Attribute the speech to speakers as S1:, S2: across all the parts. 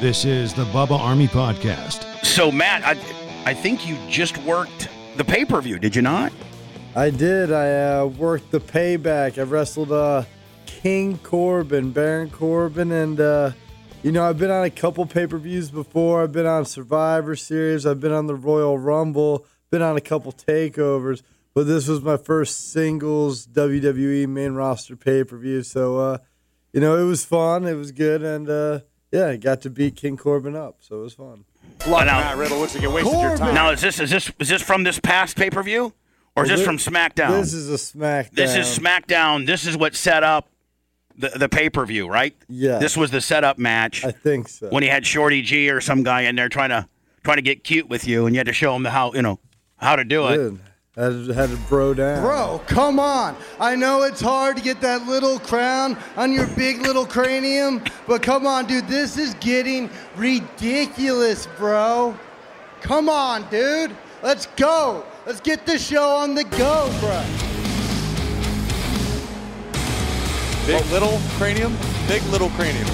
S1: This is the Bubba Army Podcast.
S2: So, Matt, I, I think you just worked the pay per view, did you not?
S3: I did. I uh, worked the payback. I wrestled uh, King Corbin, Baron Corbin, and uh, you know I've been on a couple pay per views before. I've been on Survivor Series. I've been on the Royal Rumble. Been on a couple takeovers, but this was my first singles WWE main roster pay per view. So uh, you know it was fun. It was good, and uh, yeah, I got to beat King Corbin up, so it was fun.
S4: Bluff,
S2: Now-
S4: Matt Riddle. Looks like you wasted your time.
S2: Now, is this is this is this from this past pay per view, or is this from SmackDown?
S3: This is a SmackDown.
S2: This is SmackDown. This is what set up the the pay per view, right?
S3: Yeah.
S2: This was the setup match
S3: I think so.
S2: when he had Shorty G or some guy in there trying to trying to get cute with you, and you had to show him how you know how to do it.
S3: Dude, I had to bro down.
S5: Bro, come on. I know it's hard to get that little crown on your big little cranium, but come on, dude. This is getting ridiculous, bro. Come on, dude. Let's go. Let's get the show on the go, bro.
S4: Big little cranium. Big little cranium.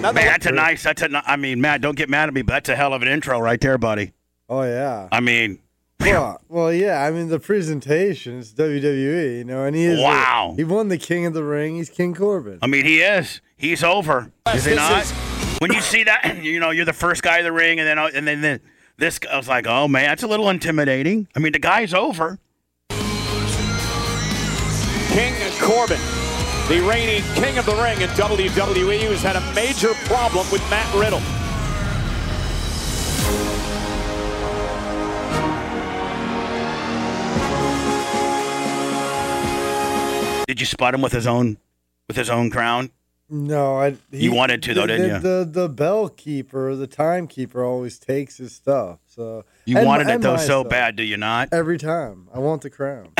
S2: Man, that's a nice. That's a. ni- I mean, Matt, don't get mad at me, but that's a hell of an intro right there, buddy.
S3: Oh yeah.
S2: I mean,
S3: Well, well, yeah. I mean, the presentation is WWE, you know, and he is.
S2: Wow.
S3: he won the King of the Ring. He's King Corbin.
S2: I mean, he is. He's over. Is he
S4: This
S2: not?
S4: is-
S2: when you see that, you know, you're the first guy in the ring, and then and then the, this. I was like, oh man, that's a little intimidating. I mean, the guy's over.
S4: King Corbin, the reigning king of the ring in
S2: E,
S4: WWE, who's had a major problem with Matt Riddle.
S2: Did you spot him with his own with his own crown?
S3: No, I. He,
S2: You wanted to, though,
S3: the,
S2: didn't
S3: the, The the bell keeper, the timekeeper, always takes his stuff. So
S2: You
S3: and-
S2: wanted it
S3: and
S2: though
S3: my
S2: so
S3: stuff.
S2: bad, do you not?
S3: Every time, I want the crown.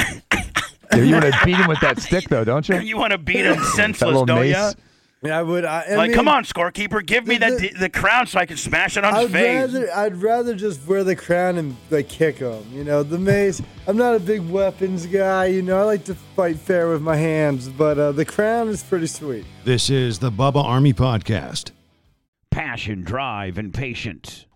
S6: Yeah, you want to beat him with that stick, though, don't you?
S2: You want to beat him
S6: that
S2: senseless,
S6: little
S2: don't
S6: mace.
S2: ya?
S3: Yeah, I would. I, I
S2: Like,
S3: mean,
S2: come on, scorekeeper, give me that
S3: the-
S2: the, the crown so I can smash it on his
S3: I'd
S2: face.
S3: rather I'd rather just wear the crown and like kick him. You know, the mace. I'm not a big weapons guy. You know, I like to fight fair with my hands, but uh, the crown is pretty sweet.
S1: This is the Bubba Army Podcast.
S2: Passion, drive, and patience.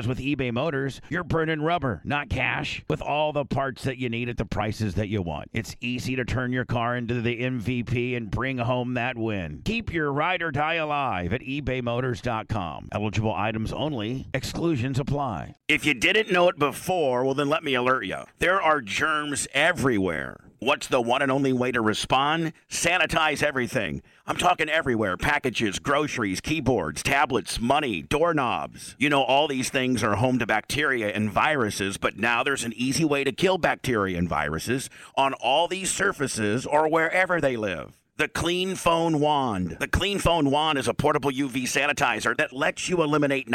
S2: with eBay Motors, you're burning rubber, not cash. With all the parts that you need at the prices that you want, it's easy to turn your car into the MVP and bring home that win. Keep your ride or die alive at ebaymotors.com. Eligible items only, exclusions apply. If you didn't know it before, well, then let me alert you. There are germs everywhere. What's the one and only way to respond? Sanitize everything. I'm talking everywhere packages, groceries, keyboards, tablets, money, doorknobs. You know, all these things are home to bacteria and viruses, but now there's an easy way to kill bacteria and viruses on all these surfaces or wherever they live. The Clean Phone Wand. The Clean Phone Wand is a portable UV sanitizer that lets you eliminate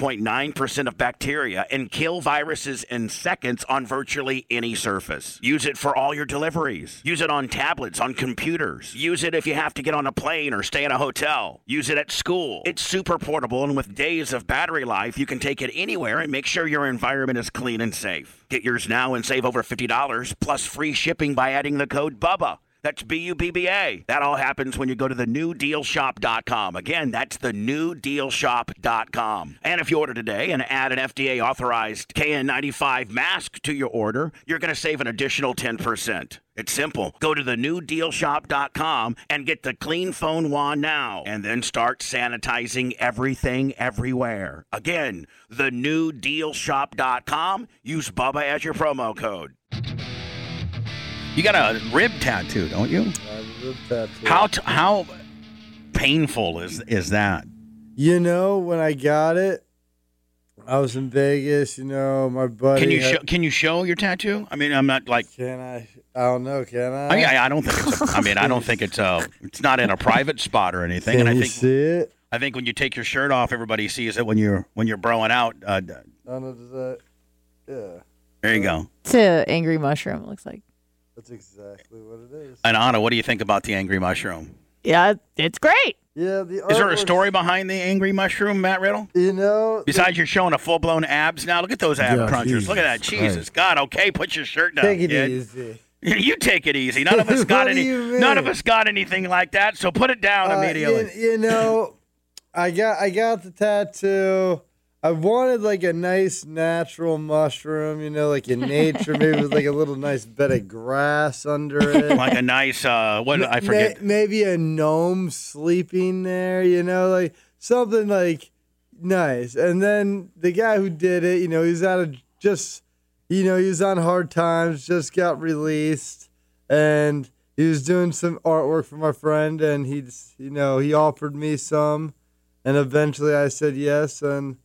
S2: 99.9% of bacteria and kill viruses in seconds on virtually any surface. Use it for all your deliveries. Use it on tablets, on computers. Use it if you have to get on a plane or stay in a hotel. Use it at school. It's super portable, and with days of battery life, you can take it anywhere and make sure your environment is clean and safe. Get yours now and save over $50 plus free shipping by adding the code BUBBA. That's B U B B A. That all happens when you go to the newdealshop.com. Again, that's the newdealshop.com. And if you order today and add an FDA authorized KN95 mask to your order, you're going to save an additional 10%. It's simple. Go to the newdealshop.com and get the clean phone wand now and then start sanitizing everything everywhere. Again, the newdealshop.com. Use Bubba as your promo code. You got a rib tattoo, don't you?
S3: I love tattoo.
S2: How t- how painful is is that?
S3: You know, when I got it, I was in Vegas. You know, my buddy.
S2: Can you
S3: had-
S2: show can you show your tattoo? I mean, I'm not like
S3: Can I? I don't know. Can I?
S2: I mean, I I don't think it's a, I mean, I don't think it's uh it's not in a private spot or anything. and
S3: Can
S2: I
S3: you
S2: think
S3: see it?
S2: I think when you take your shirt off, everybody sees it when you're when you're broing out. Uh, d-
S3: None of that. Yeah,
S2: there you go.
S7: It's a angry mushroom. it Looks like.
S3: that's exactly what it is.
S2: And Anna, what do you think about the angry mushroom?
S7: Yeah, it's great.
S3: Yeah. The
S2: Is there a
S3: artwork's-
S2: story behind the angry mushroom, Matt Riddle?
S3: You know,
S2: Besides, you're showing a full blown abs now. Look at those ab
S3: Yeah,
S2: crunchers. Look at that.
S3: Jesus
S2: Jesus God. Okay, put your shirt down.
S3: take it
S2: kid.
S3: easy.
S2: You take it easy. None of us
S3: What
S2: got
S3: do
S2: any.
S3: you
S2: None of
S3: mean?
S2: us got anything like that. So put it down
S3: Uh,
S2: immediately.
S3: You, you know, I got I got the tattoo. I wanted like a nice natural mushroom, you know, like in nature, maybe with like a little nice bed of grass under it.
S2: like a nice uh what I
S3: Ma-
S2: forget.
S3: maybe a gnome sleeping there, you know, like something like nice. And then the guy who did it, you know, he's out of just, you know, he was on hard times, just got released, and he was doing some artwork for my friend, and he, just- you know, he offered me some, and eventually I said yes, and.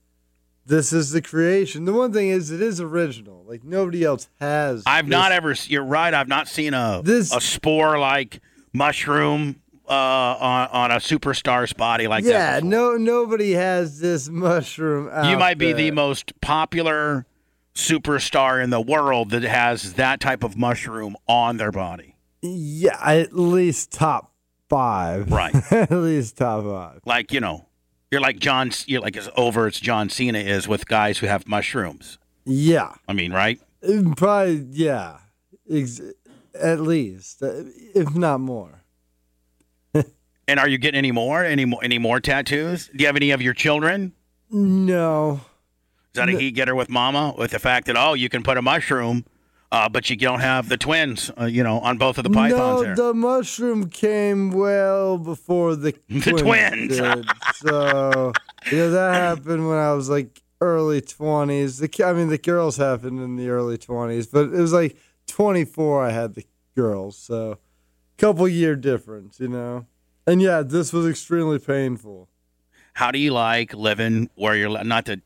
S3: This is the creation. The one thing is, it is original. Like nobody else has.
S2: I've
S3: this
S2: not ever. s- You're right. I've not seen a
S3: This-
S2: a spore like mushroom uh on on a superstar's body like
S3: yeah,
S2: that. before.
S3: no, nobody has this mushroom. Out
S2: you might be the
S3: there.
S2: most popular superstar in the world that has that type of mushroom on their body.
S3: yeah, at least top five.
S2: Right.
S3: at least top five.
S2: Like you know, you're like John. C- You're like as over as John Cena is with guys who have mushrooms.
S3: Yeah,
S2: I mean, right?
S3: Uh, probably. Yeah, Ex- at least, uh, if not more.
S2: And are you getting any more? Any more? Any more tattoos? Do you have any of your children?
S3: No,
S2: Is that a heat getter with mama? With the fact that oh, you can put a mushroom, uh, but you don't have the twins, uh, you know, on both of the pythons
S3: no,
S2: there.
S3: the mushroom came well before the
S2: The twins.
S3: did. so you know, that happened when I was like early twenties. The ki- I mean, the girls happened in the early twenties, but it was like twenty four. I had the girls, so couple year difference, you know. And yeah, this was extremely painful.
S2: How do you like living where you're li- not to?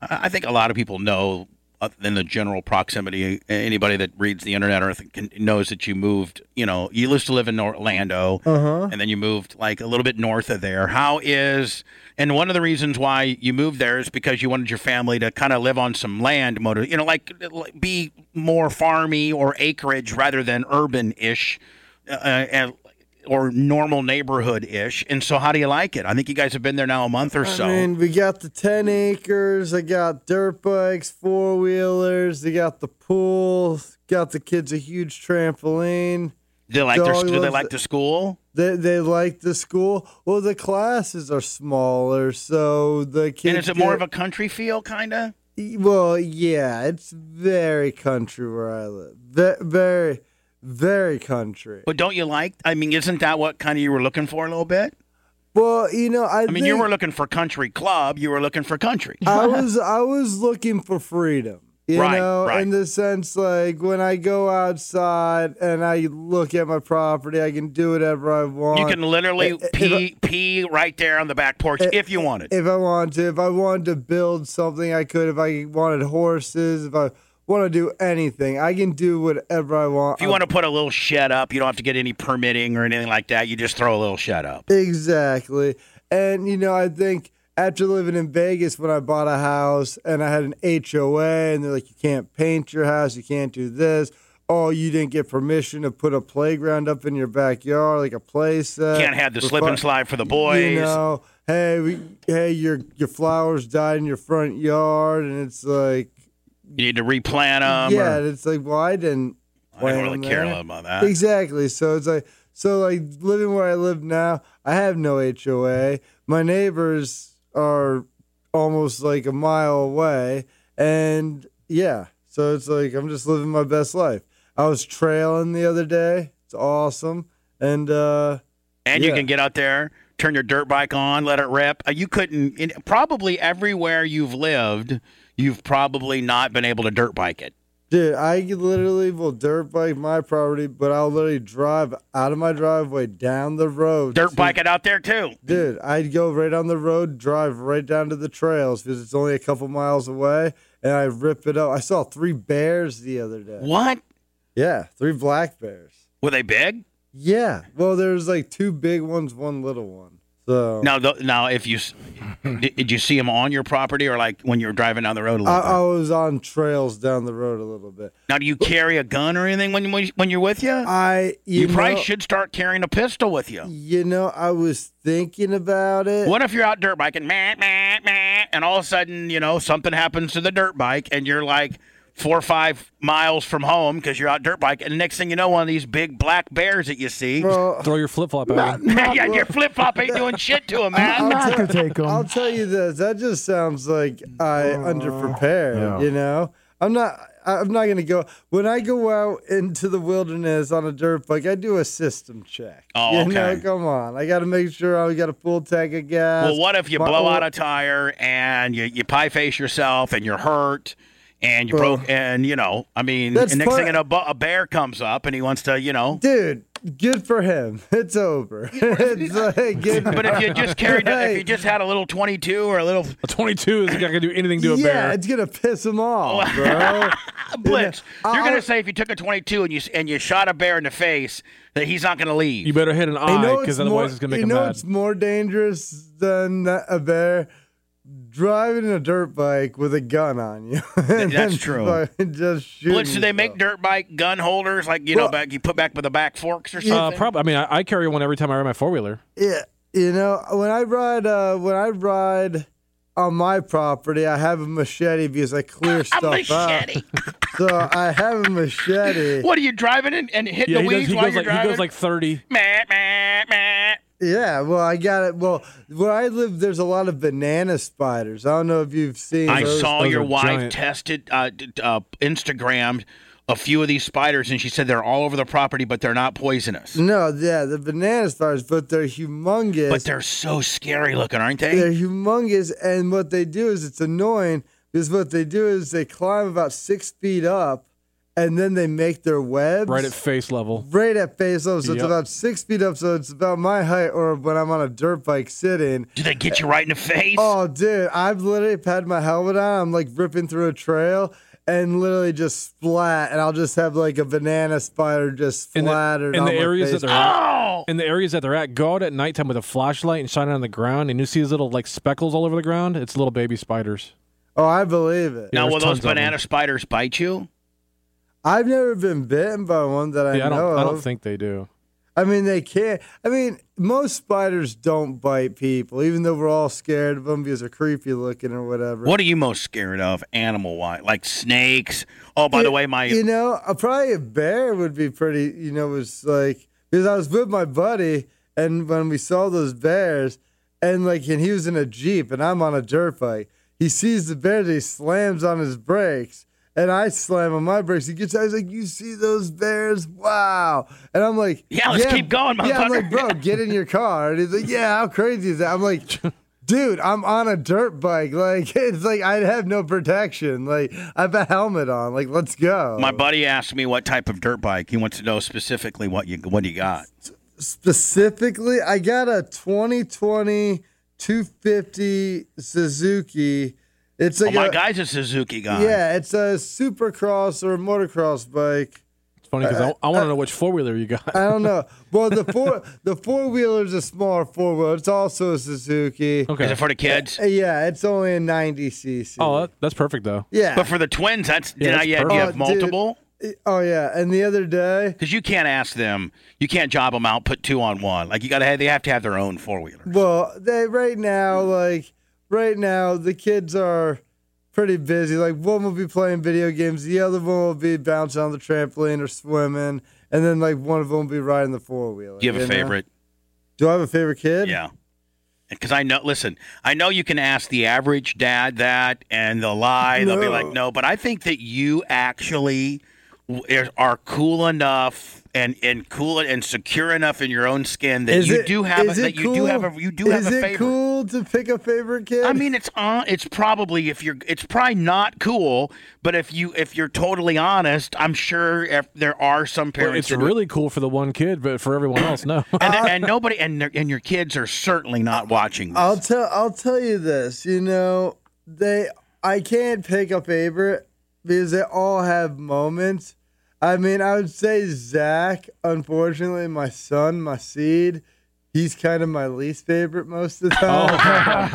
S2: I I think a lot of people know uh, in the general proximity. Anybody that reads the internet or th- can, knows that you moved. You know, you used to live in Orlando,
S3: Uh huh.
S2: and then you moved like a little bit north of there. How is and one of the reasons why you moved there is because you wanted your family to kind of live on some land, motor, you know, like uh, like, be more farmy or acreage rather than urban ish, uh, and or normal neighborhood ish. And so, how do you like it? I think you guys have been there now a month or so.
S3: I mean, we got the 10 acres. I got dirt bikes, four wheelers. They got the pool. Got the kids a huge trampoline.
S2: do they like their,
S3: Dog
S2: do they
S3: loves
S2: like
S3: it.
S2: the school?
S3: They, they like the school. Well, the classes are smaller, so the kids.
S2: And is it more of a country feel, kind of?
S3: a? Well, yeah, it's very country where I live. Ve- Very, very country.
S2: But don't you like? I mean, isn't that what kind of you were looking for a little bit?
S3: Well, you know, I.
S2: I mean, you were looking for country club. You were looking for country.
S3: I was I was looking for freedom. You
S2: Right,
S3: know,
S2: right.
S3: in the sense like when I go outside and I look at my property, I can do whatever I want.
S2: You can literally
S3: If- if
S2: pee pee right there on the back porch if you wanted.
S3: if I wanted to, if I wanted to build something, I could. If I wanted horses, if I want to do anything, I can do whatever I want.
S2: If you want to put a little shed up, you don't have to get any permitting or anything like that. You just throw a little shed up.
S3: Exactly. And, you know, I think after living in Vegas, when I bought a house and I had an HOA, and they're like, you can't paint your house, you can't do this. Oh, you didn't get permission to put a playground up in your backyard, like a play set.
S2: Can't have the
S3: for
S2: slip
S3: fun-
S2: and slide for the boys.
S3: You know, hey, we, hey, your your flowers died in your front yard, and it's like,
S2: You need to replant them.
S3: yeah,
S2: Um, or,
S3: and it's like, well, I didn't.
S2: I don't
S3: plant
S2: really
S3: them
S2: care
S3: there.
S2: about that.
S3: Exactly. So it's like so like living where I live now, I have no HOA. My neighbors are almost like a mile away and yeah, so it's like I'm just living my best life. I was trailing the other day. It's awesome. And uh
S2: And you
S3: yeah.
S2: can get out there, turn your dirt bike on, let it rip. Uh, You couldn't. In, probably everywhere you've lived, you've probably not been able to dirt bike it.
S3: dude, I could literally will dirt bike my property, but I'll literally drive out of my driveway down the road.
S2: Dirt
S3: to-
S2: bike it out there too.
S3: Dude, I'd go right on the road, drive right down to the trails because it's only a couple miles away, and I rip it up. I saw three bears the other day.
S2: What?
S3: Yeah, three black bears.
S2: Were they big?
S3: Yeah. Well, there's like two big ones, one little one. So
S2: Now, th- now, if you s- did, did you see him on your property or like when you were driving down the road a little
S3: I,
S2: bit?
S3: I was on trails down the road a little bit.
S2: Now, do you carry a gun or anything when you, when you're with you?
S3: I you,
S2: you probably
S3: know,
S2: should start carrying a pistol with you.
S3: You know, I was thinking about it.
S2: What if you're out dirt biking, meh, meh, meh, and all of a sudden, you know, something happens to the dirt bike, and you're like four or five miles from home because you're out dirt bike, and next thing you know, one of these big black bears that you see,
S3: Bro,
S4: Throw your flip flop at him.
S2: yeah, and your flip flop ain't doing shit to him, man.
S4: Not gonna take
S3: I'll
S4: him.
S3: tell you this. That just sounds like I underprepared. You know, I'm not. I- I'm not gonna go when I go out into the wilderness on a dirt bike. I do a system check.
S2: Oh,
S3: you
S2: okay.
S3: Know? Come on, I got to make sure I got a full tank of gas.
S2: Well, what if you
S3: My
S2: blow
S3: oil-
S2: out a tire and you, you pie face yourself and you're hurt and you
S3: Bro.
S2: broke and you know I mean
S3: That's
S2: and next
S3: fun-
S2: thing you know bu- a bear comes up and he wants to you know
S3: dude? Good for him. It's over. it's like good.
S2: but if you just carried a- if
S3: Hey.
S2: you just had a little 22 or a little
S4: A 22 is not gonna do anything to a
S3: yeah,
S4: bear.
S3: it's gonna piss him off, bro. Uh,
S2: blitz you're
S3: I-
S2: gonna say if you took a 22 and you s- and you shot a bear in the face that he's not gonna leave
S4: You better hit an
S3: You
S4: eye
S3: know
S4: because otherwise
S3: more,
S4: it's gonna make
S3: you
S4: him
S3: know
S4: mad.
S3: it's more dangerous than that- a bear driving a dirt bike with a gun on you. And
S2: that's
S3: then
S2: true.
S3: fucking Just shooting
S2: blitz do they make
S3: yourself.
S2: dirt bike gun holders like you know
S3: Well-
S2: back you put back with the back forks or
S4: Uh,
S2: something
S4: probably. I mean, I, I carry one every time I ride my four wheeler.
S3: Yeah, you know when I ride uh, when I ride on my property, I have a machete because I clear stuff
S2: machete.
S3: out. So I have a machete.
S2: what are you driving and, and hitting
S4: Yeah,
S2: the
S4: he, does,
S2: weeds
S4: he
S2: while
S4: goes
S2: you're
S4: like he
S2: driving
S4: goes like 30.
S2: meh, meh, meh.
S3: Yeah, well, I got it. Well, where I live, there's a lot of banana spiders. I don't know if you've seen.
S2: I
S3: those.
S2: saw your
S4: are
S2: wife
S4: giant.
S2: tested uh, d- d- uh, Instagrammed a few of these spiders, and she said they're all over the property, but they're not poisonous.
S3: No, yeah, the banana spiders, but they're humongous.
S2: But they're so scary looking, aren't they?
S3: They're humongous, and what they do is it's annoying because what they do is they climb about six feet up, and then they make their webs
S4: Right at face level.
S3: right at face level. So it's
S4: Yep.
S3: about six feet up. So it's about my height, or when I'm on a dirt bike sitting.
S2: Do they get you right in the face?
S3: Oh, dude, I've literally had my helmet on. I'm like ripping through a trail. And literally just splat, and I'll just have like a banana spider just
S4: In the,
S3: splattered
S4: in
S3: on
S4: the
S3: my
S4: areas
S3: face.
S4: that they're at,
S2: Oh!
S4: in the areas that they're at, go out at nighttime with a flashlight and shine it on the ground, and you see these little like speckles all over the ground. It's little baby spiders.
S3: Oh, I believe it.
S4: Yeah,
S2: now,
S4: there's
S2: will those
S4: tons of them.
S2: banana spiders bite you?
S3: I've never been bitten by one that I
S4: yeah, I
S3: know
S4: don't.
S3: of.
S4: I don't think they do.
S3: I mean, they can't. I mean, most spiders don't bite people, even though we're all scared of them because they're creepy looking or whatever.
S2: What are you most scared of, animal wise? Like snakes? Oh, by the way, my.
S3: You know, uh, probably a bear would be pretty. You know, was like because I was with my buddy, and when we saw those bears, and like, and he was in a jeep, and I'm on a dirt bike. He sees the bears, he slams on his brakes, and I slam on my brakes. He gets, I was like, "You see those bears? Wow!" And I'm like,
S2: Yeah, let's keep going,
S3: Yeah, I'm like,
S2: motherfucker."
S3: bro, get in your car. And he's like, "Yeah, how crazy is that?" I'm like. Dude, I'm on a dirt bike. Like it's like I have no protection. Like I have a helmet on. Like let's go.
S2: my buddy asked me what type of dirt bike. He wants to know specifically what you what you got.
S3: specifically, I got a 2020 250 Suzuki. It's
S2: Oh,
S3: like
S2: my
S3: a,
S2: guy's a Suzuki guy.
S3: yeah, it's a supercross or a motocross bike. Uh,
S4: It's funny because I, I want to know which four wheeler you got.
S3: I don't know. well, the four the four wheeler is a smaller four wheeler. It's also a Suzuki.
S2: Is
S4: Okay.
S2: it for the kids?
S3: Uh, Yeah, it's only a 90 cc.
S4: Oh, that, that's perfect though.
S3: yeah.
S2: But for the twins, that's
S4: Yeah,
S2: did I
S4: that's
S2: yeah, do you
S4: perfect.
S2: have
S3: Oh, dude.
S2: multiple?
S3: oh yeah, and the other day,
S2: Because you can't ask them, you can't job them out, put two on one. Like you got to have, they have to have their own four wheeler.
S3: Well, they right now, like right now, the kids are pretty busy. Like one will be playing video games, the other one will be bouncing on the trampoline or swimming, and then like one of them will be riding the four wheeler.
S2: Do you have a favorite?
S3: Do I have a favorite kid?
S2: Yeah. Because I know, listen, I know you can ask the average dad that, and they'll lie. They'll be like, no. But I think that you actually w- are cool enough and and cool and secure enough in your own skin that
S3: Is
S2: you
S3: it-
S2: do have a,
S3: is it
S2: that you do
S3: cool-
S2: have a you do have
S3: is
S2: a
S3: it
S2: favorite.
S3: cool to pick a favorite kid?
S2: I mean, it's on. It's probably if you're. It's probably not cool. But if you if you're totally honest, I'm sure if there are some
S4: Well,
S2: parents.
S4: It's
S2: that do-
S4: really cool for the one kid, but for everyone else, no.
S2: and, and nobody and their- and your kids are certainly not watching. This.
S3: I'll tell I'll tell you this. You know, they I can't pick a favorite because they all have moments. I mean, I would say Zach. Unfortunately, my son, my seed, he's kind of my least favorite most of the time.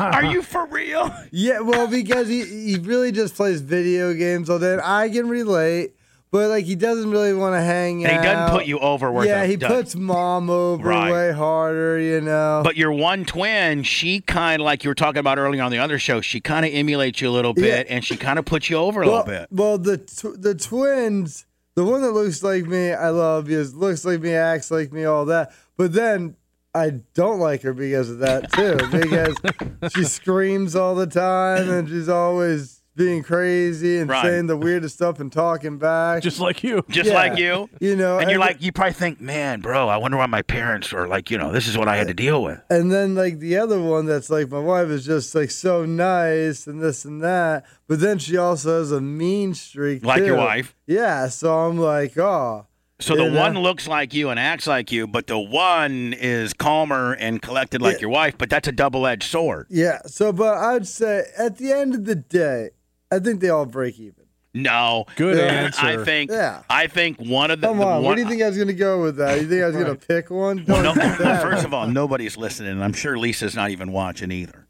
S2: Are you for real?
S3: Yeah, well, because he, he really just plays video games all day. And I can relate, but like he doesn't really want to hang
S2: And
S3: out.
S2: he doesn't put you over where
S3: Yeah,
S2: the-
S3: he
S2: the-
S3: puts mom over
S2: Right.
S3: way harder, you know.
S2: But your one twin, she kind of like you were talking about earlier on the other show. She kind of emulates you a little bit, and she kind of puts you over a
S3: well,
S2: little bit.
S3: well, the tw- the twins, the one that looks like me, I love is looks like me, acts like me, all that. But then I don't like her because of that too, because she screams all the time and she's always being crazy and
S2: Right.
S3: saying the weirdest stuff and talking back.
S8: just like you.
S2: Just
S3: yeah.
S2: like you.
S3: you know,
S2: And you're
S3: every-
S2: like, you probably think, man, bro, I wonder why my parents are like, you know, this is what I had to deal with.
S3: And then like the other one that's like my wife is just like so nice and this and that, but then she also has a mean streak.
S2: Like your
S3: too.
S2: wife.
S3: Yeah. So I'm like, oh,
S2: So the
S3: Yeah.
S2: one looks like you and acts like you, but the one is calmer and collected like your wife, but that's a double edged sword.
S3: yeah. So, but I'd say at the end of the day, I think they all break even.
S2: No.
S8: Good
S3: Yeah.
S8: answer.
S2: I think
S3: Yeah.
S2: I think one of the,
S3: Come
S2: the
S3: on.
S2: one,
S3: Where do you think I was gonna go with that? You think I was gonna pick one? Don't
S2: no,
S3: do that.
S2: first of all, nobody's listening, and I'm sure Lisa's not even watching either.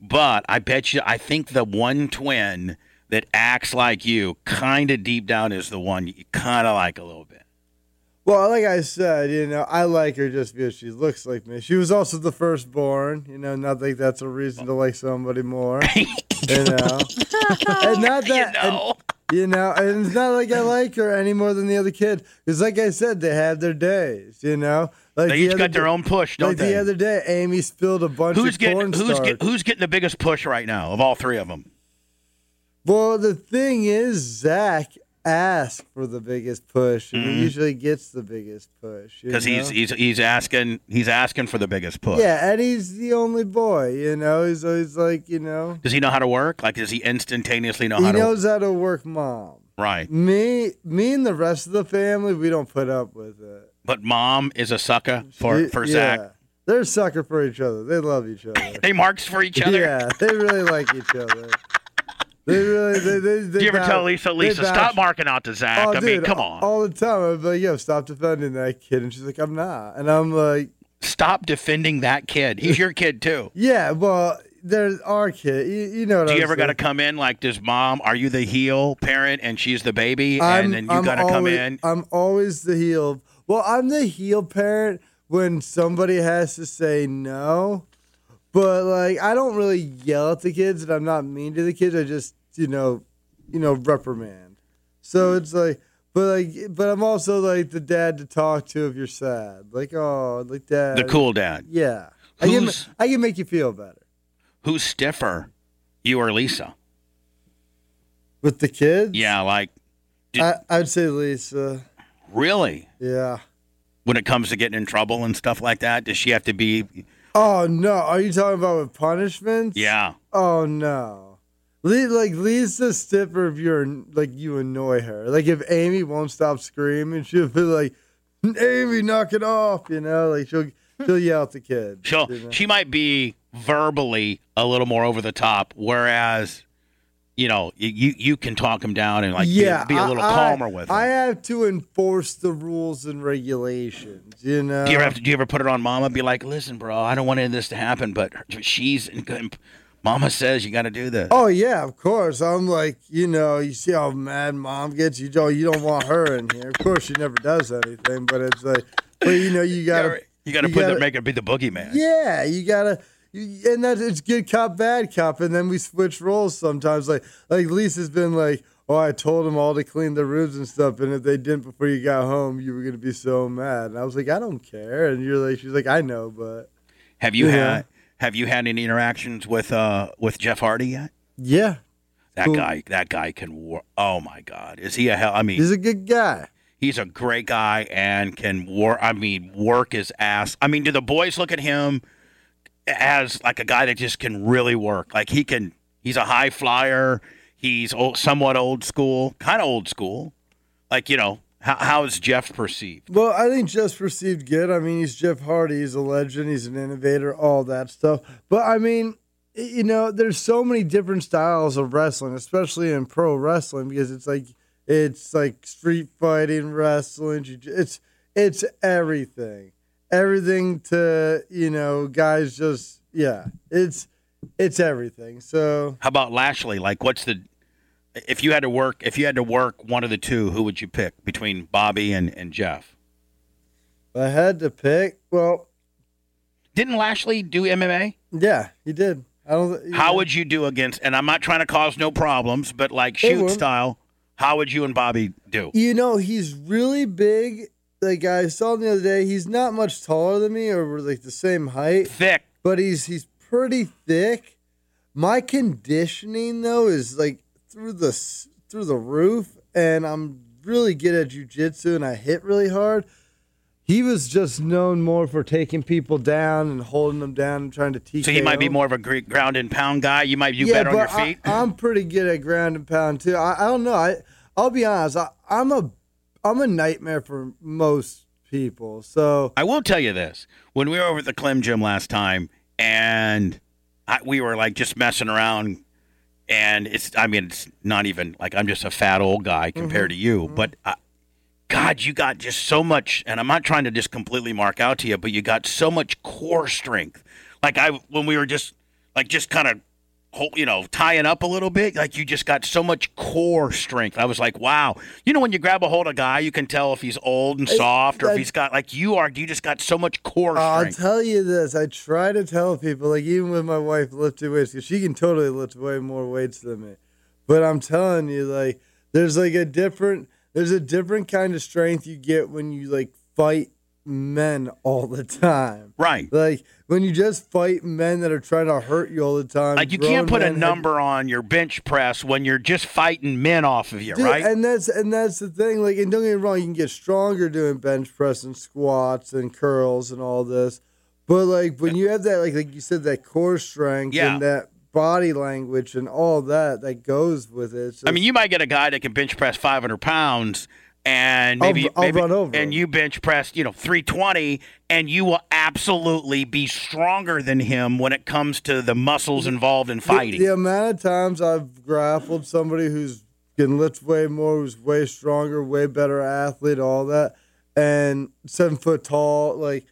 S2: But I bet you, I think the one twin that acts like you, kind of deep down, is the one you kind of like a little bit.
S3: Well, like I said, you know, I like her just because she looks like me. She was also the firstborn, you know, not like that's a reason to like somebody more. You know. And not that
S2: you
S3: and-
S2: know,
S3: you know, and it's not like I like her any more than the other kid. Because like I said, they have their days, you know?
S2: they
S3: Like the
S2: each
S3: other
S2: got their
S3: day-
S2: own push, don't
S3: like
S2: they?
S3: the other day, Amy spilled a bunch
S2: who's
S3: of
S2: getting
S3: corn
S2: who's
S3: starch.
S2: get, who's getting the biggest push right now of all three of them?
S3: Well, the thing is, Zach asked for the biggest push, and he usually gets the biggest push.
S2: Mm-hmm.
S3: you
S2: Because he's
S3: know?
S2: he's he's asking he's asking for the biggest push.
S3: yeah, and he's the only boy, you know. He's always like, you know,
S2: Does he know how to work? Like, does he instantaneously know
S3: he
S2: how to?
S3: knows how to work mom.
S2: Right,
S3: Me, me, and the rest of the family, we don't put up with it.
S2: but mom is a sucker for
S3: Y-
S2: for
S3: yeah.
S2: Zach.
S3: They're a sucker for each other. They love each other.
S2: They marks for each other.
S3: Yeah, they really like each other. They really. They, they, they
S2: Do you ever
S3: vouch-
S2: tell Lisa,
S3: they
S2: Lisa,
S3: vouch-
S2: stop marking out to Zach?
S3: Oh,
S2: I mean,
S3: dude,
S2: come on.
S3: All the time, I'm like, yo, stop defending that kid, and she's like, I'm not, and I'm like,
S2: Stop defending that kid. He's your kid too.
S3: yeah, well, there's our kid. You, you know what
S2: Do
S3: I'm
S2: you ever got to
S3: saying.
S2: come in like, does mom, are you the heel parent and she's the baby?
S3: I'm-
S2: and then you
S3: I'm
S2: got to come
S3: always-
S2: in.
S3: I'm always the heel. Well, I'm the heel parent when somebody has to say no, but like I don't really yell at the kids, and I'm not mean to the kids. I just you know, you know, reprimand. So it's like, but like, but I'm also like the dad to talk to if you're sad. Like, oh, like dad.
S2: The cool dad.
S3: Yeah. I can,
S2: Who's-
S3: I can make you feel better
S2: Who's stiffer, you or Lisa?
S3: with the kids.
S2: Yeah, like, Did-
S3: I, I'd say Lisa.
S2: really?
S3: Yeah.
S2: When it comes to getting in trouble and stuff like that, does she have to be,
S3: Oh no! Are you talking about with punishments?
S2: yeah.
S3: Oh no. Le- like Lisa Stiffer, if you're like you annoy her. Like if Amy won't stop screaming, she'll be like, "Amy, knock it off!" You know, like she'll she'll yell at the kid.
S2: She'll,
S3: you know?
S2: she might be verbally a little more over the top, whereas, you know, y- you you can talk him down and like be-
S3: yeah,
S2: be, a little
S3: I, I-
S2: calmer with him.
S3: I have to enforce the rules and regulations. You know.
S2: Do you ever have to, do you ever put it on mama? Be like, listen, bro, I don't want any of this to happen, but she's, mama says you got to do this.
S3: Oh yeah, of course. I'm like, you know, you see how mad mom gets. You know, you don't want her in here. Of course, she never does anything. But it's like, but you know, you
S2: you
S3: gotta,
S2: gotta, you gotta
S3: you
S2: put
S3: gotta-
S2: the make it be the boogeyman.
S3: yeah, you gotta, you, and that's it's good cop, bad cop. And then we switch roles sometimes. Like, like Lisa's been like, oh, I told them all to clean their rooms and stuff, and if they didn't before you got home, you were gonna be so mad. And I was like, I don't care. And you're like, she's like, I know, but
S2: Have you
S3: Yeah.
S2: had Have you had any interactions with uh with Jeff Hardy yet?
S3: yeah,
S2: That
S3: Cool.
S2: guy, that guy can work. Oh my God, is he a hell? I mean,
S3: he's a good guy.
S2: he's a great guy and can work. I mean, work his ass. I mean, do the boys look at him as like a guy that just can really work? Like he can. He's a high flyer. He's old, somewhat old school, kind of old school. Like you know, how, how is Jeff perceived?
S3: Well, I think Jeff's perceived good. I mean, he's Jeff Hardy. He's a legend. He's an innovator. All that stuff. But I mean, y- you know, there's so many different styles of wrestling, especially in pro wrestling, because it's like it's like street fighting, wrestling. jiu- It's it's everything, everything to you know guys just yeah it's it's everything so
S2: How about Lashley? Like, what's the if you had to work if you had to work one of the two, who would you pick between Bobby and, and Jeff?
S3: if i had to pick well
S2: Didn't Lashley do MMA?
S3: yeah he did i don't
S2: How would you do against? And I'm not trying to cause no problems, but like shoot
S3: would. know,
S2: style, how would you and Bobby do?
S3: you know he's really big like i saw him the other day he's not much taller than me or we're like the same height
S2: Thick.
S3: but he's he's pretty thick. My conditioning though is like through the s- through the roof, and I'm really good at jujitsu, and I hit really hard. He was just known more for taking people down and holding them down and trying to teach.
S2: So he might be more of a gr- ground and pound guy. You might do better on your feet.
S3: I, am pretty good at ground and pound too. I, I don't know. I I'll be honest. I, I'm a I'm a nightmare for most people. So
S2: I will tell you this: when we were over at the Clem Gym last time, and I, we were like just messing around, and it's—I mean, it's not even like I'm just a fat old guy compared to you, but I, God, you got just so much. And I'm not trying to just completely mark out to you, but you got so much core strength. Like I, when we were just like just kind of. You know, tying up a little bit, like you just got so much core strength. I was like, wow. You know, when you grab a hold of a guy, you can tell if he's old and soft or if
S3: that-
S2: he's got like you are. You just got so much core
S3: I'll
S2: strength.
S3: tell you this. I try to tell people, like even with my wife lifting weights, 'cause she can totally lift way more weights than me. But I'm telling you, like there's like a different there's a different kind of strength you get when you like fight men all the time.
S2: right.
S3: Like when you just fight men that are trying to hurt you all the time.
S2: Like you
S3: grown
S2: can't put a
S3: men have-
S2: number on your bench press when you're just fighting men off of you,
S3: Dude,
S2: right?
S3: And that's and that's the thing. Like, and don't get me wrong, you can get stronger doing bench press and squats and curls and all this, but like when you have that, like like you said, that core strength
S2: Yeah.
S3: and that body language and all that that goes with it.
S2: I mean, you might get a guy that can bench press 500 pounds, and
S3: I'll-
S2: maybe,
S3: I'll
S2: maybe-
S3: run over him.
S2: and you bench press, you know, 320, and you will absolutely be stronger than him when it comes to the muscles involved in fighting.
S3: The, the amount of times I've grappled somebody who's can lift way more, who's way stronger, way better athlete, all that, and seven foot tall, like,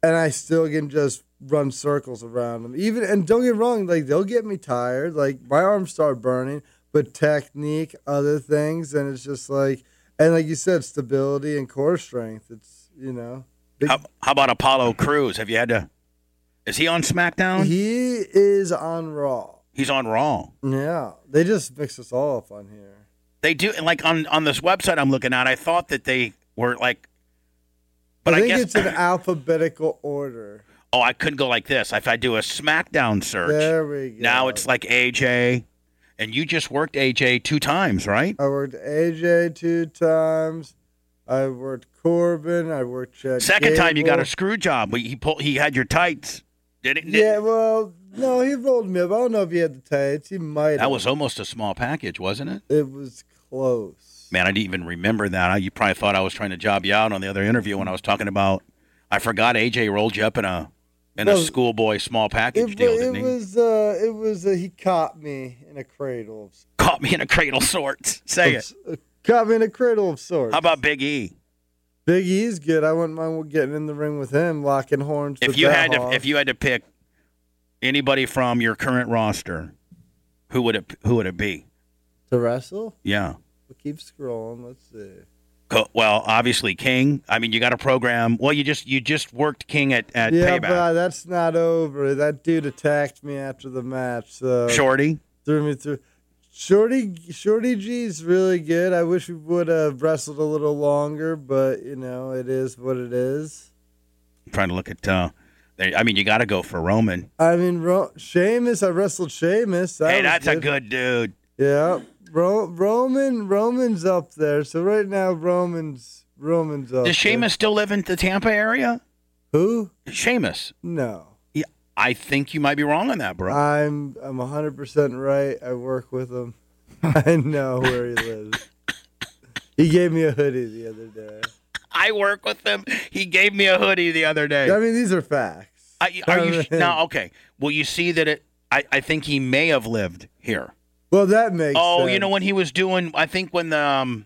S3: and I still can just run circles around them. Even and don't get me wrong, like they'll get me tired, like my arms start burning, but technique, other things, and it's just like, and like you said, stability and core strength. It's you know, big,
S2: How, how about Apollo Cruz? Have you had to? Is he on SmackDown?
S3: he is on Raw.
S2: He's on Raw.
S3: Yeah, they just mix us all up on here.
S2: They do, and like on on this website I'm looking at, I thought that they were like, but I,
S3: I think
S2: guess
S3: it's in alphabetical order.
S2: oh, I couldn't go like this. If I do a SmackDown search,
S3: There we go.
S2: now it's like AJ, and you just worked AJ two times, right?
S3: I worked AJ two times. I worked Corbin. I worked Chad.
S2: Second time you got
S3: Gable.
S2: a screw job, but he pulled, he had your tights. Did it?
S3: Yeah, well, no, he rolled me up. I don't know if he had the tights. He might.
S2: that
S3: have.
S2: was almost a small package, wasn't it?
S3: It was close.
S2: Man, I didn't even remember that. I, you probably thought I was trying to job you out on the other interview when I was talking about. I forgot AJ rolled you up in a in a
S3: Well,
S2: schoolboy small package
S3: It,
S2: deal,
S3: wa-
S2: didn't
S3: it
S2: he?
S3: was. Uh, it was. Uh, he caught me in a cradle. Of,
S2: Caught me in a cradle sort. Say it.
S3: of- caught me in a cradle of sorts.
S2: How about Big E?
S3: Big E's good? I wouldn't mind getting in the ring with him, locking horns.
S2: If
S3: with
S2: you
S3: that
S2: had to,
S3: hog.
S2: if you had to pick anybody from your current roster, who would it who would it be?
S3: to wrestle,
S2: Yeah.
S3: we keep scrolling. Let's see.
S2: Co- Well, obviously King. I mean, you got a program. Well, you just you just worked King at at
S3: yeah,
S2: Payback.
S3: but uh, that's not over. That dude attacked me after the match, so
S2: Shorty.
S3: threw me through. Shorty, Shorty G's really good. I wish we would have wrestled a little longer, but you know it is what it is.
S2: I'm trying to look at. uh they- I mean, you got to go for Roman.
S3: I mean, Ro- Sheamus, I wrestled Sheamus. That
S2: hey,
S3: was
S2: that's a good dude.
S3: Yeah, Ro- Roman, Roman's up there. So right now, Roman's Roman's up.
S2: Does Sheamus still live in the Tampa area?
S3: There. Who?
S2: Sheamus.
S3: No,
S2: Yeah, I think you might be wrong on that, bro.
S3: I'm I'm 100 percent right. I work with him. I know where he lives. He gave me a hoodie the other day.
S2: I work with him. He gave me a hoodie the other day.
S3: I mean, these are facts.
S2: I, are you
S3: Um,
S2: now okay? Well, you see that it. I, I think he may have lived here.
S3: Well, that makes.
S2: oh, you
S3: sense.
S2: know when he was doing. I think when the um,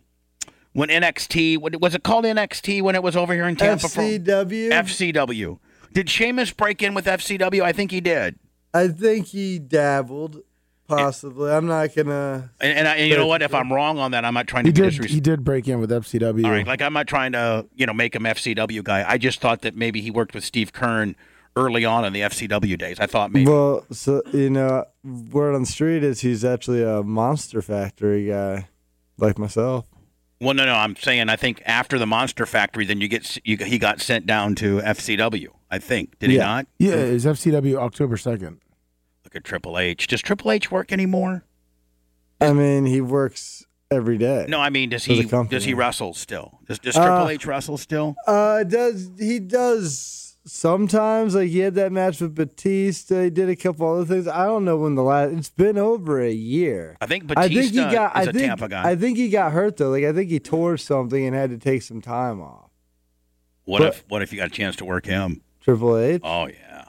S2: when NXT what- was it called NXT when it was over here in Tampa? for-
S3: FCW.
S2: FCW. Did Sheamus break in with FCW? I think he did.
S3: I think he dabbled, possibly. I'm not gonna.
S2: And, and, I, and you know what? If I'm wrong on that, I'm not trying to
S9: He did.
S2: disrespect.
S9: He did break in with FCW.
S2: All right, like I'm not trying to, you know, make him FCW guy. I just thought that maybe he worked with Steve Kern early on in the FCW days. I thought maybe.
S3: Well, so you know, word on the street is he's actually a Monster Factory guy, like myself.
S2: Well, no, no, I'm saying I think after the Monster Factory, then you get s- you, he got sent down to FCW. I think did he
S9: Yeah.
S2: not?
S9: Yeah, it's FCW October second.
S2: Look at Triple H. Does Triple H work anymore?
S3: I mean, he works every day.
S2: No, I mean, does
S3: As a
S2: he
S3: company.
S2: does he wrestle still? Does, does
S3: Uh,
S2: Triple H wrestle still?
S3: Uh, does he does sometimes? Like he had that match with Batista. He did a couple other things. I don't know when the last. It's been over a year.
S2: I think
S3: I think he
S2: Batista
S3: got.
S2: is
S3: I
S2: a
S3: think.
S2: Tampa guy.
S3: I think he got hurt though. Like I think he tore something and had to take some time off.
S2: what
S3: but-
S2: if what if you got a chance to work him?
S3: Triple H.
S2: Oh yeah,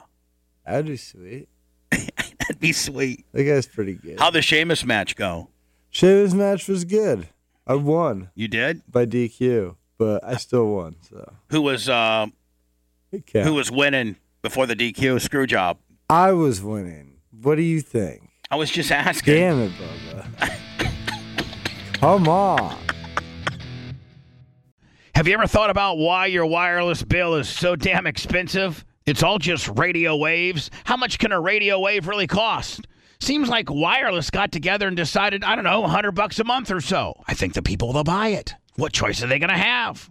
S3: That'd be sweet.
S2: that'd be sweet.
S3: That guy's pretty good.
S2: How the Sheamus match go?
S3: Sheamus match was good. I won
S2: You did?
S3: by DQ, but I still won. So
S2: Who was uh,
S3: it counts.
S2: who was winning before the DQ screw job?
S3: I was winning. What do you think?
S2: I was just asking.
S3: Damn it, Bubba. Come on.
S10: Have you ever thought about why your wireless bill is so damn expensive? It's all just radio waves. How much can a radio wave really cost? Seems like wireless got together and decided, I don't know, 100 bucks a month or so. I think the people will buy it. What choice are they going to have?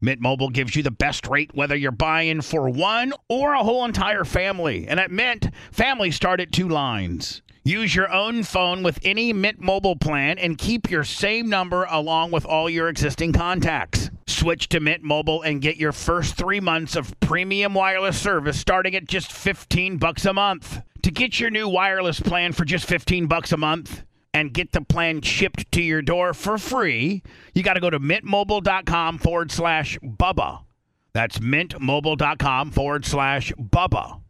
S10: Mint Mobile gives you the best rate whether you're buying for one or a whole entire family. And at Mint, families start at two lines. Use your own phone with any Mint Mobile plan and keep your same number along with all your existing contacts. Switch to Mint Mobile and get your first 3 months of premium wireless service starting at just 15 bucks a month. To get your new wireless plan for just 15 bucks a month, and get the plan shipped to your door for free, you got to go to mintmobile.com forward slash Bubba. That's mintmobile.com forward slash Bubba.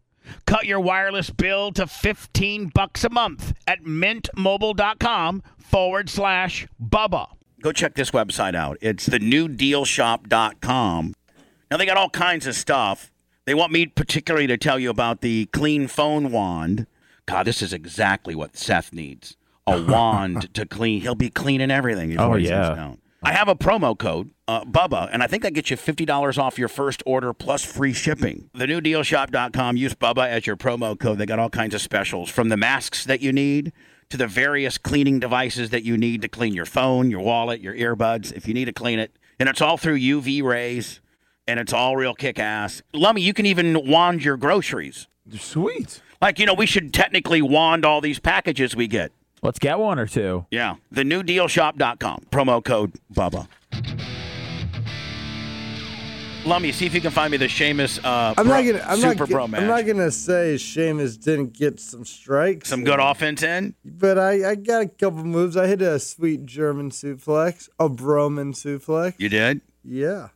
S10: Cut your wireless bill to 15 bucks a month at mintmobile.com forward slash Bubba.
S2: go check this website out. It's the newdealshop.com. Now they got all kinds of stuff. They want me particularly to tell you about the clean phone wand. God, this is exactly what Seth needs. A wand to clean. He'll be cleaning everything. before
S11: Oh,
S2: he sits
S11: yeah.
S2: down. I have a promo code, uh, Bubba, and I think that gets you $50 off your first order plus free shipping. Thenewdealshop.com. Use Bubba as your promo code. They got all kinds of specials from the masks that you need to the various cleaning devices that you need to clean your phone, your wallet, your earbuds, if you need to clean it. And it's all through UV rays, and it's all real kick ass. Lummy, you can even wand your groceries.
S11: Sweet.
S2: Like, you know, we should technically wand all these packages we get.
S11: Let's get one or two.
S2: Yeah. Thenewdealshop.com. Promo code Bubba. Lummy, see if you can find me the Sheamus uh,
S3: I'm
S2: bro-
S3: not gonna. I'm
S2: Super Bro
S3: not. Gonna,
S2: match.
S3: I'm not gonna say Sheamus didn't get some strikes.
S2: Some good offense in.
S3: But I, I got a couple moves. I hit a sweet German suplex, a Broman suplex.
S2: You did?
S3: Yeah,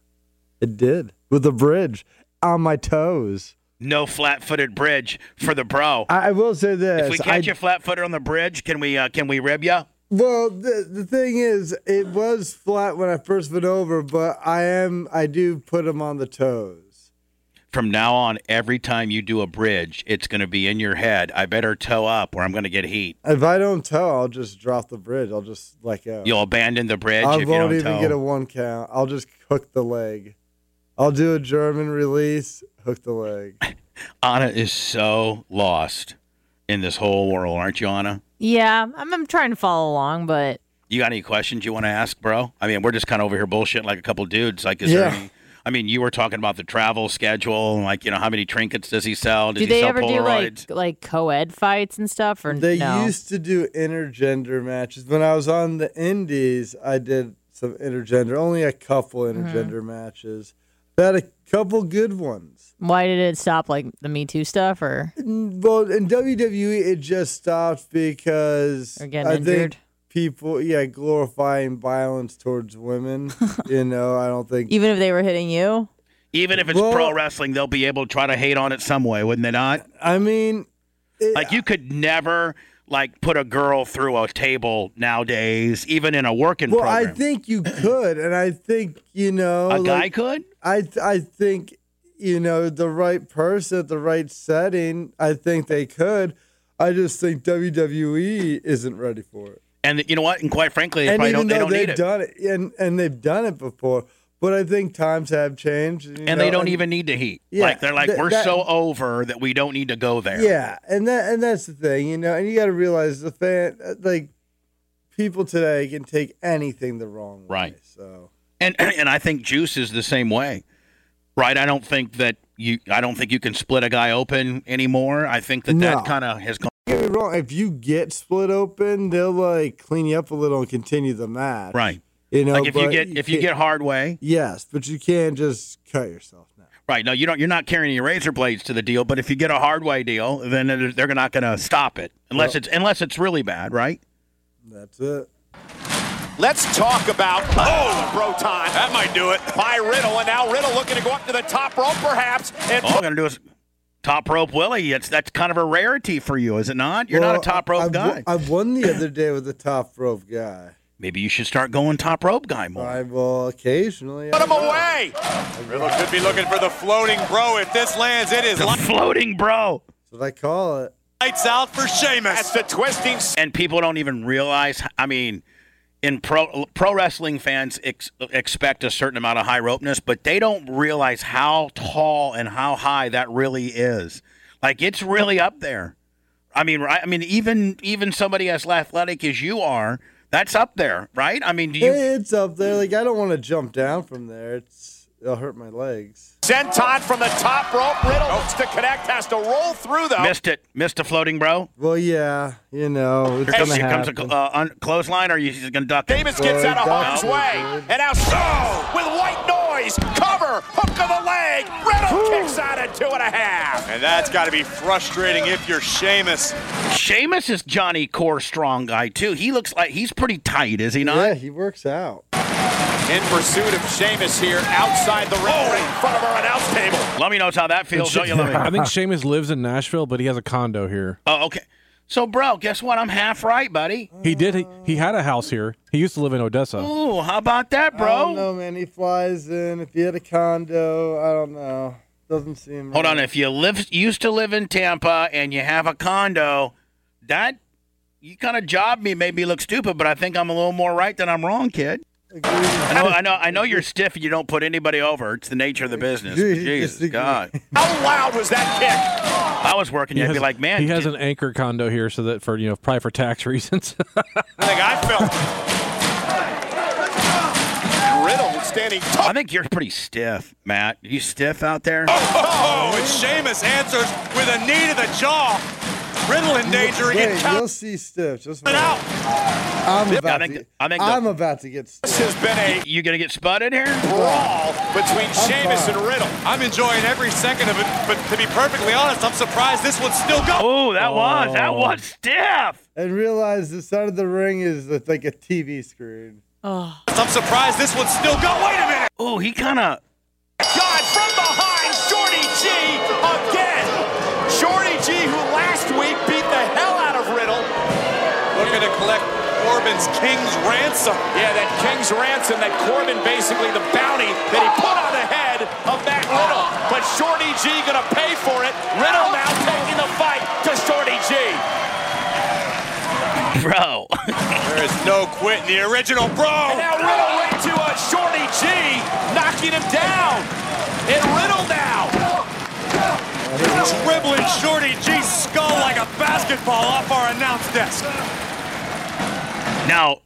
S3: it did with a bridge on my toes.
S2: No flat footed bridge for the bro.
S3: I, I will say this.
S2: if we
S3: I-
S2: catch you flat footed on the bridge, can we uh, can we rib you?
S3: Well, the, the thing is, it was flat when I first went over, but I am I do put them on the toes.
S2: From now on, every time you do a bridge, it's going to be in your head. I better toe up or I'm going to get heat.
S3: If I don't toe, I'll just drop the bridge. I'll just let go.
S2: You'll abandon the bridge
S3: I
S2: if you
S3: won't
S2: don't
S3: even
S2: toe.
S3: get a one count. I'll just hook the leg. I'll do a German release, hook the leg.
S2: Anna is so lost in this whole world, aren't you, Anna?
S7: Yeah, I'm, I'm trying to follow along, but
S2: You got any questions you want to ask, bro? I mean, we're just kind of over here bullshitting like a couple dudes. Like, is there
S3: Yeah.
S2: any? I mean, you were talking about the travel schedule, and like you know, how many trinkets does he sell? Does
S7: do
S2: he Oh,
S7: they
S2: sell
S7: ever do
S2: Polaroids?
S7: like like co-ed fights and stuff? Or
S3: They
S7: no?
S3: used to do intergender matches. When I was on the Indies, I did some intergender, only a couple
S7: Mm-hmm.
S3: intergender matches. I had a couple good ones.
S7: Why did it stop like the Me Too stuff? Or
S3: Mm, Well, in WWE, it just stopped because
S7: getting
S3: I
S7: injured.
S3: think people, yeah, glorifying violence towards women. you know, I don't think
S7: even if they were hitting you,
S2: Even if it's pro wrestling, they'll be able to try to hate on it some way, wouldn't they not?
S3: I mean,
S2: like you could never like put a girl through a table nowadays, even in a working
S3: Well,
S2: program.
S3: I think you could, and I think you know
S2: A guy could.
S3: I I think you know the right person at the right setting. I think they could. I just think WWE isn't ready for it.
S2: and you know what? And quite frankly, they
S3: and
S2: probably don't.
S3: even
S2: They
S3: though
S2: don't
S3: they've
S2: need it,
S3: done it, and and they've done it before, but I think times have changed. you
S2: and they
S3: know,
S2: don't even need to heat.
S3: Yeah,
S2: like they're like,
S3: that-
S2: we're
S3: that-
S2: so over that we don't need to go there.
S3: Yeah, and that and that's the thing, you know. And you got to realize the fan, like people today, can take anything the wrong way.
S2: Right.
S3: So.
S2: And and I think Juice is the same way. Right? I don't think that you I don't think you can split a guy open anymore. I think that
S3: No.
S2: that kind of has gone
S3: Don't get me wrong. If you get split open, they'll like clean you up a little and continue the match.
S2: right.
S3: You know,
S2: like if you
S3: but
S2: get if you
S3: can't-
S2: get hard way,
S3: yes, but you can't just cut yourself.
S2: right? No, you don't. You're not carrying your razor blades to the deal. But if you get a hard way deal, then it- they're not going to stop it unless it's unless it's really bad, right?
S3: That's it.
S1: Let's talk about oh the Broton. That might do it by Riddle, and now Riddle looking to go up to the top rope, perhaps. And
S2: All we're going to do is top rope Willie. It's that's kind of a rarity for you, is it not? You're
S3: Well,
S2: not a top
S3: I-
S2: rope
S3: I've
S2: guy.
S3: wo- I won the other day with the top rope guy.
S2: Maybe you should start going top rope guy more.
S3: I will occasionally.
S1: put him away. Riddle could be looking for the floating bro. If this lands, it is
S2: The
S1: light-
S2: floating bro.
S3: That's what I call it.
S1: lights out for Sheamus. That's the twisting. s-
S2: and people don't even realize. I mean, in pro pro wrestling fans ex- expect a certain amount of high ropeness, but they don't realize how tall and how high that really is. Like it's really up there. I mean, right? I mean, even even somebody as athletic as you are, that's up there, right? I mean, do you?
S3: It's up there. Like I don't want to jump down from there. It's it'll hurt my legs.
S1: Senton from the top rope. Riddle hopes to connect, has to roll through though.
S2: Missed it. Missed a floating bro.
S3: Well, yeah, you know. It's
S2: Here comes,
S3: gonna
S2: here comes a
S3: happen.
S2: cl- uh, un- clothesline, or you just going to duck it?
S1: Davis gets out of harm's way. And now Snow with white noise. Cover. Hook of the leg. Riddle kicks out at two and a half. And that's got to be frustrating if you're Sheamus.
S2: Sheamus is Johnny Core strong guy, too. He looks like he's pretty tight, is he not?
S3: Yeah, he works out.
S1: In pursuit of Sheamus here outside the ring,
S12: Oh,
S1: right in front of our announce table.
S2: Lummy knows how that feels, don't you, Lummy?
S4: I think Seamus lives in Nashville, but he has a condo here.
S2: Oh, okay. So, bro, guess what? I'm half right, buddy.
S4: He did. He, he had a house here. He used to live in Odessa.
S2: Ooh, how about that,
S3: I don't
S2: bro?
S3: know, man. He flies in. If he had a condo, I don't know. Doesn't seem.
S2: Hold
S3: right.
S2: on. If you live used to live in Tampa and you have a condo, that you kind of job me made me look stupid, but I think I'm a little more right than I'm wrong, kid. I know, I know, I know you're stiff and you don't put anybody over. It's the nature of the business. but
S3: Dude,
S2: Jesus
S3: just-
S2: God,
S1: How loud was that kick?
S2: If I was working.
S4: He
S2: You'd
S4: has,
S2: be like, man,
S4: he has
S2: did-
S4: an anchor condo here, so that for you know probably for tax reasons.
S1: I think I felt. Riddle standing tall.
S2: I think you're pretty stiff, Matt. You stiff out there?
S12: Oh, and Sheamus answers with a knee to the jaw. Riddle in danger again.
S3: Wait, you'll see stiff. Just wait.
S12: out.
S3: I'm about
S2: think-
S3: to.
S2: I
S3: I
S2: think the-
S3: am about to get. Stiff.
S1: This has been a
S2: You gonna get spotted here?
S1: brawl between Sheamus and Riddle.
S12: I'm enjoying every second of it, but to be perfectly honest, I'm surprised this one's still going.
S2: Oh, that was that was stiff.
S3: And realize the side of the ring is like a TV screen.
S7: oh,
S12: I'm surprised this one's still going. Wait a minute.
S2: Oh, he kind of.
S1: God from behind, Shorty G again. Shorty G, who last week beat the hell out of Riddle.
S12: Looking to collect Corbin's King's ransom.
S1: Yeah, that King's ransom, that Corbin basically the bounty that he put on the head of Matt Riddle. But Shorty G gonna pay for it. Riddle now taking the fight to Shorty G.
S2: Bro,
S12: There is no quitting the original, bro.
S1: And now Riddle went to a Shorty G, knocking him down. And Riddle now.
S12: Dribbling Shorty G's skull like a basketball off our announce desk.
S2: now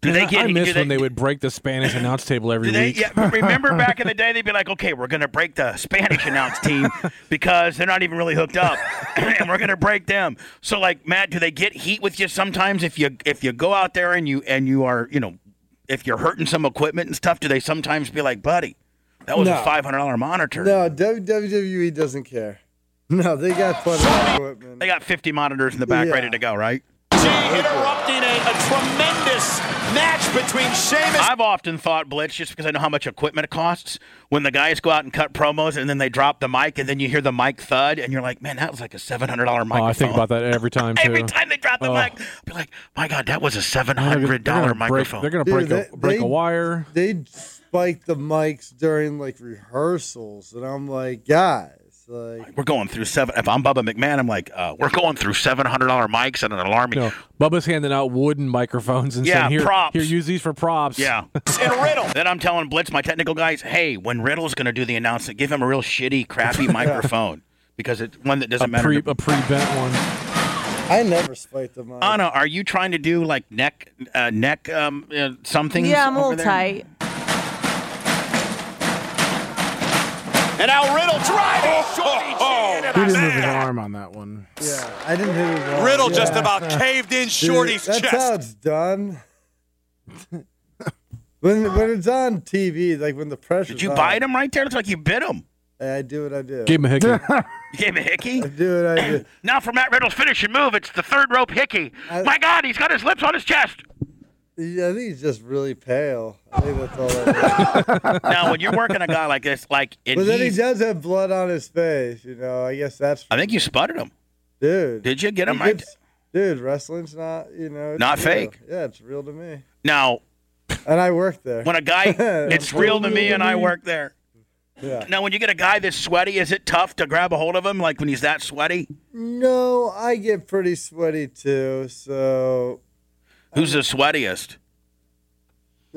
S2: Do they
S4: Man,
S2: get?
S4: I miss
S2: do
S4: when they would break the Spanish announce table every
S2: Do they,
S4: week.
S2: yeah, but remember back in the day, they'd be like, okay, we're going to break the Spanish announce team because they're not even really hooked up, and we're going to break them. So, like, Matt, do they get heat with you sometimes if you if you go out there and you and you are you know if you're hurting some equipment and stuff? Do they sometimes be like, buddy, that was
S3: No.
S2: a five hundred dollar monitor.
S3: No, WWE doesn't care. No, they got plenty of equipment.
S2: They got fifty monitors in the back ready to go, right?
S1: Interrupting a, a tremendous match between Sheamus.
S2: I've often thought, Blitz, just because I know how much equipment it costs, when the guys go out and cut promos and then they drop the mic and then you hear the mic thud and you're like, man, that was like a $700 microphone.
S4: Oh, I think about that every time too.
S2: Every time they drop the
S4: Oh.
S2: mic, I'd be like, my God, that was a
S4: They're gonna- they're
S2: $700
S4: gonna break-
S2: microphone.
S4: they're gonna
S3: Dude,
S4: break a
S3: they-
S4: break
S3: they-
S4: a wire.
S3: They spiked the mics during like rehearsals, and I'm like, guys, like
S2: We're going through seven. If I'm Bubba McMahon, I'm like, uh, we're going through $700 mics and an alarming.
S4: No, Bubba's handing out wooden microphones and
S2: Yeah,
S4: saying, "Here,
S2: props.
S4: here, use these for props."
S2: Yeah. Then I'm telling Blitz, my technical guys, hey, when Riddle's going to do the announcement, give him a real shitty, crappy microphone because it's one that doesn't
S4: a
S2: matter.
S4: pre
S2: to
S4: a pre bent one.
S3: I never spiked the mic.
S2: Anna, are you trying to do like neck, uh, neck, um, uh, something?
S7: Yeah, I'm a little tight.
S1: And now Riddle driving.
S12: Oh,
S1: Shorty chin and
S9: He
S1: a
S9: didn't
S1: man.
S9: move his arm on that one.
S3: Yeah, I didn't hit it. wrong.
S12: Riddle just
S3: Yeah.
S12: about caved in
S3: Dude,
S12: Shorty's
S3: that's
S12: chest.
S3: how it's done. when when it's on TV, like when the pressure.
S2: Did you bite him right there? Looks like you bit him.
S3: I do what I do.
S4: Give him a hickey.
S2: You gave him a hickey?
S3: I do what I do.
S2: Now for Matt Riddle's finishing move, it's the third rope hickey. My God, he's got his lips on his chest.
S3: Yeah, I think he's just really pale. I think that's all. That is.
S2: now, when you're working a guy like this, like it,
S3: but then he
S2: he's-
S3: does have blood on his face. You know, I guess that's
S2: I think you sputtered him.
S3: dude.
S2: Did you get him
S3: He
S2: right?
S3: gets- Dude, wrestling's not, you know, it's
S2: Not
S3: real.
S2: fake.
S3: Yeah, it's real to me.
S2: Now,
S3: And I work there.
S2: when a guy, it's real to me, and I work there.
S3: Yeah.
S2: Now, when you get a guy that's sweaty, is it tough to grab a hold of him? Like when he's that sweaty?
S3: No, I get pretty sweaty too, so
S2: Who's the sweatiest?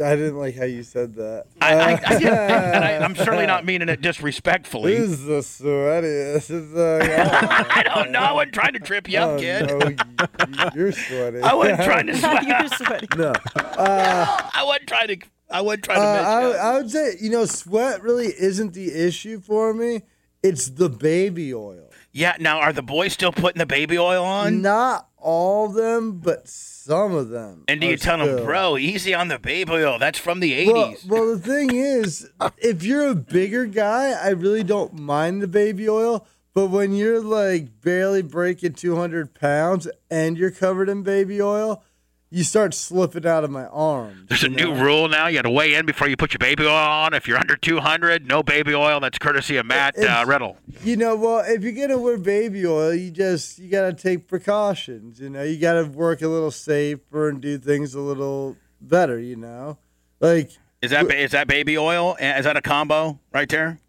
S3: I didn't like how you said that.
S2: I, I, I,
S3: Uh,
S2: and I, I'm certainly not meaning it disrespectfully.
S3: who's the sweatiest? It's, uh,
S2: I don't know. I wasn't trying to trip you
S3: oh,
S2: up, kid.
S3: no, y- you're sweaty.
S2: I wasn't trying to sweat.
S3: no. Uh,
S2: I wasn't trying to. I wasn't trying
S3: Uh,
S2: to.
S3: I,
S2: mention it.
S3: I would say, you know, sweat really isn't the issue for me. It's the baby oil.
S2: yeah. Now, are the boys still putting the baby oil on?
S3: Not all of them, but some of them.
S2: And do
S3: are
S2: you tell
S3: still.
S2: them, bro, easy on the baby oil? That's from the
S3: Well,
S2: 80s.
S3: well, the thing is, if you're a bigger guy, I really don't mind the baby oil. But when you're like barely breaking 200 pounds and you're covered in baby oil, you start slipping out of my arm.
S2: There's a new rule now. You got to weigh in before you put your baby oil on. If you're under 200, no baby oil. That's courtesy of Matt uh,
S3: It's-
S2: Riddle.
S3: You know, well, if you're gonna wear baby oil, you just you gotta take precautions. You know, you gotta work a little safer and do things a little better. You know, like
S2: Is that ba- is that baby oil? Uh, Is that a combo right there?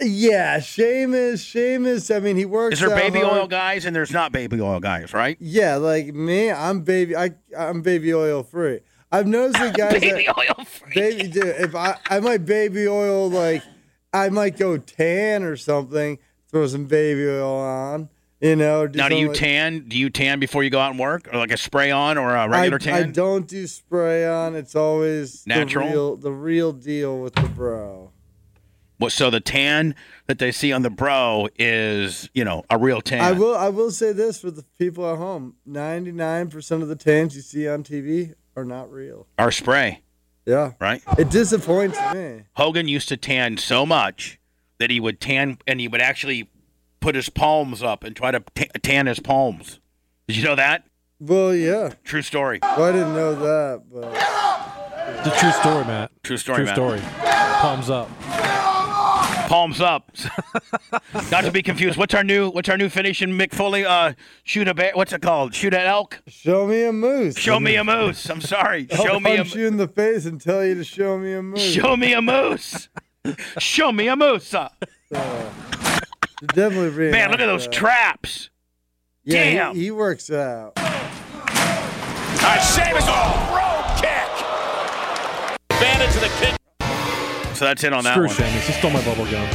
S3: yeah, Seamus, Seamus. I mean, he works.
S2: Is there
S3: out
S2: baby
S3: hard.
S2: oil guys and there's not baby oil guys, right?
S3: Yeah, like me, I'm baby. I I'm baby oil free. I've noticed the guys
S2: Baby
S3: that
S2: oil free.
S3: baby dude. If I I might baby oil like I might go tan or something. Throw some baby oil on. You know.
S2: Now, do
S3: something
S2: you
S3: like-
S2: tan? Do you tan before you go out and work, or like a spray on or a regular
S3: I,
S2: tan?
S3: I don't do spray on. It's always the
S2: Natural?
S3: real- The real, deal with the bro.
S2: Well, so the tan that they see on the bro is, you know, a real tan.
S3: I will. I will say this for the people at home: ninety nine percent of the tans you see on TV are not real.
S2: Or spray,
S3: Yeah,
S2: right?
S3: it disappoints me.
S2: Hogan used to tan so much that he would tan and he would actually put his palms up and try to ta tan his palms. Did you know that?
S3: Well, yeah.
S2: True story.
S3: Well, I didn't know that, but
S4: It's a true story, Matt.
S2: True story,
S4: True
S2: Matt.
S4: story. Palms up.
S2: Palms up. Not to be confused. What's our new What's our new finish in Mick Foley? Uh, shoot a bear. What's it called? Shoot an elk.
S3: show me a moose.
S2: Show me a moose. I'm sorry.
S3: I'll
S2: Show me a
S3: punch you in the face and tell you to show me a moose.
S2: Show me a moose. Show me a moose. Uh,
S3: You're Definitely real.
S2: Man, look at those traps.
S3: Yeah, he-
S2: Damn.
S3: He, works out.
S1: All right, Sheamus, oh, road kick. Bandit to the kick.
S2: So that's it on that
S4: Screw
S2: one.
S4: Seamus. He stole my bubble gum.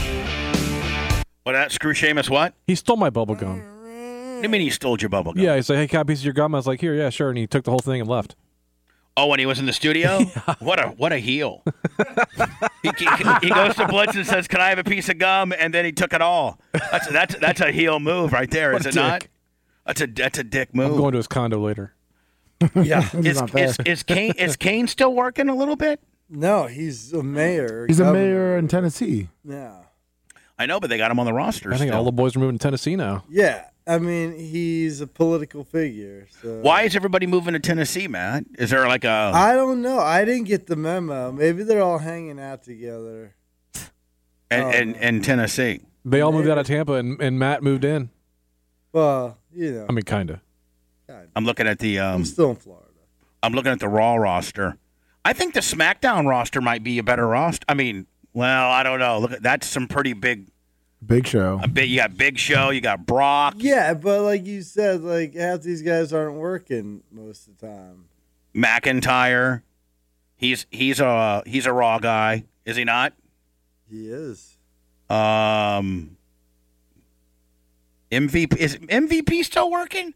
S2: What that screw Seamus what?
S4: He stole my bubble gum.
S3: Mm.
S2: What do you mean he stole your bubble gum?
S4: Yeah, he's like, "Hey, can I have a piece of your gum?" I was like, "Here, yeah, sure." And he took the whole thing and left.
S2: Oh, when he was in the studio, what a what a heel! he, he- he goes to Blitz and says, "Can I have a piece of gum?" And then he took it all. That's that's that's a heel move right there,
S4: What
S2: is
S4: a
S2: it not?
S4: dick.
S2: That's a that's a dick move.
S4: I'm going to his condo later.
S2: Yeah,
S4: He's
S2: is,
S4: not
S2: is,
S4: bad.
S2: is Kane is Kane still working a little bit?
S3: No, he's a mayor.
S9: He's a
S3: governor.
S9: mayor in Tennessee.
S3: Yeah.
S2: I know, but they got him on the roster.
S4: I think
S2: still.
S4: all the boys are moving to Tennessee now.
S3: Yeah. I mean, he's a political figure. So
S2: Why is everybody moving to Tennessee, Matt? Is there like a
S3: I don't know. I didn't get the memo. Maybe they're all hanging out together.
S2: and and, and Tennessee?
S4: They all moved out of Tampa, and, and Matt moved in.
S3: Well, you know.
S4: I mean, kind of.
S2: I'm looking at the. Um, I'm
S3: still in Florida.
S2: I'm looking at the Raw roster. I think the SmackDown roster might be a better roster. I mean, well, I don't know. Look, at that's some pretty big.
S9: Big Show.
S2: A big. You got Big Show. You got Brock.
S3: Yeah, but like you said, like half these guys aren't working most of the time.
S2: McIntyre. He's he's a he's a Raw guy, is he not?
S3: He is.
S2: Um. MVP is MVP still working?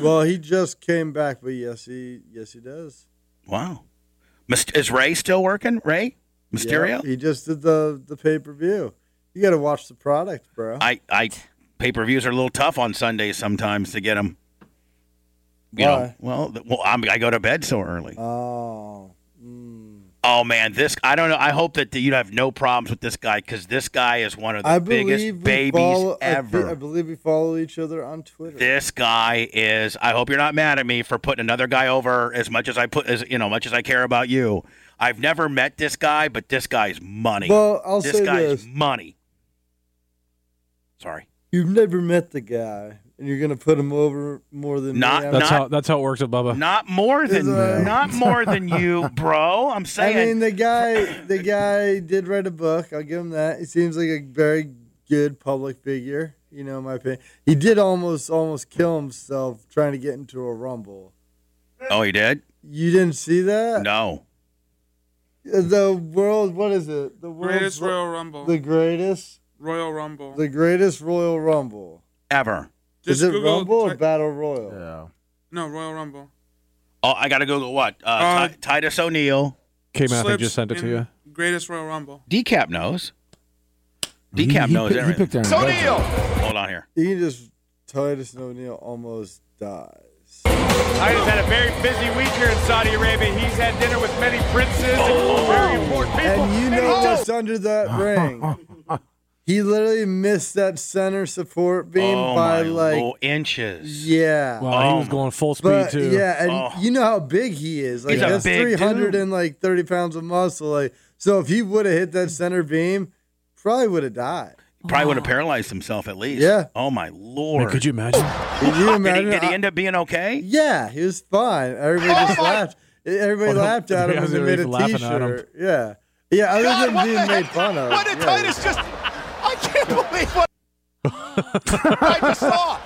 S3: Well, he just came back, but yes, he yes he does.
S2: Wow. Myst- is Ray still working? Ray Mysterio.
S3: Yep, he just did the the pay per view. You got to watch the product, bro.
S2: I I pay per views are a little tough on Sundays sometimes to get them. You know,
S3: Why?
S2: well, th- well, I'm, I go to bed so early.
S3: Oh,
S2: Oh man, this I don't know. I hope that you have no problems with this guy because this guy is one of the
S3: I
S2: biggest
S3: believe we
S2: babies
S3: follow, I thi-
S2: ever.
S3: I, believe we follow each other on Twitter.
S2: this guy is. I hope you're not mad at me for putting another guy over as much as I put as you know much as I care about you. I've never met this guy, but this guy's money.
S3: Well, I'll
S2: this
S3: say
S2: guy is
S3: this.
S2: money. Sorry.
S3: You've never met the guy, and you're gonna put him over more than
S2: Not-
S3: me.
S2: Not-
S4: That's how that's how it works at Bubba.
S2: Not more than
S9: uh,
S3: Yeah.
S2: not more than you, bro. I'm
S3: I
S2: saying.
S3: mean, the guy, the guy did write a book. I'll give him that. He seems like a very good public figure. You know, in my opinion. He did almost almost kill himself trying to get into a rumble.
S2: oh, he did.
S3: You didn't see that?
S2: No.
S3: Uh, The world, what is it? The world's-
S13: Greatest Royal Rumble.
S3: The greatest,
S13: Royal Rumble.
S3: the greatest Royal Rumble
S2: Ever.
S3: is
S13: Just
S3: it
S13: Google
S3: Rumble or Battle Royal?
S13: No, Royal Rumble.
S2: Oh, I gotta Google what? Uh,
S13: Uh,
S2: Ti- Titus O'Neil.
S4: Came out, I think,
S13: Slips
S4: just sent it to
S13: in
S4: you.
S13: Greatest Royal Rumble.
S2: Decap knows. Decap
S4: he
S2: knows
S4: pi- he
S2: everything.
S4: picked Aaron Rodgers.
S13: O'Neal!
S2: Hold on here.
S3: You can just Titus O'Neil almost died.
S12: Titus had a very busy week here in Saudi Arabia. He's had dinner with many princes and very important people.
S3: Oh.
S12: oh,
S3: And you
S12: he
S3: know
S12: does-
S3: what's under that ring? He literally missed that center support beam
S2: Oh
S3: by
S2: my
S3: like
S2: lo- inches.
S3: yeah.
S4: Wow, Uh,
S2: Um,
S4: he was going full speed
S3: But
S4: too.
S3: yeah, and you know how big he is. Like
S4: Oh. He's a
S3: that's
S4: big
S3: three hundred
S4: dude.
S3: and like thirty pounds of muscle. Like so, if he would have hit that center beam, probably would have died.
S2: Probably would have paralyzed himself at least.
S3: Yeah.
S2: Oh my lord.
S4: could you imagine?
S3: Could you
S2: Did,
S3: imagine?
S2: he, did he
S3: I-
S2: end up being okay?
S3: Yeah, he was fine. Everybody
S12: Oh
S3: just laughed. E, Everybody
S2: Well,
S3: laughed at him
S2: yeah,
S3: and they
S2: they're
S3: made
S2: even
S3: a
S2: laughing at him.
S3: T-shirt. Yeah, yeah. Other
S12: God, what
S3: than being
S12: the
S3: made
S12: heck?
S3: fun of.
S12: What did
S3: yeah.
S12: Titus just? I can't believe what I just saw.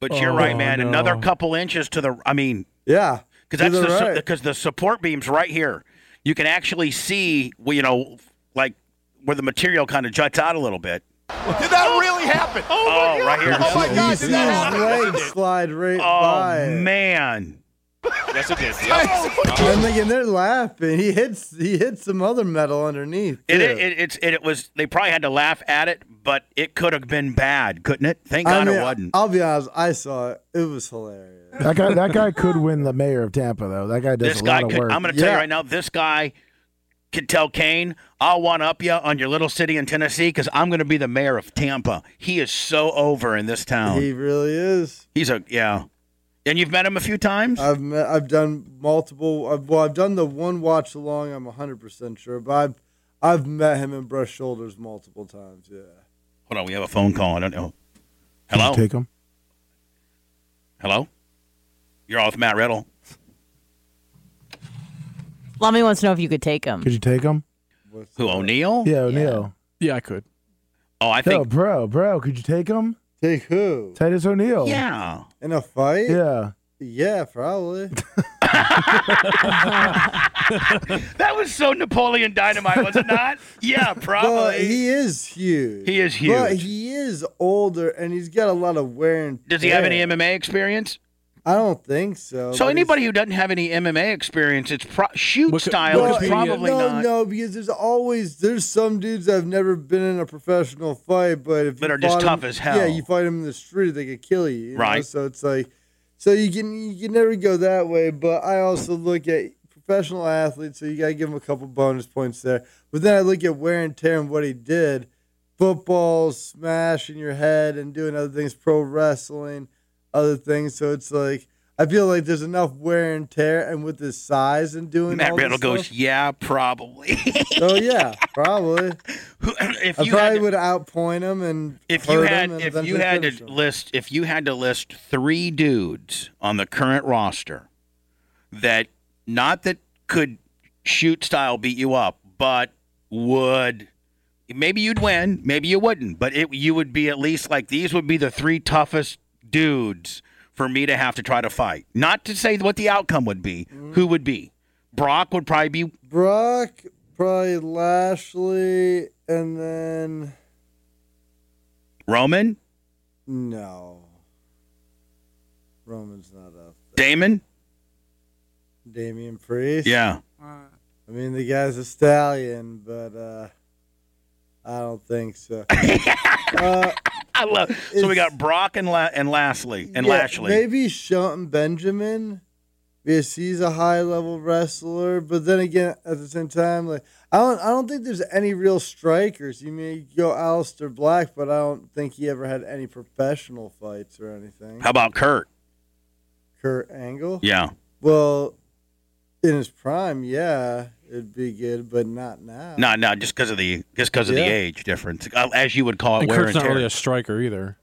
S2: But you're
S12: Oh,
S2: right, man.
S12: no.
S2: Another couple inches to the. I mean.
S3: Yeah.
S2: Because
S12: to
S2: that's
S12: the
S2: the
S12: right.
S2: because the support beam's right here. You can actually see, well, you know, like where the material kind of juts out a little bit.
S12: Did that really happen? Oh,
S2: Oh, right here. Oh,
S12: Oh my God! Did that happen?
S3: His legs slide right by.
S2: man.
S12: Yes, it did.
S3: And like, and they're laughing. He hits. He hits some other metal underneath.
S2: It,
S3: too.
S2: it, it it's it, it was they probably had to laugh at it, but it could have been bad, couldn't it? Thank
S3: I
S2: God
S3: mean,
S2: it wasn't.
S3: I'll be honest. I saw it. It was hilarious.
S9: That guy. That guy could win the mayor of Tampa though. That guy does
S2: This
S9: a
S2: guy
S9: lot
S2: could.
S9: of work.
S2: I'm going to tell you right now. This guy could tell Kane, "I'll one up you on your little city in Tennessee because I'm going to be the mayor of Tampa." He is so over in this town.
S3: He really is.
S2: He's a yeah. And you've met him a few times.
S3: I've met, I've done multiple. I've, well, I've done the one watch along. I'm 100 percent sure, but I've I've met him and brushed shoulders multiple times. Yeah.
S2: Hold on, we have a phone call. I don't know. Hello.
S9: Take him.
S2: Hello. You're off, Matt Riddle.
S7: Lummy wants to know if you could take him.
S9: Could you take him?
S2: Who O'Neill?
S9: Yeah, O'Neal.
S4: Yeah, I could.
S2: Oh, I
S9: No,
S2: think.
S9: bro, bro, could you take him?
S3: Take who?
S9: Titus O'Neil.
S2: Yeah.
S3: In a fight?
S9: Yeah.
S3: Yeah, probably.
S2: That was so Napoleon Dynamite, was it not? yeah, probably.
S3: Well, he is huge.
S2: He is
S3: But
S2: huge.
S3: he is older, and he's got a lot of wear and.
S2: Does he have
S3: tear.
S2: any MMA experience?
S3: I don't think so.
S2: So
S3: Like I
S2: anybody who doesn't have any MMA experience, it's pro- shoot style is probably
S3: no,
S2: not.
S3: No, because there's always there's some dudes that have never been in a professional fight, but if
S2: That
S3: you
S2: are just
S3: fought
S2: tough
S3: 'em-
S2: as hell.
S3: Yeah, you fight them in the street, they could kill you. you know?
S2: Right.
S3: So it's like, so you can you can never go that way. But I also look at professional athletes, so you gotta give them a couple bonus points there. But then I look at wear and tear and what he did, football smashing your head and doing other things, pro wrestling, other things. So it's like. I feel like there's enough wear and tear, and with his size and doing
S2: Matt
S3: all this
S2: Riddle goes,
S3: stuff-
S2: yeah, probably.
S3: so yeah, probably.
S2: if
S3: I
S2: you
S3: probably
S2: had-
S3: would outpoint him and
S2: If you
S3: hurt
S2: had,
S3: him and
S2: if you
S3: eventually
S2: had
S3: finish
S2: to
S3: him.
S2: list, if you had to list three dudes on the current roster that not that could shoot style beat you up, but would maybe you'd win, maybe you wouldn't, but it you would be at least like these would be the three toughest dudes for me to have to try to fight. Not to say what the outcome would be,
S3: Mm-hmm.
S2: who would be. Brock would probably be
S3: Brock, probably Lashley, and then
S2: Roman,
S3: no, Roman's not up.
S2: Damon.
S3: Damian Priest.
S2: Yeah.
S3: I mean the guy's a stallion, but uh I don't think so. uh,
S2: I love. So we got Brock and La- and Lashley and
S3: Yeah,
S2: Lashley.
S3: Maybe Shelton Benjamin because he's a high level wrestler. But then again, at the same time, like I don't I don't think there's any real strikers. You mean you could go Alistair Black, but I don't think he ever had any professional fights or anything.
S2: How about Kurt?
S3: Kurt Angle?
S2: Yeah.
S3: Well, in his prime, yeah, it'd be good, but not now.
S2: No, no, just because of the just because of
S3: Yeah.
S2: the age difference, Uh, as you would call it,
S4: And
S2: wear
S4: Kurt's
S2: and
S4: not
S2: tear.
S4: really a striker either.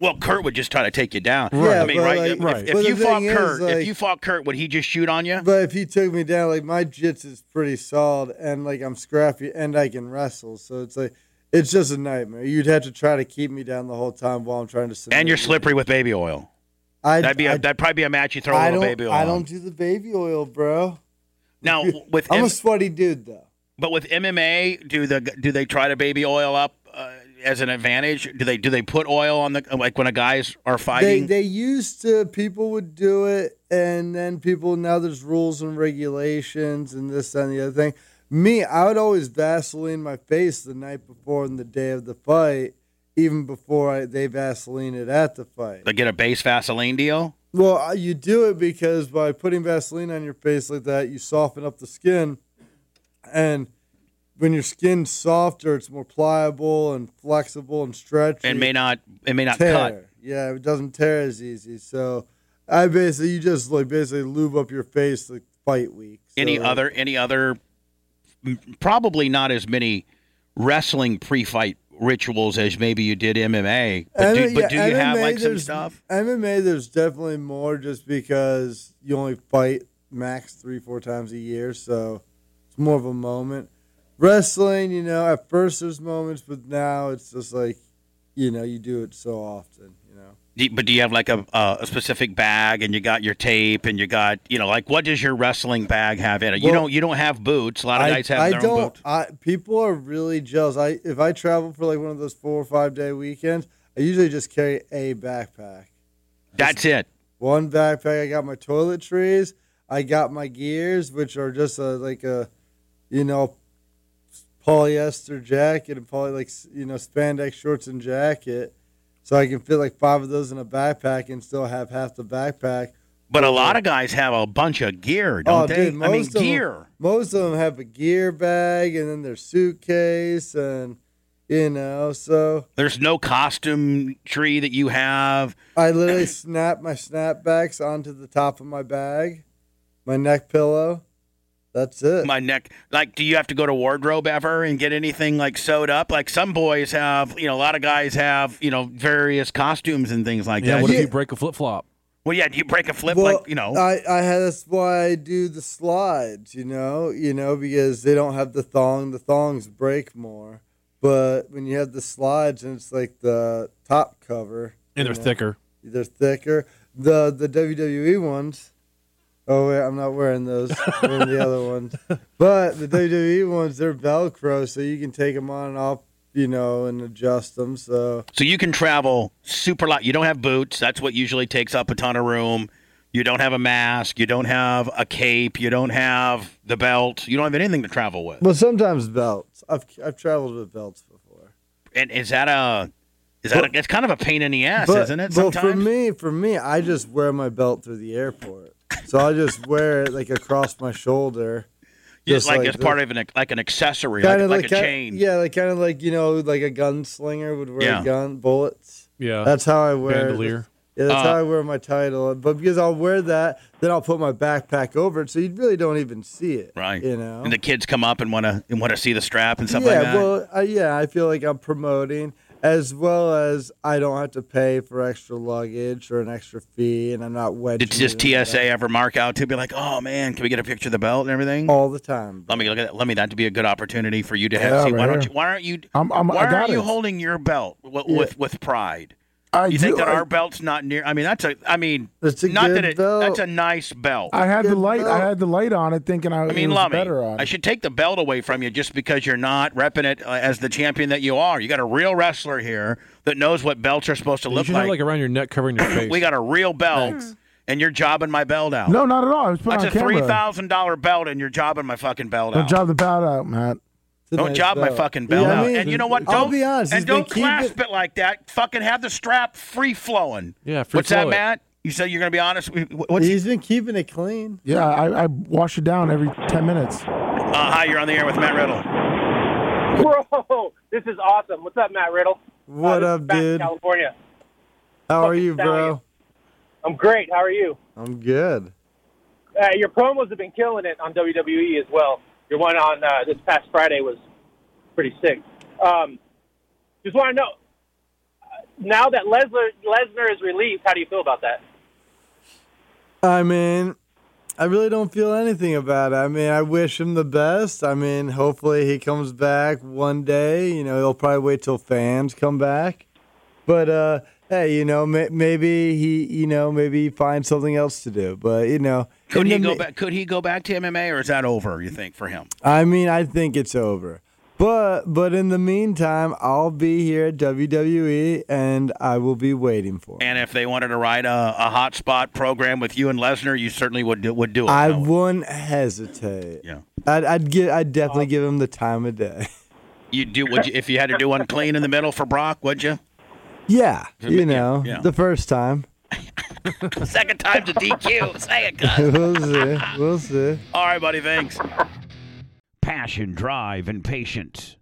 S2: well, Kurt would just try to take you down.
S3: Right.
S2: I mean,
S3: Yeah, but
S2: right?
S3: like-
S2: if
S3: right.
S2: if
S3: But
S2: you
S3: the
S2: fought
S3: thing is,
S2: Kurt, if
S3: like-
S2: you fought Kurt, would he just shoot on you?
S3: But if he took me down, like my jits is pretty solid, and like I'm scrappy, and I can wrestle, so it's like it's just a nightmare. You'd have to try to keep me down the whole time while I'm trying to. submit
S2: And you're
S3: you.
S2: slippery with baby oil.
S3: I-
S2: that'd be a,
S3: I-
S2: that'd probably be a match you throw a
S3: I
S2: little
S3: don't.
S2: baby oil.
S3: I
S2: on.
S3: don't do the baby oil, bro.
S2: Now with
S3: I'm
S2: M-
S3: a sweaty dude though.
S2: but with MMA, do the do they try to baby oil up uh, as an advantage? Do they do they put oil on the like when a guys are
S3: They
S2: fighting?
S3: they used to people would do it, and then people now there's rules and regulations and this that, and the other thing. Me, I would always Vaseline my face the night before and the day of the fight, even before I, they Vaseline it at the fight.
S2: they get a base Vaseline deal.
S3: Well, uh, you do it because by putting Vaseline on your face like that, you soften up the skin. And when your skin's softer, it's more pliable and flexible and stretchy.
S2: It may not. It may not
S3: tear.
S2: cut.
S3: Yeah, it doesn't tear as easy. So I basically, you just like basically lube up your face like fight week.
S2: any
S3: So-
S2: other any other m- probably not as many wrestling pre-fight rituals as maybe you did MMA. But do,
S3: M-
S2: but
S3: yeah,
S2: do you have
S3: MMA,
S2: like some
S3: there's-
S2: stuff?
S3: MMA, there's definitely more just because you only fight max three, four times a year. So it's more of a moment. Wrestling, you know, at first there's moments, but now it's just like, you know, you do it so often, you know.
S2: Do you- but do you have like a uh, a specific bag and you got your tape and you got you know like what does your wrestling bag have in it? you
S3: Well,
S2: don't you don't have boots. A lot of guys have
S3: I
S2: their
S3: don't,
S2: own boots.
S3: I, people are really jealous. I If I travel for like one of those four or five day weekends, I usually just carry a backpack.
S2: That's it.
S3: one backpack. I got my toiletries. I got my gears, which are just a, like a, you know, polyester jacket and poly like s- you know spandex shorts and jacket. So I can fit like five of those in a backpack and still have half the backpack.
S2: But a lot of guys have a bunch of gear, don't they?
S3: Oh, dude,
S2: I mean
S3: most of 'em-
S2: gear.
S3: most of them have a gear bag and then their suitcase and you know so.
S2: There's no costume tree that you have.
S3: I literally snap my snapbacks onto the top of my bag, my neck pillow. That's it.
S2: my neck like do you have to go to wardrobe ever and get anything like sewed up like some boys have you know a lot of guys have you know various costumes and things like
S4: Yeah,
S2: that
S4: what if
S2: Do
S4: you break a flip flop?
S2: well yeah do you break a flip like you know
S3: I, I had that's why I do the slides, you know, you know, because they don't have the thong. The thongs break more, but when you have the slides and it's like the top cover,
S4: And they're
S3: you know,
S4: thicker.
S3: They're thicker. The the WWE ones. Oh wait, I'm not wearing those. I'm E wearing the other ones. But the WWE ones, they're Velcro, so you can take them on and off you know, and adjust them. So
S2: So you can travel super light. You don't have boots. That's what usually takes up a ton of room. You don't have a mask. You don't have a cape. You don't have the belt. You don't have anything to travel with.
S3: Well, sometimes belts. I've I've traveled with belts before.
S2: And is that a is that a, it's kind of a pain in the ass,
S3: But-
S2: isn't it?
S3: Well,
S2: Sometimes.
S3: for me, for me, I just wear my belt through the airport. So I just wear it like across my shoulder.
S2: Just like, as
S3: this.
S2: part of an like an accessory, like,
S3: Kinda
S2: like a
S3: kinda-
S2: chain.
S3: Yeah, like kind of like you know, like a gunslinger would wear
S2: Yeah.
S3: gun bullets.
S2: Yeah.
S3: that's how I wear.
S2: Bandolier.
S3: Yeah, that's
S2: Uh,
S3: how I wear my title. But because I'll wear that, then I'll put my backpack over it, so you really don't even see it.
S2: Right.
S3: You know.
S2: And the kids come up and want to and want to see the strap and stuff
S3: yeah,
S2: like that.
S3: well, uh, yeah, I feel like I'm promoting as well as I don't have to pay for extra luggage or an extra fee, and I'm not wedging.
S2: It's just
S3: it in.
S2: TSA ever mark out to be like, oh man, can we get a picture of the belt and everything?
S3: All the time.
S2: Let me look at that. Let me that'd be a good opportunity for you to have.
S9: Yeah,
S2: see, why
S9: right
S2: don't
S9: here.
S2: you? Why aren't you?
S9: I'm, I'm,
S2: why
S9: I got
S2: are you
S9: it.
S2: holding your belt with with, with pride?
S9: I
S2: you think
S9: do-
S2: that
S9: I-
S2: our belt's not near? I mean, that's a. I mean,
S9: a
S2: not
S9: good
S2: that it. That's a nice belt.
S9: I had the light. I had the light on it, thinking I,
S2: I
S9: it
S2: mean,
S9: was
S2: Lummy,
S9: better on.
S2: I should take the belt away from you just because you're not repping it uh, as the champion that you are. You got a real wrestler here that knows what belts are supposed to
S4: You
S2: look
S4: should have like around your neck, covering your face.
S2: we got a real belt, and you're jobbing my belt out.
S9: No, not at all. Oh, I was put
S2: That's
S9: on
S2: a
S9: camera.
S2: three thousand dollar belt, and you're jobbing my fucking belt
S9: Don't
S2: out.
S9: job the belt out, Matt.
S2: Don't job my fucking belt
S9: Yeah, I
S2: out.
S9: mean,
S2: and you know what? Don't,
S9: I'll be honest,
S2: and
S9: he's been
S2: don't
S9: keeping-
S2: clasp it like that. Fucking have the strap free flowing.
S9: Yeah, free
S2: What's
S9: flow
S2: that,
S9: it.
S2: Matt? You said you're gonna be honest. with- What's
S3: He's been keeping it clean.
S9: Yeah, I, I wash it down every ten minutes.
S2: Uh, hi, you're on the air with Matt Riddle.
S14: Bro, this is awesome. What's up, Matt Riddle?
S3: What
S14: Uh, this is
S3: up,
S14: Matt in
S3: dude?
S14: California.
S3: How are you, bro?
S14: I'm great. How are you?
S3: I'm good.
S14: Uh, your promos have been killing it on WWE as well. Your one on uh, this past Friday was pretty sick. Um, just want to know uh, now that Lesnar Lesnar is relieved, how do you feel about that?
S3: I mean, I really don't feel anything about it. I mean, I wish him the best. I mean, hopefully he comes back one day. You know, he'll probably wait till fans come back. But uh, hey, you know, may- maybe he, you know, maybe he finds something else to do. But you know,
S2: Could
S3: in
S2: he
S3: the
S2: go
S3: mi-
S2: back? Could he go back to MMA, or is that over? You think for him?
S3: I mean, I think it's over. But but in the meantime, I'll be here at WWE and I will be waiting for.
S2: And if they wanted to write a, a hot spot program with you and Lesnar, you certainly would do, would do it.
S3: I
S2: no?
S3: wouldn't hesitate.
S2: Yeah,
S3: I'd I'd, gi- I'd definitely give him the time of day.
S2: you do would you, if you had to do one clean in the middle for Brock, would you?
S3: yeah,
S2: Yeah,
S3: you know,
S2: yeah.
S3: the first time.
S2: Second time's a DQ. Say it, cuz.
S3: we'll see. We'll see.
S2: All right, buddy. Thanks.
S10: Passion, drive, and patience.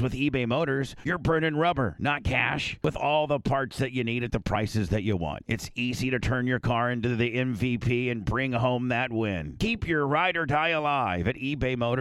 S10: with eBay Motors, you're burning rubber, not cash. With all the parts that you need at the prices that you want, it's easy to turn your car into the MVP and bring home that win. Keep your ride or die alive at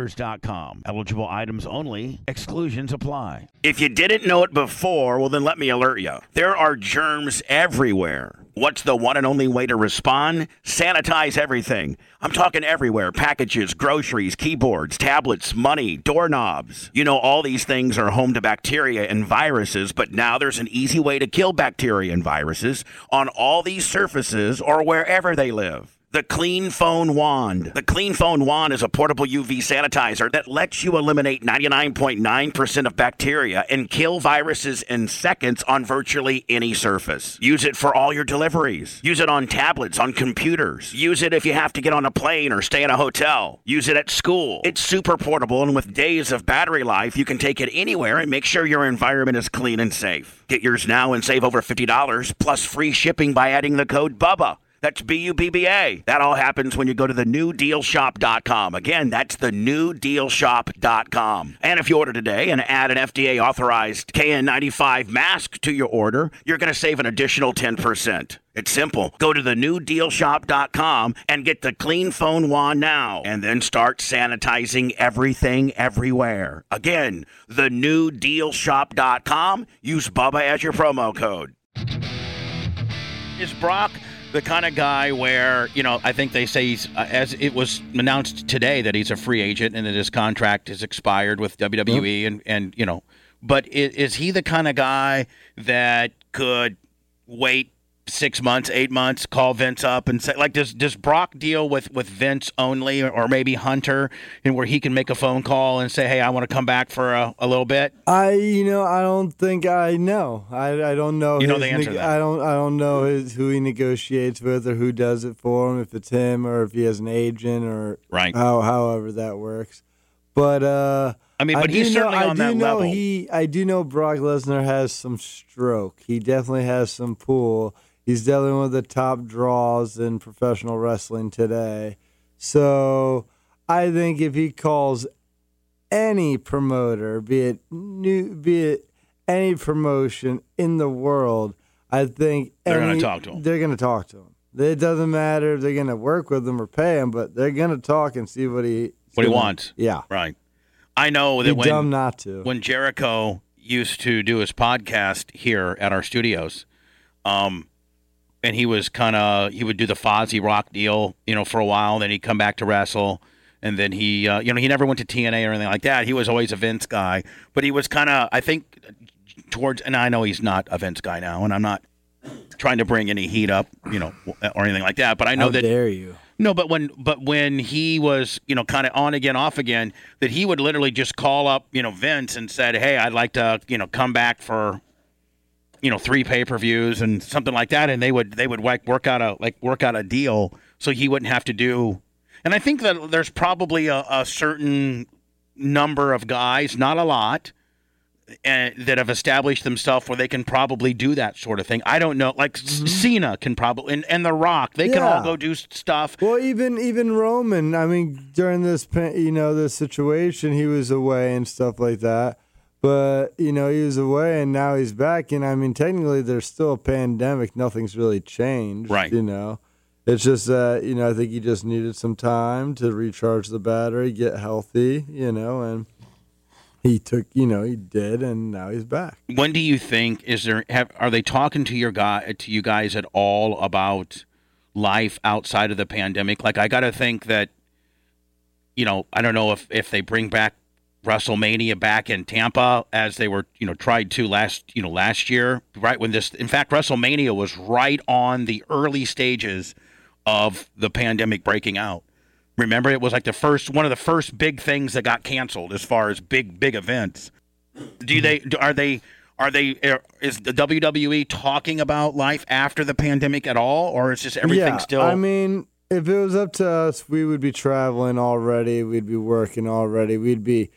S10: ebaymotors.com. Eligible items only, exclusions apply.
S2: If you didn't know it before, well, then let me alert you. There are germs e- everywhere. What's the one and only way to respond? Sanitize everything. I'm talking everywhere packages, groceries, keyboards, tablets, money, doorknobs. You know, all these things are home to bacteria and viruses, but now there's an easy way to kill bacteria and viruses on all these surfaces or wherever they live. The Clean Phone Wand. The Clean Phone Wand is a portable UV sanitizer that lets you eliminate 99.9% of bacteria and kill viruses in seconds on virtually any surface. Use it for all your deliveries. Use it on tablets, on computers. Use it if you have to get on a plane or stay in a hotel. Use it at school. It's super portable, and with days of battery life, you can take it anywhere and make sure your environment is clean and safe. Get yours now and save over $50 plus free shipping by adding the code BUBBA.
S10: That's B U B B A. That all happens when you go to the newdealshop.com. Again, that's the newdealshop.com. And if you order today and add an FDA authorized KN95 mask to your order, you're going to save an additional 10%. It's simple. Go to the newdealshop.com and get the clean phone wand now and then start sanitizing everything everywhere. Again, the newdealshop.com. Use Bubba as your promo code.
S2: Is Brock the kind of guy where you know? I think they say he's uh, as it was announced today that he's a free agent and that his contract is expired with WWE and and you know. But is, is he the kind of guy that could wait six months, eight months, call Vince up and say like does does Brock deal with with Vince only or, or maybe Hunter and where he can make a phone call and say hey I want to come back for a, a little bit?
S3: I you know I don't think I know. I, I don't know.
S2: You know
S3: his
S2: the answer to that.
S3: I don't I don't know his, who he negotiates with or who does it for him. If it's him or if he has an agent or
S2: Right.
S3: How however that works. But uh,
S2: I mean, but
S3: do
S2: he's
S3: know,
S2: certainly
S3: I
S2: on
S3: do
S2: that
S3: know
S2: level.
S3: He I do know Brock Lesnar has some stroke. He definitely has some pull. He's definitely one of the top draws in professional wrestling today. So I think if he calls any promoter, be it new, be it any promotion in the world, I think
S2: They're gonna
S3: any-
S2: talk to 'em.
S3: They're going to talk to him. It doesn't matter if they're going to work with him or pay him, but they're going to talk and see what he
S2: What he wants.
S3: Yeah,
S2: right. I know that
S3: Be
S2: when
S3: dumb not to.
S2: when Jericho used to do his podcast here at our studios, um, and he was kind of he would do the Fozzy Rock deal, you know, for a while. Then he'd come back to wrestle, and then he, uh, you know, he never went to TNA or anything like that. He was always a Vince guy, but he was kind of, I think, towards. And I know he's not a Vince guy now, and I'm not trying to bring any heat up, you know, or anything like that. But I know
S3: How
S2: that
S3: dare you?
S2: no, but when but when he was, you know, kind of on again, off again, that he would literally just call up, you know, Vince and said, "Hey, I'd like to, you know, come back for, you know, three pay per views and something like that," and they would they would like work out a like work out a deal so he wouldn't have to do. And I think that there's probably a, a certain number of guys, not a lot, and that have established themselves where they can probably do that sort of thing. I don't know, like S- Cena can probably, and, and The Rock, they can all
S3: Yeah.
S2: go do s- stuff.
S3: Well, even even Roman. I mean, during this pa- you know this situation, he was away and stuff like that. But you know, he was away and now he's back. And I mean, technically, there's still a pandemic. Nothing's really changed, right? You know, it's just that you know I think he just needed some time to recharge the battery, get healthy, you know, and he took you know he did, and now he's back.
S2: When do you think is there? Have, are they talking to your guy to you guys at all about life outside of the pandemic? Like, I got to think that you know, I don't know if if they bring back WrestleMania back in Tampa as they were you know tried to last you know last year, right when this. In fact, WrestleMania was right on the early stages of the pandemic breaking out. Remember, it was like the first one of the first big things that got canceled as far as big big events. Do they do- are they are they are- is the WWE talking about life after the pandemic at all, or is just everything
S3: yeah,
S2: still?
S3: I mean, if it was up to us, we would be traveling already. We'd be working already. We'd be,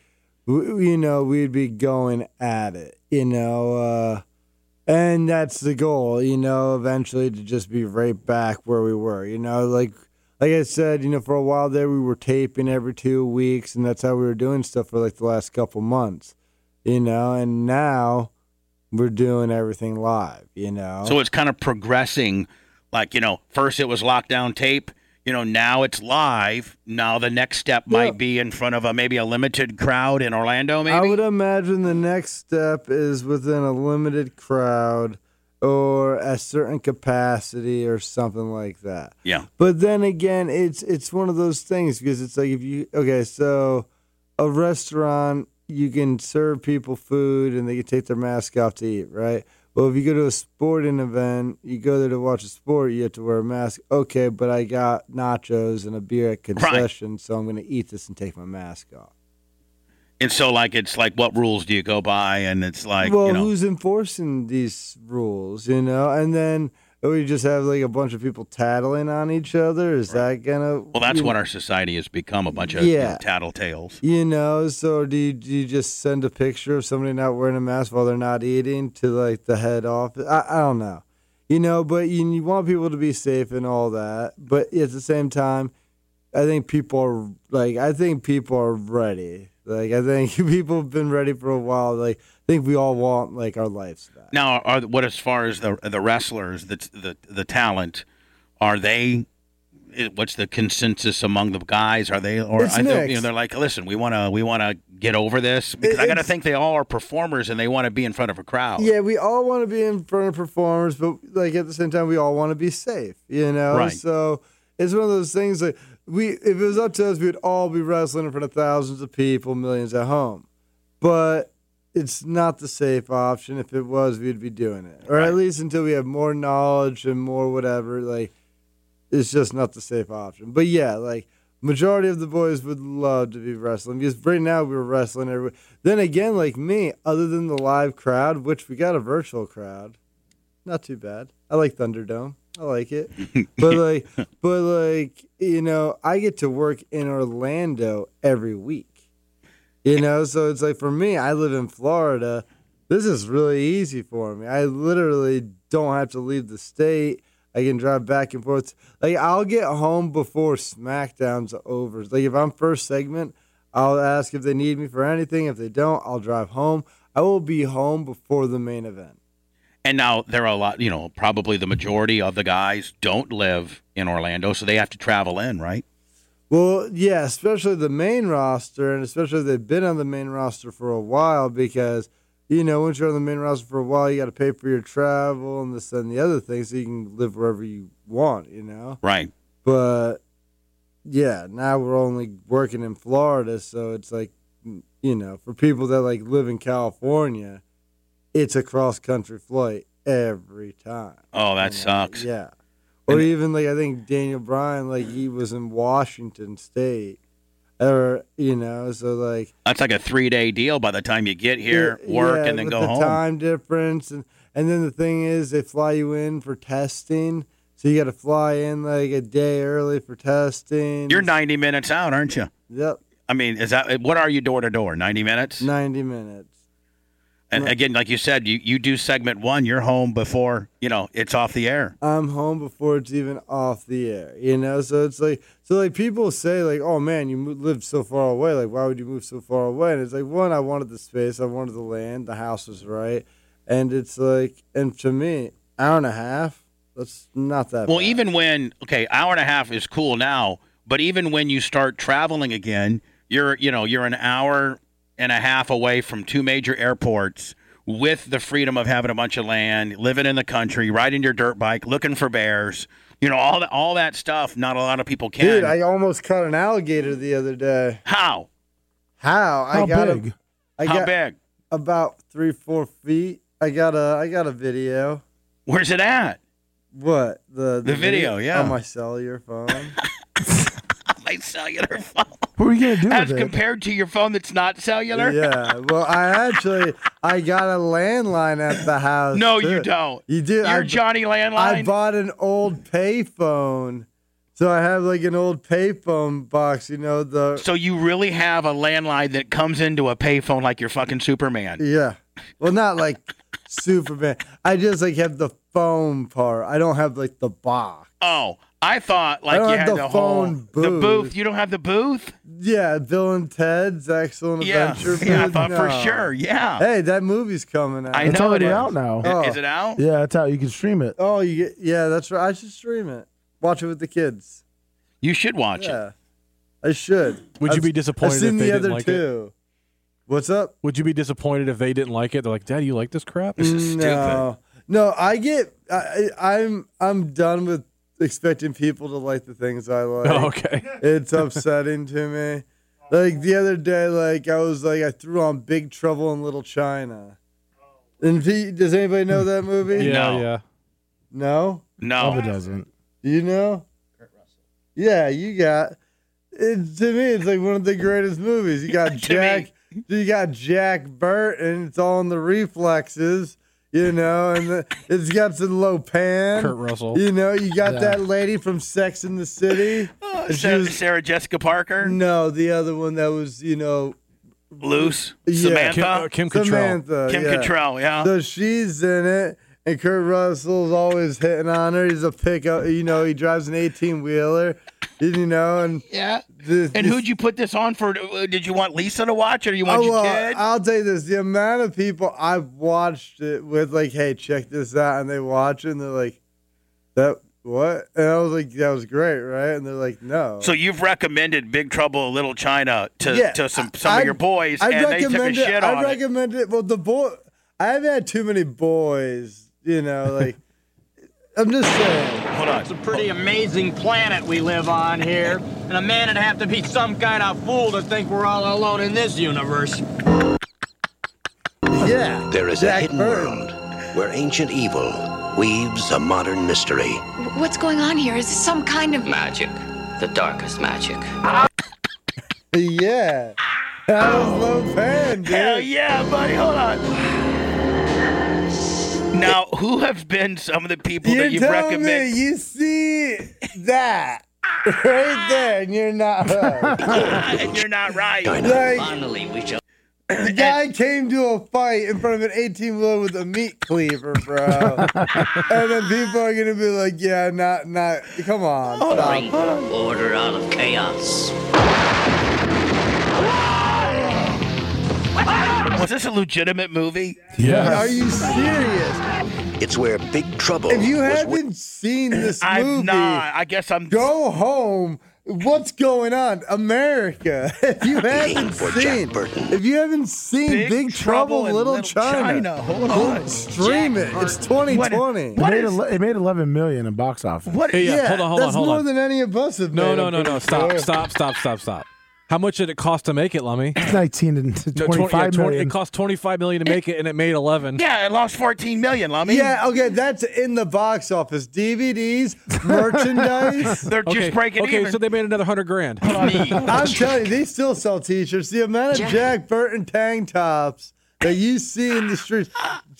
S3: w- you know, we'd be going at it. You know, uh, and that's the goal. You know, eventually to just be right back where we were. You know, like like I said, you know, for a while there we were taping every two weeks, and that's how we were doing stuff for like the last couple months. You know, and now we're doing everything live. You know,
S2: So it's kind of progressing. Like, you know, first it was lockdown tape. You know, now it's live. Now the next step might be in front of a maybe a limited crowd in Orlando, maybe.
S3: I would imagine the next step is within a limited crowd or a certain capacity or something like that.
S2: Yeah.
S3: But then again, it's it's one of those things because it's like if you okay, so a restaurant you can serve people food and they can take their mask off to eat, right? Well, if you go to a sporting event, you go there to watch a sport, you have to wear a mask. Okay, but I got nachos and a beer at concession, so I'm going to eat this and take my mask off.
S2: And so, like, it's like, what rules do you go by? And it's like,
S3: well,
S2: you know,
S3: who's enforcing these rules, you know? And then we just have like a bunch of people tattling on each other. Is that gonna?
S2: well, that's
S3: you,
S2: what our society has become a bunch of you know,
S3: Yeah.
S2: tattletales.
S3: You know, so do you, do you just send a picture of somebody not wearing a mask while they're not eating to like the head office? I, I don't know. you know, but you, you want people to be safe and all that. But at the same time, I think people are like, I think people are ready. Like, I think people have been ready for a while. Like, I think we all want like our lives.
S2: Now, are, what as far as the the wrestlers, the the the talent, are they? i- What's the consensus among the guys? Are they or
S3: It's
S2: I think, you know
S3: mixed.
S2: they're like, listen, we want to we want to get over this because I got to think they all are performers and they want to be in front of a crowd.
S3: Yeah, we all want to be in front of performers, but like at the same time, we all want to be safe, you know.
S2: Right.
S3: So it's one of those things like we, if it was up to us, we'd all be wrestling in front of thousands of people, millions at home. But it's not the safe option. If it was, we'd be doing it, or at least until we have more knowledge and more whatever. Like it's just not the safe option. But yeah, like majority of the boys would love to be wrestling because right now we're wrestling everywhere. Then again, like me, other than the live crowd, which we got a virtual crowd, not too bad. I like Thunderdome. I like it. but like but like, you know, I get to work in Orlando every week. You know, so it's like for me, I live in Florida. This is really easy for me. I literally don't have to leave the state. I can drive back and forth. Like I'll get home before SmackDown's over. Like if I'm first segment, I'll ask if they need me for anything. If they don't, I'll drive home. I will be home before the main event.
S2: And now there are a lot, you know, probably the majority of the guys don't live in Orlando, so they have to travel in, right?
S3: Well, yeah, especially the main roster, and especially if they've been on the main roster for a while because, you know, once you're on the main roster for a while, you got to pay for your travel and this and the other thing so you can live wherever you want, you know?
S2: Right.
S3: But yeah, now we're only working in Florida, so it's like, mm, you know, for people that like live in California, it's a cross country flight every time.
S2: Oh, that sucks.
S3: Yeah. Or even like I think Daniel Bryan, like he was in Washington State, or you know, so like
S2: That's like a three day deal by the time you get here,
S3: yeah,
S2: work, and then
S3: with
S2: go
S3: the
S2: home.
S3: Time difference, and and then the thing is, they fly you in for testing, so you got to fly in like a day early for testing.
S2: You're 90 minutes out, aren't you?
S3: Yep.
S2: I mean, is that what are you door to door? 90 minutes?
S3: 90 minutes.
S2: And again, like you said, you, you do segment one, you're home before, you know, it's off the air.
S3: I'm home before it's even off the air, you know. So it's like, so like people say, like, oh man, you mo- live so far away. Like, why would you move so far away? And it's like, one, I wanted the space, I wanted the land, the house was right, and it's like, and to me, hour and a half, that's not that.
S2: Well,
S3: bad.
S2: even when okay, hour and a half is cool now, but even when you start traveling again, you're you know you're an hour and a half away from two major airports with the freedom of having a bunch of land, living in the country, riding your dirt bike, looking for bears, you know all that, all that stuff. Not a lot of people can.
S3: Dude, I almost caught an alligator the other day.
S2: How?
S3: How? I
S2: How
S3: got a-
S2: big?
S3: I
S2: How
S3: got
S2: big?
S3: About three, four feet. I got a, I got a video.
S2: Where's it at?
S3: What the
S2: The video, yeah.
S3: on my cellular phone.
S2: my cellular phone.
S9: What are you gonna do
S2: As
S9: with it?
S2: compared to your phone that's not cellular.
S3: yeah. Well, I actually I got a landline at the house.
S2: No, you
S3: too.
S2: don't.
S3: You do.
S2: You're
S3: I-
S2: Johnny Landline.
S3: I bought an old payphone, so I have like an old payphone box. You know the
S2: So you really have a landline that comes into a payphone like you're fucking Superman.
S3: yeah. Well, not like Superman. I just like have the phone part. I don't have like the box.
S2: Oh, I thought like
S3: I don't
S2: you
S3: have
S2: had
S3: the
S2: the, whole
S3: phone
S2: the
S3: booth.
S2: booth. You don't have the booth.
S3: Yeah, Bill and Ted's Excellent
S2: Yeah.
S3: Adventure.
S2: Yeah, I
S3: Booth?
S2: thought for
S3: No.
S2: sure, yeah.
S3: Hey, that movie's coming out.
S2: I It's know it already is.
S9: out now.
S3: Oh.
S2: Is it out?
S9: Yeah, that's how you can stream it.
S3: Oh, you get, yeah, that's right. I should stream it. Watch it with the kids.
S2: You should watch
S3: yeah, I should.
S4: Would you
S3: I've-
S4: be disappointed
S3: I've seen
S4: if they
S3: the
S4: didn't
S3: other
S4: like it?
S3: two. What's up?
S4: Would you be disappointed if they didn't like it? They're like, Dad, you like this crap? This is
S3: No, no, I get. I, I- I'm I'm done with expecting people to like the things I like.
S4: Oh, okay.
S3: it's upsetting to me. Like the other day, like I was like I threw on Big Trouble in Little China. And P- does anybody know that movie?
S4: Yeah, No. yeah.
S3: No.
S2: No.
S9: Bubba doesn't.
S3: You know? Yeah, you got. It, to me, it's like one of the greatest movies. You got Jack, you got Jack Burton. It's all in the reflexes, you know, and the, it's got some low pan.
S4: Kurt Russell.
S3: You know, you got
S4: Yeah.
S3: that lady from Sex in the
S2: it.
S3: City. and she
S2: Oh, Sarah,
S3: was-
S2: Sarah Jessica Parker,
S3: no, the other one that was, you know,
S2: Loose,
S3: yeah.
S2: Samantha,
S3: uh, Samantha,
S2: uh, Kim
S3: yeah.
S2: Cattrall. Yeah.
S3: So she's in it, And Kurt Russell's always hitting on her. He's a pickup. You know, he drives an 18 wheeler. You know, and
S2: Yeah.
S3: this,
S2: And who'd you put this on for? Uh, Did you want Lisa to watch it, or you want
S3: Oh,
S2: your
S3: well,
S2: kid?
S3: I'll tell you this: the amount of people I've watched it with, like, "Hey, check this out," and they watch it and they're like, "That what?" And I was like, "That was great, right?" And they're like, "No."
S2: So you've recommended Big Trouble in Little China to,
S3: Yeah,
S2: to some, some
S3: I'd-
S2: of your boys,
S3: I'd
S2: and they took a
S3: recommend it-
S2: shit
S3: I'd
S2: on it.
S3: recommend it. Well, the boy, I haven't had too many boys. You know, like I'm just saying.
S2: Hold on.
S15: It's a pretty amazing planet we live on here, and a man would have to be some kind of fool to think we're all alone in this universe.
S3: Yeah.
S16: There is a hidden world where ancient evil weaves a modern mystery.
S17: What's going on here? Is this some kind of
S16: Magic. The darkest magic.
S3: Yeah. That was low pan, dude.
S2: Hell yeah, buddy. Hold on. Now, who have been some of the people
S3: You're
S2: that you've
S3: telling
S2: recommended?
S3: me you see that right there, and you're not. right.
S2: and you're not right.
S3: Like-
S16: Finally, we shall.
S3: the guy came to a fight in front of an 18 wheeler with a meat cleaver, bro. and then people are gonna be like, "Yeah, not, not. Come on,
S16: Bring
S3: stop."
S16: order out of chaos.
S2: Was this a legitimate movie?
S16: Yes.
S3: Are you serious?
S16: It's where big trouble.
S3: If you
S16: was wi-
S3: haven't seen this movie,
S16: I've not.
S2: I guess I'm.
S3: Go home. What's going on, America? If you haven't
S16: for Jack
S3: seen, if you haven't seen Big, Trouble, in Little, China,
S2: hold
S3: go
S2: on.
S3: stream it. It's 2020.
S9: It made, ele- it made 11 million in box office.
S2: What?
S4: Hey, yeah, hold on, hold on,
S3: that's
S4: hold
S3: more
S4: on.
S3: than any of us have
S4: No,
S3: made,
S4: no,
S3: I'm
S4: no, no.
S3: pretty
S4: Stop,
S3: sure.
S4: stop, stop, stop, stop. How much did it cost to make it, Lummy?
S9: 19 and
S4: No, 20 yeah,
S9: 25
S4: 20
S9: million.
S4: It cost 25 million to make it, and it made 11.
S2: Yeah, it lost 14 million, Lummy.
S3: Yeah, okay, that's in the box office. DVDs, merchandise.
S2: They're
S4: okay. okay, so they made another 100 grand.
S3: I'm telling you, they still sell t-shirts. The amount of Jack, Burton tank tops that you see in the streets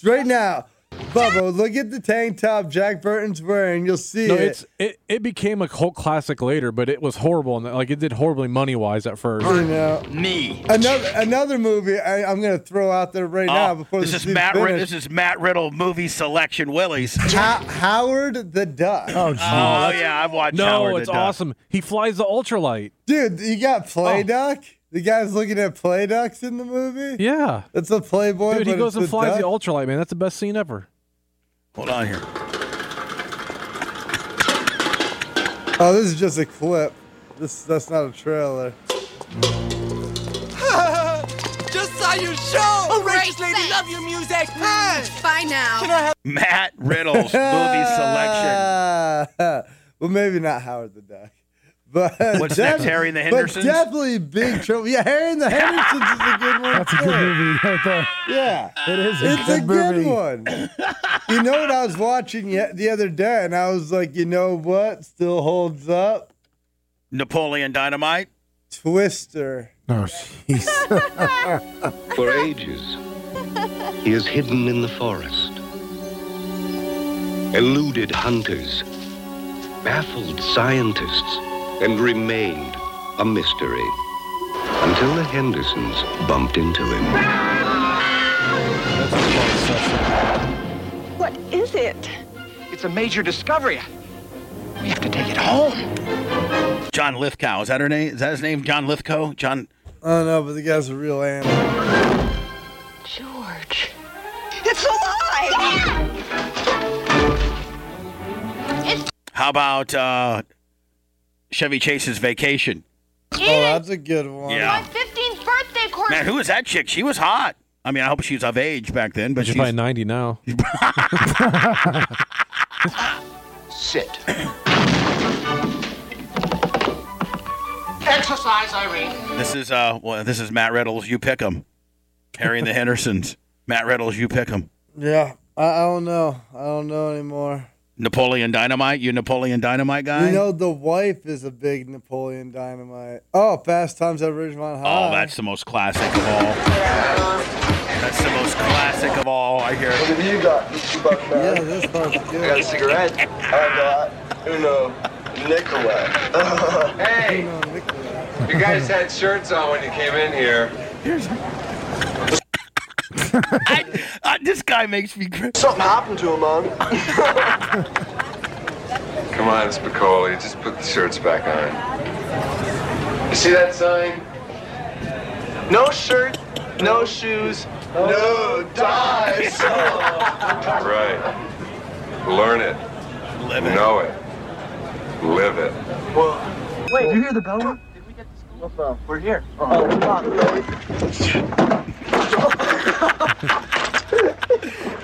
S3: right now. Bubba, look at the tank top Jack Burton's wearing. You'll see
S4: No,
S3: it.
S4: it's it, it became a cult classic later, but it was horrible and like it did horribly money wise at first.
S3: You know.
S2: Me.
S3: Another another movie I, I'm gonna throw out there right now
S2: Oh,
S3: before
S2: this is
S3: dude's
S2: Matt. Rid-
S3: finished.
S2: this is Matt Riddle movie selection. Willies.
S3: Ho- Howard the Duck.
S9: Oh,
S2: Oh yeah, I've watched.
S4: No,
S2: Howard the
S4: it's
S2: Duck.
S4: awesome. He flies the ultralight.
S3: Dude, you
S2: Oh.
S3: got Play Duck? The guy's looking at Play Ducks in the movie?
S4: Yeah,
S3: That's a Playboy.
S4: dude, he
S3: but
S4: goes
S3: it's
S4: and
S3: the
S4: flies the
S3: duck.
S4: ultralight, man. That's the best scene ever.
S2: Hold on here.
S3: Oh, this is just a clip. This that's not a trailer.
S18: Just saw your show. Oh, Righteous Lady, love your music. Bye now. Can I have?
S2: Matt Riddle's movie selection.
S3: well, maybe not Howard the Duck, but
S2: What's next, Harry and the Hendersons?
S3: But definitely Big Trouble. Yeah, Harry and the Hendersons is a good one.
S9: That's a good
S3: too.
S9: movie right there.
S3: Yeah,
S9: It is a
S3: It's
S9: good
S3: a good
S9: movie.
S3: one. you know what I was watching ye- the other day, and I was like, you know what, still holds up.
S2: Napoleon Dynamite.
S3: Twister.
S9: Oh, jeez.
S16: For ages, he is hidden in the forest, eluded hunters, baffled scientists, and remained a mystery until the Hendersons bumped into him.
S18: What is it? It's a major discovery. We have to take it home.
S2: John Lithgow. Is that her name? Is that his name? John Lithgow. John.
S3: I don't know, but the guy's a real animal.
S18: George. It's alive.
S2: How about uh, Chevy Chase's Vacation?
S3: Oh, that's a good one.
S2: Yeah.
S18: 15th birthday party.
S2: Man, who was that chick? She was hot. I mean, I hope she was of age back then, but
S4: She's
S2: she's,
S4: probably 90 now.
S18: Sit. Exercise, Irene.
S2: This is uh, well, this is Matt Riddle's. You pick 'em. Harry and the Hendersons. Matt Riddle's. You pick 'em.
S3: Yeah, I, I don't know. I don't know anymore.
S2: Napoleon Dynamite. You Napoleon Dynamite guy.
S3: You know, the wife is a big Napoleon Dynamite. Oh, Fast Times at Ridgemont High.
S4: Ah.
S2: Oh, that's the most classic of all. That's the most classic of all. I hear. What have you got?
S3: yeah, this part's good.
S19: I got a cigarette. I got uno Nicolette. hey, you guys had shirts on when you came in here.
S2: I, I, this guy makes me. cr-
S19: Something happened to him, man.
S20: Come on, Spicoli, just put the shirts back on. You see that sign?
S19: No shirt, no shoes, no dives.
S20: Right. Learn it. Live it. Know it. Live it.
S19: Wait, did you hear the bell? Did we get the school? We're here. Oh,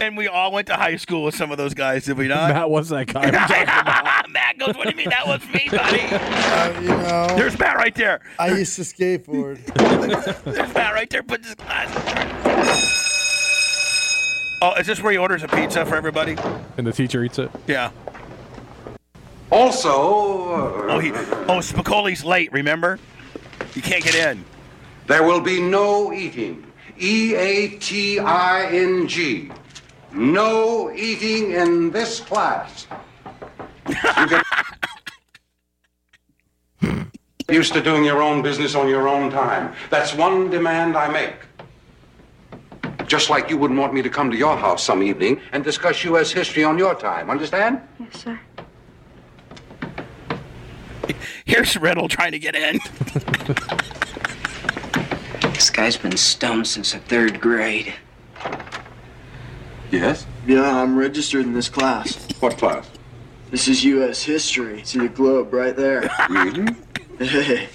S2: And we all went to high school with some of those guys, did we not?
S4: Matt was that guy.
S2: Matt goes, "What do you mean that was me, buddy?" There's Matt right there. Oh,
S3: I used to skateboard.
S2: There's Matt right there. Put this glass. Oh, is this where he orders a pizza for everybody?
S4: And the teacher eats it.
S2: Yeah.
S20: Also.
S2: Oh, he, oh, Spicoli's late. Remember? You can't get in.
S20: There will be no eating. E A T I N G.
S16: No eating in this class.
S20: Used to doing your own business on your own time. That's one demand I make. Just like you wouldn't want me to come to your house some evening and discuss U.S. history on your time. Understand?
S17: Yes, sir.
S2: Here's Riddle trying to get in.
S21: This guy's been stoned since the third grade.
S20: Yes?
S21: Yeah, I'm registered in this class.
S20: What class?
S21: This is U.S. history. See the globe right there.
S20: Really?
S21: Hey,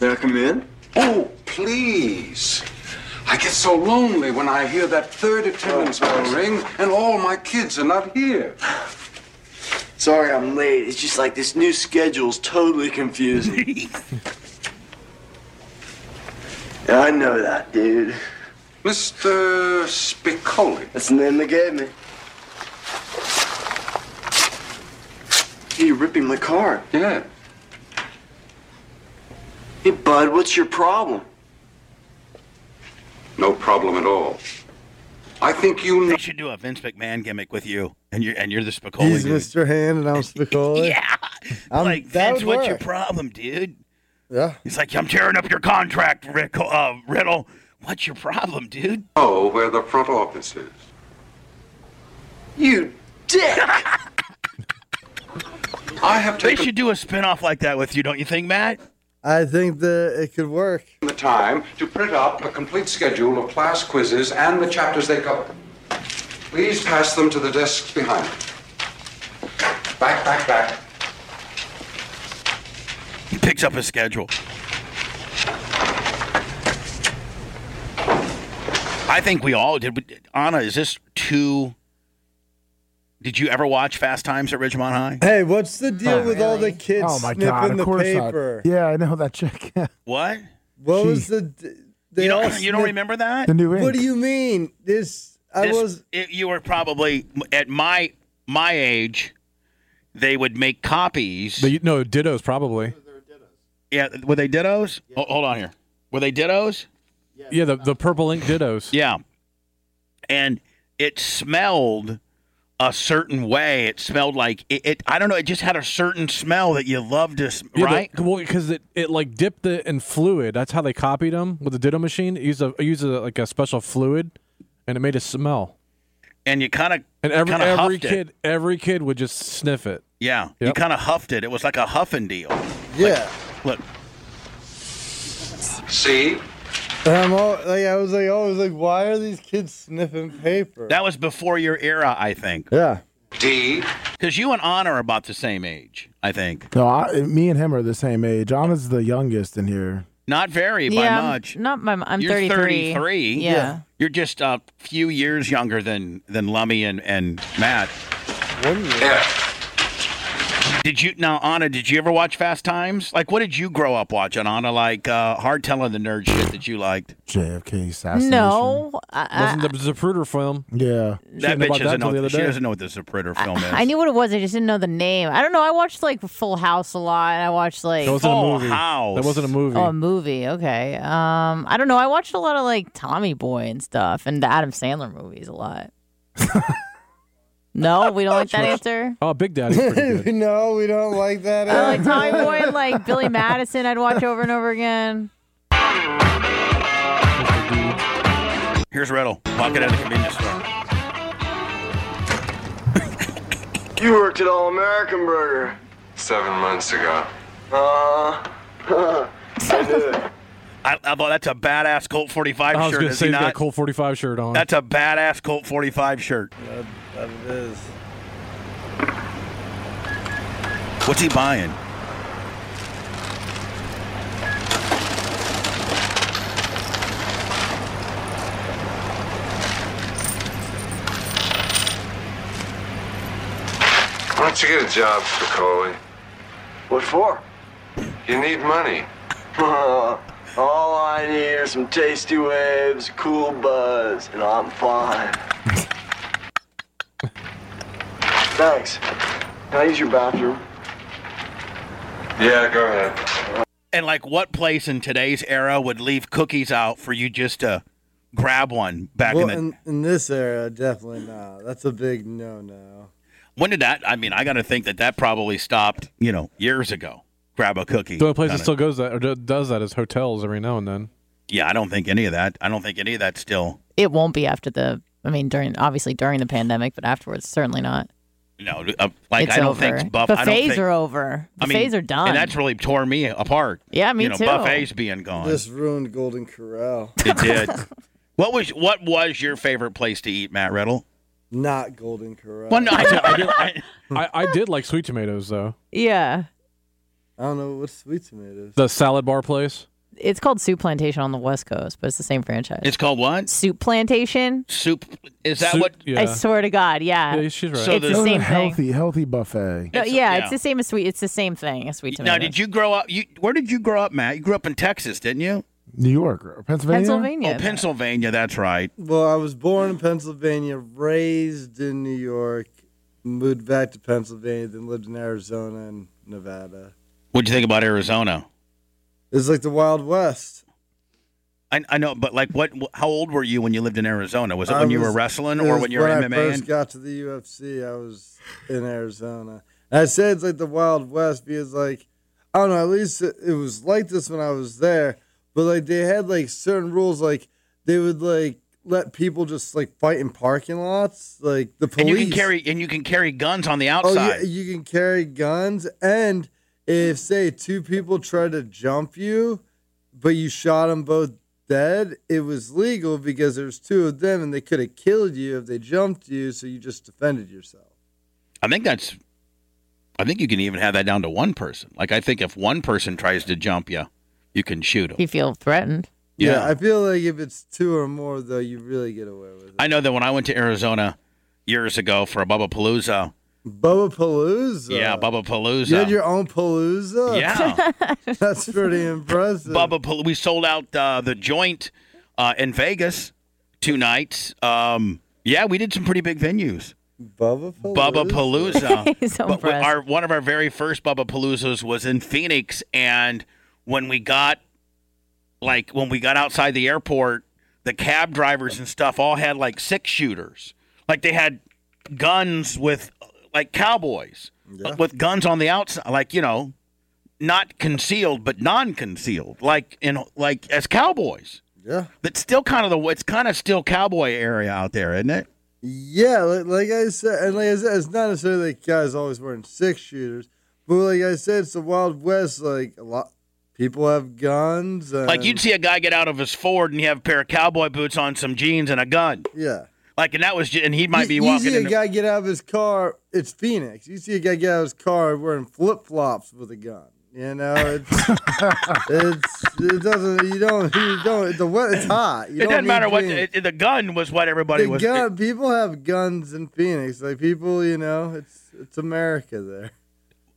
S21: may I come in?
S20: Oh, please. I get so lonely when I hear that third attendance bell
S21: Oh,
S20: ring and all my kids are not here.
S21: Sorry I'm late. It's just like this new schedule's totally confusing. yeah, I know that, dude.
S20: Mr. Spicoli.
S21: That's the name they gave me. Hey, you're ripping my car.
S20: Yeah.
S21: Hey, bud, what's your problem?
S20: No problem at all. I think you
S2: They should do a Vince McMahon gimmick with you, and you're and you're the Spicoli.
S3: He's
S2: dude.
S3: Mr. Hand and I'm Spicoli.
S2: yeah.
S3: I'm,
S2: like
S3: that
S2: Vince,
S3: would
S2: what's your
S3: work.
S2: problem, dude?
S3: Yeah.
S2: He's like, I'm tearing up your contract, Rick, uh, Riddle. What's your problem, dude?
S20: know where the front office is.
S21: You dick!
S20: I have
S2: They should do a spin-off like that with you, don't you think, Matt?
S3: I think that it could work.
S20: the time to print up a complete schedule of class quizzes and the chapters they cover. Please pass them to the desks behind. you. Back, back, back.
S2: He picks up his schedule. I think we all did. But Anna, is this too? Did you ever watch Fast Times at Ridgemont High?
S3: Hey, what's the deal with all the kids
S9: Oh my
S3: sniffing
S9: god! Of
S3: the
S9: course
S3: paper?
S9: not. Yeah, I know that chick.
S2: What?
S3: What
S9: Gee.
S3: was the? d- They
S2: You
S3: all
S2: don't, you don't
S3: sniff-
S2: remember that?
S9: The new
S3: What
S9: ink.
S3: do you mean? This I
S2: This-
S3: was.
S2: it- you were probably at my my age. They would make copies.
S4: The, no, dittos probably.
S2: yeah, were they dittos? Ho- hold on here. Were they dittos?
S4: Yeah, the, the purple ink dittos.
S2: Yeah. And it smelled a certain way. It smelled like it, it I don't know, it just had a certain smell that you loved to sm-
S4: Yeah, the-
S2: right?
S4: well, because it, it like dipped it in fluid. That's how they copied them with the ditto machine. It used a it used a, like a special fluid, and it made a smell.
S2: and you kind of
S4: And every
S2: kinda
S4: every
S2: huffed it.
S4: kid every kid would just sniff it.
S2: Yeah. You
S4: Yep.
S2: kind of huffed it. It was like a huffing deal.
S3: Yeah.
S2: Look,
S20: See?
S3: And I'm all like, I was like, oh, I was like, why are these kids sniffing paper?
S2: that was before your era, I think.
S3: yeah.
S20: D.
S2: Cuz you and Anna are about the same age, I think.
S9: No, I, me and him are the same age. Anna's the youngest in here.
S2: Not very
S7: yeah,
S2: by
S7: I'm-
S2: much.
S7: Not my. I'm
S2: You're
S7: 33.
S2: 33.
S7: Yeah.
S2: You're just a few years younger than than Lummy and and Matt. Did you now, Anna? Did you ever watch Fast Times? Like, what did you grow up watching, Anna? Like, uh, hard telling the nerd shit that you liked.
S9: JFK assassination.
S7: No, I,
S4: Wasn't the Zapruder film?
S9: Yeah.
S4: She
S2: that
S4: didn't know
S2: bitch
S4: about
S2: doesn't
S4: till
S2: know.
S4: the
S2: She
S4: other
S2: doesn't
S4: day.
S2: know what the Zapruder film is.
S7: I, I knew what it was. I just didn't know the name. I don't know. I watched like Full House a lot, and I watched like
S4: That wasn't
S2: Full
S4: a movie.
S2: House.
S4: That wasn't a movie.
S7: oh a movie. Okay. Um, I don't know. I watched a lot of like Tommy Boy and stuff, and the Adam Sandler movies a lot. no, we don't like that answer.
S4: oh, Big Daddy's pretty good.
S3: no, we don't like that.
S7: I like Tommy Boy and like Billy Madison. I'd watch over and over again.
S2: Here's Riddle. Walking out of the convenience store.
S21: You worked at All American Burger.
S5: Seven months ago.
S21: Uh, I knew it.
S2: I, I thought that's a badass Colt 45
S4: I was
S2: shirt.
S4: gonna
S2: is
S4: say
S2: he
S4: he's got a
S2: not?
S4: Colt 45 shirt on.
S2: That's a badass Colt 45 shirt.
S3: That it is.
S2: What's he buying?
S5: Why don't you get a job, Spicoli?
S21: What for?
S5: You need money.
S21: All I need are some tasty waves, cool buzz, and I'm fine. Thanks. Can I use your bathroom?
S5: Yeah, go ahead.
S2: And like, what place in today's era would leave cookies out for you just to grab one back in
S3: Well,
S2: the?
S3: in, in this era, definitely not. That's a big no no.
S2: when did that? I mean, I got to think that that probably stopped. You know, years ago. Grab a cookie.
S4: The only place that
S2: kinda-
S4: still goes that or do- does that is hotels every now and then.
S2: yeah, I don't think any of that. I don't think any of that still.
S7: It won't be after the. I mean, during obviously during the pandemic, but afterwards, certainly not.
S2: No, uh, like
S7: It's
S2: I don't
S7: over.
S2: think buff. I don't
S7: Buffets
S2: think,
S7: are over. Buffets are done.
S2: and that's really tore me apart.
S7: Yeah, me
S2: you know,
S7: too.
S2: Buffets being gone.
S3: This ruined Golden Corral.
S2: It did. what was what was your favorite place to eat, Matt Riddle?
S3: Not Golden Corral.
S2: Well, no, I, do- I do- I-
S4: I, I did like sweet tomatoes though.
S7: Yeah,
S3: I don't know what sweet tomatoes.
S4: The salad bar place.
S7: it's called Soup Plantation on the West Coast, but it's the same franchise.
S2: It's called what?
S7: Soup Plantation.
S2: Soup. Is that what?
S7: I swear to God, yeah. it's the
S2: there's-
S7: same thing.
S21: healthy, healthy buffet.
S7: No,
S2: It's-
S7: yeah,
S2: yeah.
S7: it's the same as sweet. It's the same thing as sweet
S2: Now,
S7: tomatoes.
S2: did you grow up? You where did you grow up, Matt? You grew up in Texas, didn't you?
S21: New York,
S3: Uh,
S21: or Pennsylvania.
S2: Oh, Pennsylvania. That's right.
S3: Well, I was born in Pennsylvania, raised in New York, moved back to Pennsylvania, then lived in Arizona and Nevada.
S2: What'd you think about Arizona?
S3: It's like the Wild West.
S2: I, I know, but like, what? How old were you when you lived in Arizona? Was it
S3: I
S2: when you were
S3: was-
S2: wrestling,
S3: it
S2: or
S3: was
S2: when you were
S3: when
S2: MMA?
S3: I first got to the UFC, I was in Arizona. And I say it's like the Wild West because, like, I don't know. At least it, it was like this when I was there, but like they had like certain rules. Like they would like let people just like fight in parking lots. Like the
S2: and
S3: police.
S2: you can carry and you can carry guns on the outside.
S3: Oh, you, you can carry guns, and if say two people try to jump you, but you shot them both dead, it was legal because there's two of them, and they could have killed you if they jumped you. So you just defended yourself.
S2: I think that's. I think you can even have that down to one person. Like, I think if one person tries to jump you, you can shoot them.
S7: If you feel threatened.
S2: Yeah.
S3: I feel like if it's two or more, though, you really get away with it.
S2: I know that when I went to Arizona years ago for a Bubba Palooza.
S3: Bubba Palooza.
S2: Yeah, Bubba Palooza.
S3: Uh, You had your own palooza.
S2: Yeah.
S3: that's pretty impressive.
S2: Bubba, Pal- we sold out uh, the joint uh, in Vegas two nights. Um, yeah, we did some pretty big venues.
S3: Bubba Palooza.
S2: Bubba Palooza.
S7: He's so
S2: but we-
S7: impressed.
S2: our one of our very first Bubba Paloozas was in Phoenix, and when we got like when we got outside the airport, the cab drivers and stuff all had like six shooters, like they had guns with like cowboys with guns on the outside, like you know, not concealed but non-concealed, like in like as cowboys.
S3: Yeah.
S2: That's still kind of the it's kind of still cowboy area out there, isn't it?
S3: Yeah, like, like I said, and like I said, it's not necessarily like guys always wearing six shooters, but like I said, it's the Wild West. Like a lot, people have guns. And,
S2: Like you'd see a guy get out of his Ford and he have a pair of cowboy boots on, some jeans, and a gun.
S3: yeah.
S2: Like, and that was, just, and he might be
S3: you,
S2: walking.
S3: You see a
S2: in the-
S3: guy get out of his car. It's Phoenix. You see a guy get out of his car wearing flip flops with a gun. You know, it's it's it doesn't. You don't. You don't. The wet. It's hot. You
S2: it
S3: don't
S2: doesn't
S3: need
S2: matter what
S3: jeans.
S2: it, the gun was. What everybody
S3: The
S2: was.
S3: gun, people have guns in Phoenix. Like people, you know, it's it's America there.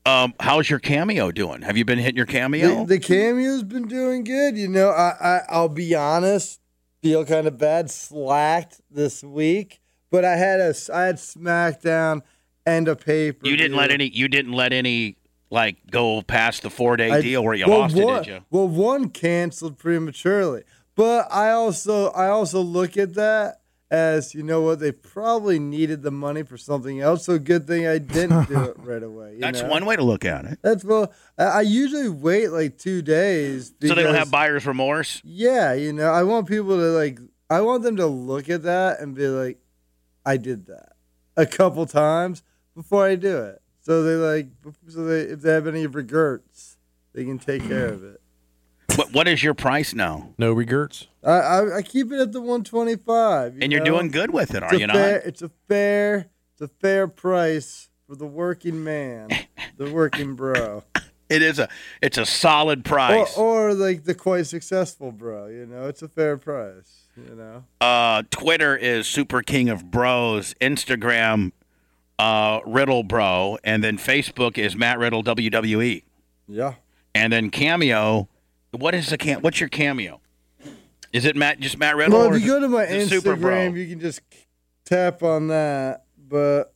S2: Um, how's your cameo doing? Have you been hitting your cameo?
S3: The, the cameo's been doing good. You know, I, I I'll be honest, feel kind of bad, slacked this week. But I had a I had SmackDown and a paper.
S2: you didn't let any. You didn't let any like go past the four day deal where you lost
S3: one,
S2: it, did you?
S3: Well, one canceled prematurely. But I also I also look at that as you know what they probably needed the money for something else. So good thing I didn't do it right away. you
S2: That's
S3: know?
S2: one way to look at it.
S3: That's well. I, I usually wait like two days.
S2: So they don't
S3: because-
S2: have buyer's remorse.
S3: Yeah, you know, I want people to like I want them to look at that and be like, I did that a couple times before I do it. So they like, so they, if they have any regrets, they can take care of it.
S2: What, what is your price now?
S4: No regrets.
S3: I, I, I keep it at the 125. you
S2: And you're
S3: know?
S2: doing good with it,
S3: It's
S2: are
S3: a
S2: you not?
S3: fair- It's a fair, it's a fair price for the working man, the working bro,
S2: It is a it's a solid
S3: or,
S2: price.
S3: or like the quite successful bro. You know, it's a fair price. You know,
S2: Uh, Twitter is Super King of Bros. Instagram, uh, Riddle Bro, and then Facebook is Matt Riddle WWE,
S3: yeah.
S2: and then Cameo. What is the cam? What's your Cameo? Is it Matt? Just Matt Riddle?
S3: well,
S2: or
S3: if you
S2: is
S3: go
S2: it
S3: to my
S2: the Super Bro?
S3: Instagram, you can just tap on that. But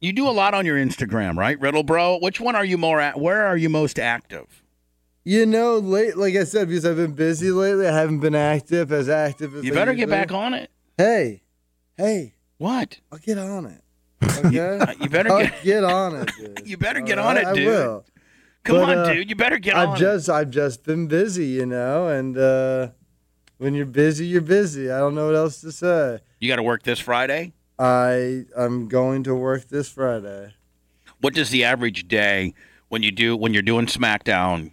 S2: You do a lot on your Instagram, right, Riddle Bro? Which one are you more at? Where are you most active?
S3: you know, late like I said, because I've been busy lately, I haven't been active as active as
S2: You
S3: I
S2: better get
S3: usually-
S2: back on it.
S3: Hey, hey,
S2: what?
S3: I'll get on it. Okay,
S2: you better
S3: I'll
S2: get-
S3: get on it. Dude.
S2: You better get
S3: All
S2: on
S3: right?
S2: it, dude.
S3: I will.
S2: Come
S3: But,
S2: on,
S3: uh,
S2: dude. You better get
S3: I've
S2: on. it.
S3: just I've just been busy, you know, and uh, when you're busy, you're busy. I don't know what else to say.
S2: You got to work this Friday.
S3: I I'm going to work this Friday.
S2: What does the average day when you do when you're doing SmackDown?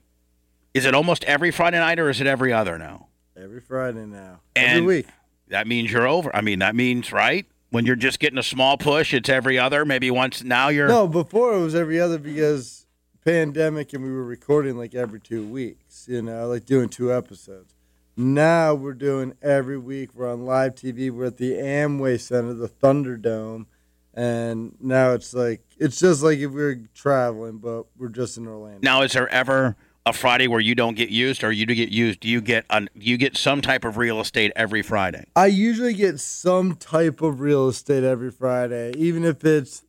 S2: Is it almost every Friday night or is it every other now?
S3: Every Friday now.
S2: And
S3: Every week.
S2: That means you're over. I mean, that means right when you're just getting a small push, it's every other. Maybe once now you're
S3: No, before it was every other because pandemic and we were recording like every two weeks, you know, like doing two episodes. Now we're doing every week. We're on live TV. We're at the Amway Center, the Thunderdome. And now it's like, it's just like if we were traveling, but we're just in Orlando.
S2: now. Is there ever a Friday where you don't get used or you do get used? Do you get an, you get some type of real estate every Friday?
S3: I usually get some type of real estate every Friday, even if it's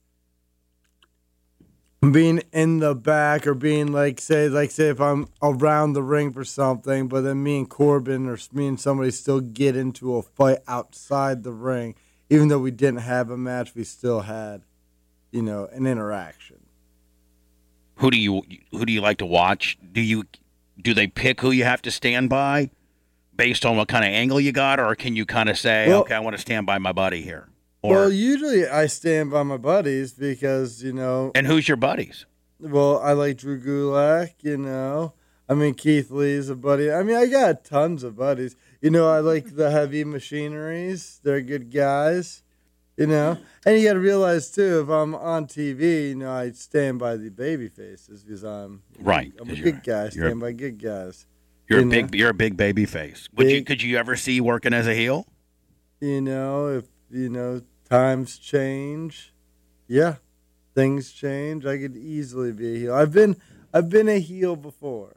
S3: being in the back or being like say like say if I'm around the ring for something, but then me and Corbin or me and somebody still get into a fight outside the ring, even though we didn't have a match, we still had, you know, an interaction.
S2: Who do you who do you like to watch? Do you do they pick who you have to stand by based on what kind of angle you got, or can you kind of say,
S3: Well-
S2: okay, I want to stand by my buddy here?
S3: well, usually I stand by my buddies because you know.
S2: And who's your buddies?
S3: Well, I like Drew Gulak. You know, I mean Keith Lee's a buddy. I mean, I got tons of buddies. You know, I like the Heavy Machineries. They're good guys. You know, and you got to realize too, if I'm on TV, you know, I stand by the baby faces because I'm you know,
S2: Right,
S3: I'm a
S2: 'cause
S3: good guy.
S2: you're a-
S3: Stand by good guys.
S2: You're
S3: you
S2: a
S3: know?
S2: big you're a big baby face. Would you could you ever see working as a heel?
S3: you know, if you know times change, yeah, things change. I could easily be a heel. I've been I've been a heel before.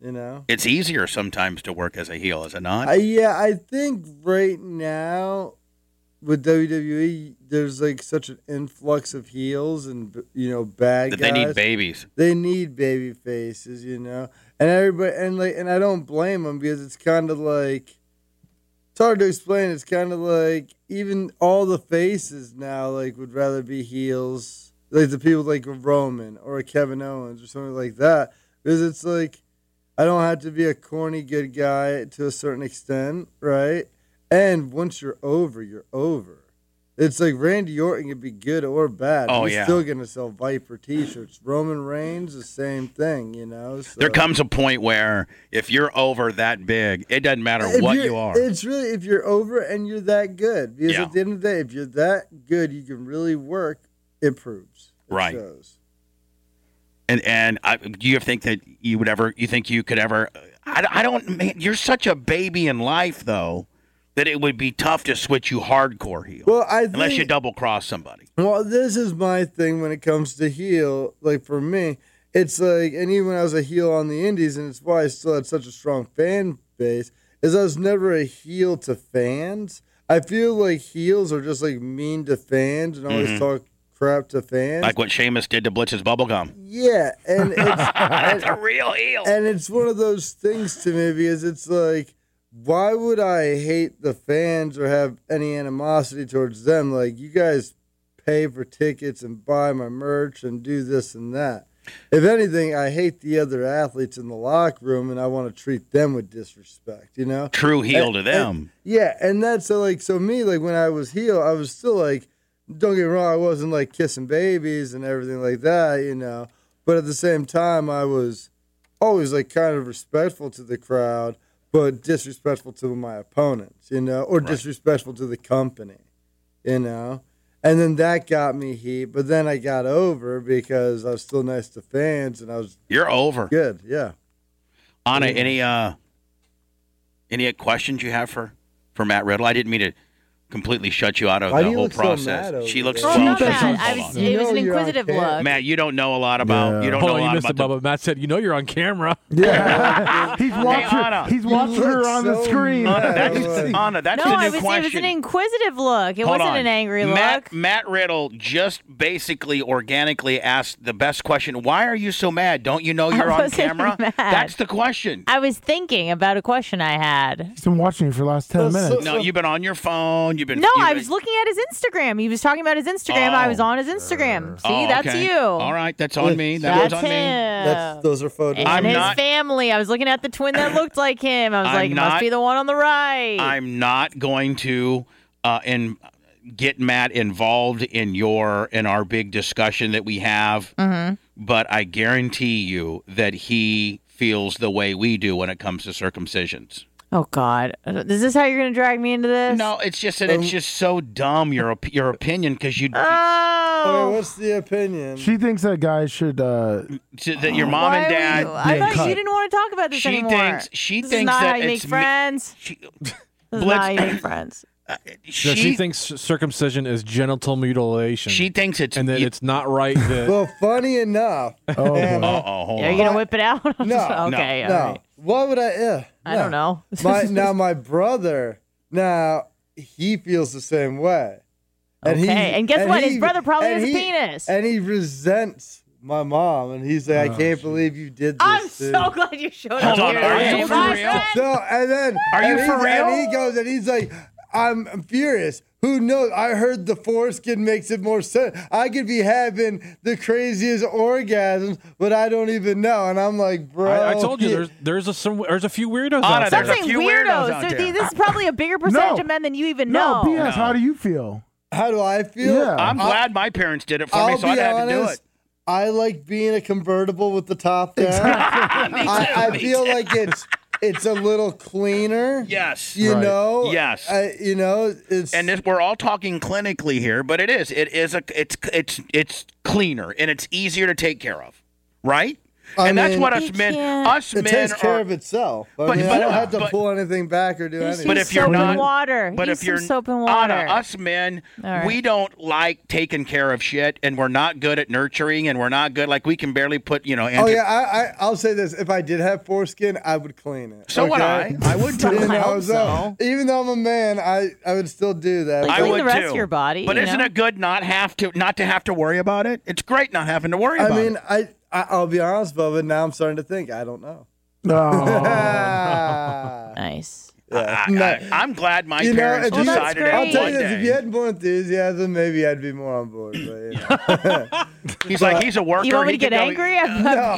S3: You know,
S2: It's easier sometimes to work as a heel, is it not?
S3: I, yeah, I think right now with WWE, there's like such an influx of heels and you know bad
S2: that
S3: guys.
S2: they need babies.
S3: They need baby faces, you know, and everybody and like and I don't blame them because it's kind of like it's hard to explain. It's kind of like even all the faces now like would rather be heels, like the people like a Roman or a Kevin Owens or something like that, because it's like I don't have to be a corny good guy to a certain extent, right? And once you're over, you're over. It's like Randy Orton could be good or bad.
S2: Oh,
S3: He's
S2: yeah.
S3: still gonna sell Viper T-shirts. Roman Reigns, the same thing, you know. So.
S2: There comes a point where if you're over that big, it doesn't matter
S3: If
S2: what
S3: you're-
S2: you are.
S3: It's really if you're over and you're that good. Because
S2: Yeah.
S3: at the end of the day, if you're that good, you can really work. It proves. It
S2: Right.
S3: shows.
S2: And and I, do you think that you would ever? You think you could ever? I, I don't. Man, you're such a baby in life, though, that it would be tough to switch you hardcore heel.
S3: Well, I
S2: unless
S3: think-
S2: you double cross somebody.
S3: Well, this is my thing when it comes to heel. Like for me, it's like, and even when I was a heel on the Indies, and it's why I still had such a strong fan base, is I was never a heel to fans. I feel like heels are just like mean to fans and always
S2: Mhm.
S3: talk crap to fans.
S2: Like what Sheamus did to Blitz's bubblegum.
S3: Yeah, and it's and,
S2: a real heel.
S3: And it's one of those things to me because it's like, why would I hate the fans or have any animosity towards them? Like you guys pay for tickets and buy my merch and do this and that. If anything, I hate the other athletes in the locker room, and I want to treat them with disrespect. You know,
S2: True heel
S3: And-
S2: to
S3: and-
S2: them.
S3: yeah, and that's uh, like so me like when I was heel, I was still like, don't get me wrong, I wasn't like kissing babies and everything like that, you know. But at the same time, I was always like kind of respectful to the crowd, but disrespectful to my opponents, you know, or disrespectful to the company, you know. And then that got me heat, but then I got over because I was still nice to fans and I was
S2: You're over.
S3: good, yeah.
S2: Anna, any uh, any questions you have for for Matt Riddle? I didn't mean to completely shut you out of
S3: Why do
S2: the
S3: you
S2: whole
S3: look so
S2: process.
S3: mad over
S2: she looks
S3: there?
S1: Oh,
S2: well,
S3: I'm not
S2: she's-
S7: mad.
S2: hold
S7: I was-
S2: on.
S7: it was an inquisitive look.
S2: Matt, you don't know a lot about you don't
S4: Hold
S2: know
S4: on,
S2: a
S4: Oh, you
S2: lot
S4: missed
S2: about
S4: it, Bubba. Matt said, "You know you're on camera."
S6: he's watching.
S2: Anna.
S6: he's watching her on the screen.
S2: Anna, that's, Anna, that's
S7: no,
S2: the new
S7: I was, it was
S2: question.
S7: an inquisitive look. It
S2: Hold
S7: wasn't
S2: on.
S7: an angry look.
S2: Matt, Matt Riddle just basically organically asked the best question. Why are you so mad? Don't you know
S7: I
S2: you're on
S7: wasn't
S2: camera?
S7: mad.
S2: That's the question.
S7: I was thinking about a question I had.
S9: He's been watching you for the last ten minutes.
S2: No, you've been on your phone. You've been
S7: No,
S2: you've
S7: I
S2: been-
S7: was looking at his Instagram. He was talking about his Instagram. I was on his Instagram. See,
S2: Oh,
S7: that's
S2: okay.
S7: you.
S2: All right, that's on me. That
S7: that's
S2: was on
S7: him.
S2: me.
S3: That's those are photos.
S7: and his family. I was looking at the twin that looked like him. I was
S2: I'm
S7: like, it must
S2: not-
S7: be the one on the right.
S2: I'm not going to uh, and get Matt involved in your in our big discussion that we have.
S7: Mhm.
S2: But I guarantee you that he feels the way we do when it comes to circumcisions.
S7: oh God, is this how you're gonna drag me into this?
S2: No, it's just that
S9: Oh,
S3: Um,
S2: it's just so dumb your op- your opinion because you
S3: All right, what's the opinion?
S9: She thinks that guys should. Uh,
S2: to- that your mom
S7: Why
S2: and
S7: were
S2: dad.
S7: you- I
S9: Yeah,
S7: thought
S9: cut.
S7: you didn't want to talk about this
S2: She
S7: anymore.
S2: thinks- she
S7: this
S2: thinks
S7: is not
S2: that
S7: how you make
S2: it's me-
S7: friends. this is
S2: Blitz-
S7: not how you make friends.
S4: No, she,
S2: She-
S4: thinks circumcision is genital mutilation. She
S2: thinks it's
S4: and that it's not right. That
S9: Oh,
S3: Well, funny enough.
S4: oh,
S3: and-
S2: hold
S7: Are you gonna whip it out?
S3: No,
S7: okay,
S3: no.
S7: all right.
S3: Why would I? Uh,
S7: I don't know.
S3: my, now my brother, now he feels the same way. And he-
S7: Okay, and guess what? His brother probably
S3: and
S7: has a
S3: he-
S7: penis.
S3: and he resents my mom, and he's like, I can't believe you did this.
S7: I'm
S3: dude."
S7: so glad you showed up.
S3: Hold
S7: here.
S3: on, are you
S7: Hey,
S3: for
S7: my
S3: real?
S7: friend.
S3: No, and then
S2: Are you
S3: and
S2: for
S3: he's-
S2: real?
S3: And he goes and he's like, I'm I'm furious. Who knows? I heard the foreskin makes it more sense. I could be having the craziest orgasms, but I don't even know. And I'm like, bro.
S4: I, I told you
S3: he-
S4: there's there's a some there's a few weirdos
S2: Anna,
S4: out there.
S2: there's a few weirdos out
S7: So
S2: there.
S7: th- This is probably a bigger percentage
S9: No.
S7: of men than you even
S9: no,
S7: know.
S9: BS. How do you feel?
S3: How do I feel?
S9: Yeah.
S2: I'm
S3: I'll-
S2: glad my parents did it for
S3: I'll
S2: me, so I
S3: be
S2: had to do
S3: honest,
S2: it.
S3: I like being a convertible with the top down. I, I
S2: me
S3: feel like it's it's a little cleaner.
S2: Yes.
S3: You
S2: Right.
S3: know.
S2: Yes.
S3: I, you know. It's
S2: and this, we're all talking clinically here, but it is it is a it's it's it's cleaner and it's easier to take care of, right?
S3: I
S2: and that's
S3: mean-
S2: what
S3: You
S2: us men
S3: can't-
S2: us
S3: it
S2: men
S3: takes
S2: are,
S3: care of itself. I,
S2: But-
S3: mean, I
S2: but-
S3: don't have to
S2: but-
S3: pull anything back or do anything.
S2: But if you're not
S7: water.
S2: but
S7: Use
S2: if you're
S7: some soap and water.
S2: Anna, us men,
S7: All right.
S2: we don't like taking care of shit, and we're not good at nurturing, and we're not good like we can barely put you know.
S3: Oh
S2: anti-
S3: yeah, I, I I'll say this: if I did have foreskin, I would clean it.
S2: So would
S3: okay?
S2: I. I would too.
S3: You
S2: I
S3: know,
S2: hope
S3: so, even though I'm a man, I I would still do that.
S2: I
S3: because-
S2: would too. But
S7: you
S2: isn't
S7: know?
S2: it good not have to not to have to worry about it? It's great not having to worry
S3: I
S2: about
S3: mean,
S2: it.
S3: I, I I'll be honest, Bubba. Now I'm starting to think I don't know.
S7: nice.
S2: I, am glad my
S3: Ah. You know,
S2: parents
S3: if you-
S2: decided
S3: I'll
S2: on
S3: tell
S2: one
S3: you this:
S2: day.
S3: if you had more enthusiasm, maybe I'd be more on board. But, you know.
S2: He's like, he's a worker.
S7: You want me
S2: he
S7: to get
S2: can go- e-
S7: angry? I've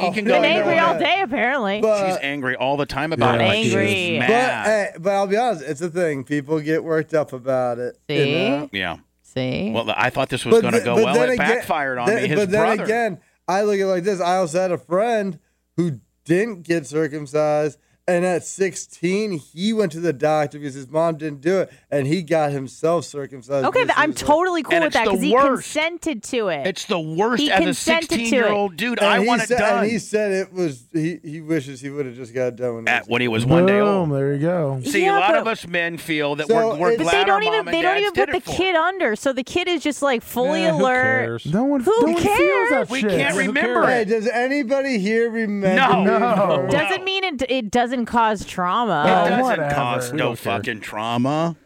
S2: he
S7: I've
S2: can
S7: been
S2: go either
S7: angry all
S2: way.
S7: day, apparently.
S2: She's angry all the time about
S7: Yeah,
S2: it.
S7: she
S2: Like, she's
S7: is.
S3: But,
S2: mad.
S3: hey, but I'll be honest, it's a thing. People get worked up about it. you
S7: See?
S3: know?
S2: yeah.
S7: See?
S2: Well, I thought this was going to
S3: the-
S2: go
S3: but
S2: well.
S3: then
S2: It
S3: again-
S2: backfired on
S3: then-
S2: me. His
S3: but then
S2: brother.
S3: again, I look at it like this. I also had a friend who didn't get circumcised, and at 16, he went to the doctor because his mom didn't do it, and he got himself circumcised.
S7: Okay,
S3: because
S7: th-
S3: he
S7: I'm
S3: was like-
S7: totally cool
S2: And it's
S7: with that
S2: the
S7: because he
S2: worst.
S7: consented to it.
S2: it's the worst
S7: He
S2: as a
S7: consented to it.
S2: 16 year old dude.
S3: And
S2: I
S3: he
S2: want it
S3: said-
S2: done.
S3: And he said it was. He, he wishes he would have just got it done when he was,
S2: when he was
S9: Boom.
S2: one day old.
S9: There you go.
S2: See, a
S7: Yeah,
S2: lot
S7: but-
S2: of us men feel that
S3: So
S2: we're, we're
S3: it's-
S7: but
S2: glad
S7: they don't
S2: our
S7: even
S2: mom and
S7: they don't
S2: dads
S7: even
S2: did
S7: put the
S2: it for
S7: kid under, so the kid is just like fully
S4: Yeah, who
S7: alert.
S4: cares?
S9: No one.
S7: Who
S9: no one feels
S7: cares?
S9: that
S2: We
S9: shit.
S2: can't
S9: Who
S2: remember
S9: cares?
S3: Hey,
S2: it.
S3: does anybody here remember?
S2: No.
S3: me?
S9: No.
S7: Doesn't mean it, it doesn't cause
S2: It
S7: trauma.
S9: Oh,
S2: doesn't
S9: whatever.
S2: cause
S9: We
S2: no
S9: don't care.
S2: fucking trauma.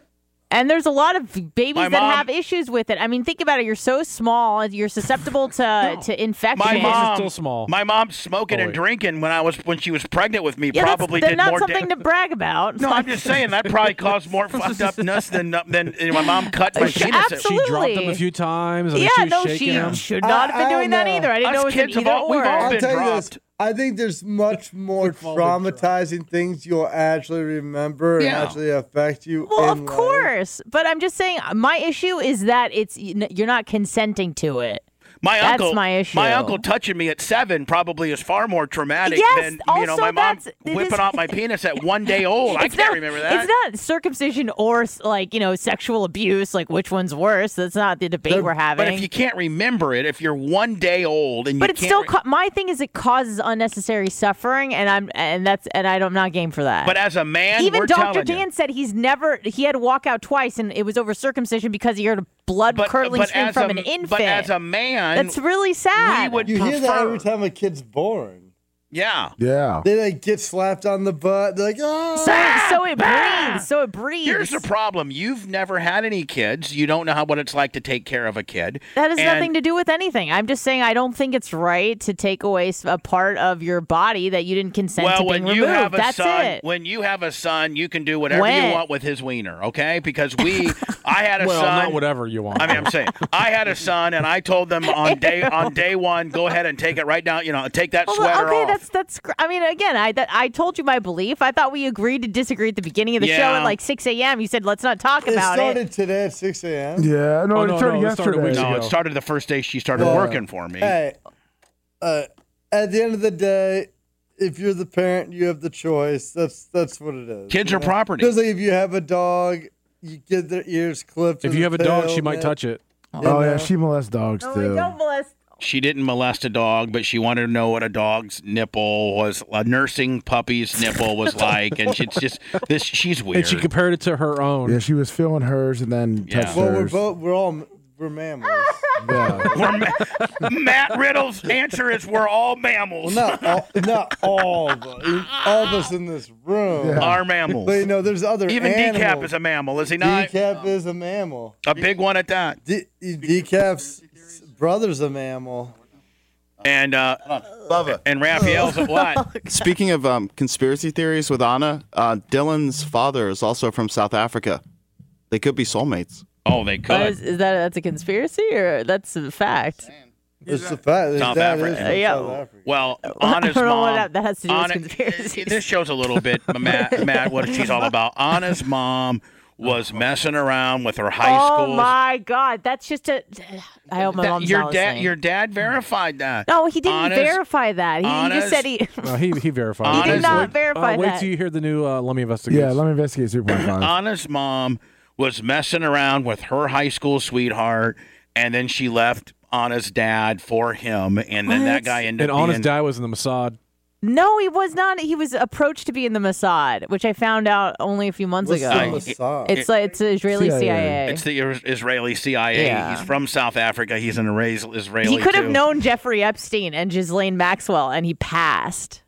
S7: And there's a lot of babies
S2: My
S7: that
S2: mom-
S7: have issues with it. I mean, think about it. You're so small, you're susceptible to to infection.
S2: My mom
S4: still small.
S2: My mom smoking and drinking when I was when she was pregnant with me
S7: Yeah, that's-
S2: probably
S7: they're
S2: did
S7: not
S2: more.
S7: something
S2: da-
S7: to brag about.
S2: no, I'm just saying that probably caused more fucked upness than uh, than and my mom cut my
S7: Uh, She-
S2: penis.
S4: She dropped
S7: absolutely.
S4: him a few times. I mean,
S7: Yeah,
S4: she was
S7: no,
S4: shaking
S7: she
S4: him.
S7: should not have been doing that either. I didn't know it was an either or.
S3: I'll tell you this. I think there's much more traumatizing things you'll actually remember and
S7: Yeah.
S3: actually affect you.
S7: Well,
S3: in
S7: of
S3: life.
S7: course, but I'm just saying my issue is that it's you're not consenting to it.
S2: My
S7: that's
S2: uncle,
S7: my issue.
S2: uncle touching me at seven probably is far more traumatic
S7: Yes,
S2: than you know
S7: also
S2: my mom
S7: that's- it
S2: whipping
S7: is-
S2: out my penis at one day old. I
S7: It's
S2: can't
S7: not-
S2: remember that.
S7: It's not circumcision or like you know sexual abuse. Like which one's worse? That's not the debate we're having.
S2: But if you can't remember it, if you're one day old and you
S7: But it's
S2: can't
S7: still
S2: re-
S7: ca- my thing is it causes unnecessary suffering, and I'm and that's and I don't, I'm not game for that.
S2: but as a man,
S7: even
S2: we're
S7: Dr.
S2: telling you.
S7: Dan said he's never he had to walk out twice, and it was over circumcision because he heard a blood curdling
S2: but
S7: scream
S2: as
S7: from
S2: a-
S7: an infant.
S2: but as a man,
S7: that's really sad.
S3: you hear that every time a kid's born.
S2: Yeah.
S9: Yeah.
S3: They like get slapped on the butt. They're like, oh.
S7: So, so it breathes. So it breathes.
S2: Here's the problem: you've never had any kids. You don't know how what it's like to take care of a kid.
S7: That has
S2: And-
S7: nothing to do with anything. I'm just saying I don't think it's right to take away s- a part of your body that you didn't consent
S2: Well,
S7: to being
S2: when you
S7: removed.
S2: have a
S7: That's
S2: son,
S7: it.
S2: when you have a son, you can do whatever
S7: When?
S2: you want with his wiener, okay? Because we, I had a
S4: Well,
S2: son.
S4: not whatever you want.
S2: I mean, I'm saying I had a son, and I told them on day on day one, go ahead and take it right down. You know, take that
S7: Well,
S2: sweater
S7: okay,
S2: off.
S7: that's that's. gr- I mean, again, I that, I told you my belief. I thought we agreed to disagree at the beginning of the show
S2: Yeah.
S7: at like 6 a.m. You said let's not talk
S3: It
S7: about
S3: started today at 6 a.m.
S9: Yeah, no,
S2: Oh,
S9: it
S2: no, no, it
S9: started
S2: started
S9: yesterday.
S2: weeks No, it ago. started the first day she started working for me.
S3: Hey, uh, at the end of the day, if you're the parent, you have the choice. That's that's what it is.
S2: Kids
S3: you
S2: are property.
S3: Just like if you have a dog, you get their ears clipped.
S2: If
S3: or
S2: you
S3: the
S2: have a dog,
S3: tail
S2: she might
S3: nipped.
S2: touch it.
S9: Oh,
S3: You
S9: yeah,
S3: know?
S9: she molests dogs too.
S2: She didn't molest a dog, but she wanted to know what a dog's nipple was, a nursing puppy's nipple was like, and she's just this. She's weird.
S4: And she compared it to her own.
S9: Yeah, she was feeling hers and then
S2: Yeah.
S9: touched
S3: Well, we're
S9: hers.
S3: both Oh, we're all we're mammals.
S2: Matt Riddle's answer is we're all
S3: Well,
S2: mammals.
S3: not all, not all of us, all of us in this room
S2: Yeah. Are mammals.
S3: But you know, there's other
S2: Even
S3: animals.
S2: decap is a mammal, is he not?
S3: Decap is a mammal.
S2: A big one at that.
S3: De- Decap's brother's a mammal.
S2: And uh, and Raphael's a what?
S22: Speaking of um, conspiracy theories with Anna, uh, Dylan's father is also from South Africa. They could be soulmates.
S2: Oh, they
S7: it. Is, is that that's a conspiracy or that's a fact?
S3: It's the fact.
S2: South
S3: that
S2: Africa.
S3: is from
S7: Yeah.
S3: South Africa.
S2: Well, Anna's
S7: I don't know
S2: mom.
S7: what that- that has to do with
S2: Anna-
S7: conspiracies.
S2: This shows a little bit, Matt, Matt, what she's all about. Anna's mom was messing around with her high
S7: oh
S2: school.
S7: my God, that's just a. I hope my
S2: That-
S7: mom's
S2: your
S7: not
S2: dad,
S7: listening.
S2: your dad verified that.
S7: No, he didn't
S2: Anna's-
S7: verify that. He, he just
S2: honest-
S7: said he.
S4: No, he he verified.
S2: He
S4: it.
S2: did
S4: Wait-
S2: not
S4: uh,
S7: verify
S4: Wait
S7: that.
S4: till you hear the new uh, Let Me Investigate.
S9: yeah, let me investigate 3.5.
S2: Anna's mom was messing around with her high school sweetheart, and then she left Anna's dad for him, and then that
S7: What?
S2: guy ended
S4: And
S2: up
S4: Anna's
S2: being-
S4: dad was in the Mossad.
S7: No, he was not. He was approached to be in the Mossad, which I found out only a few months
S2: What's
S7: ago.
S2: the Mossad?
S7: It's like it's the Israeli CIA.
S2: It's the Is- Israeli CIA.
S7: Yeah.
S2: He's from South Africa. He's an Isra- Israeli.
S7: He could have
S2: too.
S7: known Jeffrey Epstein and Ghislaine Maxwell, and he passed.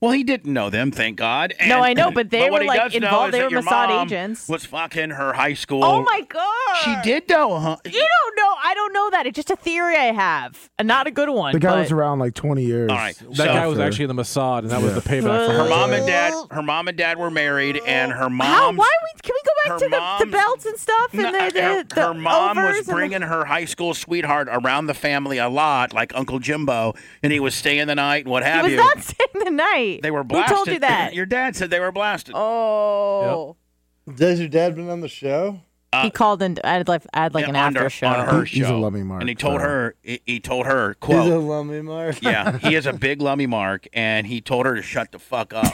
S2: Well, he didn't know them, thank God. And,
S7: No, I know, but they
S2: what
S7: were,
S2: he does
S7: like,
S2: know
S7: involved.
S2: is
S7: They
S2: that
S7: were
S2: your
S7: Mossad
S2: mom
S7: agents.
S2: Was fucking her high school.
S7: Oh my god!
S2: She did though, huh?
S7: You don't know. I don't know that. It's just a theory I have, and not a good one.
S9: The guy
S7: but-
S9: was around like 20 years.
S2: All right,
S4: That guy was actually in the Mossad, and that was the payback for
S2: Her
S4: her.
S2: mom and dad. Her mom and dad were married, and her mom.
S7: How? Why we? Can we go back to the, the belts and stuff and
S2: No,
S7: the, the, the
S2: her mom
S7: overs
S2: was
S7: and the-
S2: bringing her high school sweetheart around the family a lot, like Uncle Jimbo, and he was staying the night and what
S7: He
S2: have
S7: was
S2: you.
S7: not staying the night.
S2: they were
S7: Who
S2: blasted.
S7: told you that?
S2: Your dad said they were blasted.
S7: Oh.
S3: Has your dad been on the show?
S7: he called and I had like, I had like an
S2: Uh, on
S7: after
S2: her,
S7: show.
S2: on her
S9: He- he's a
S2: show.
S9: lummy mark,
S2: and he told
S9: so.
S2: her. He, he told her,
S3: He's
S2: quote,
S3: a lummy mark.
S2: yeah, he is a big lummy mark, and he told her to shut the fuck up.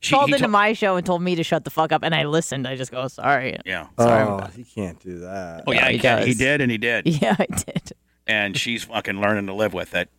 S2: She-
S7: called
S2: he
S7: into
S2: to-
S7: my show and told me to shut the fuck up, and I listened. I just go, "Oh, sorry.
S2: Yeah.
S7: Sorry.
S3: Oh, he can't do that.
S2: Oh yeah, he, did. he did, and he did.
S7: Yeah, I did.
S2: And she's fucking learning to live with it,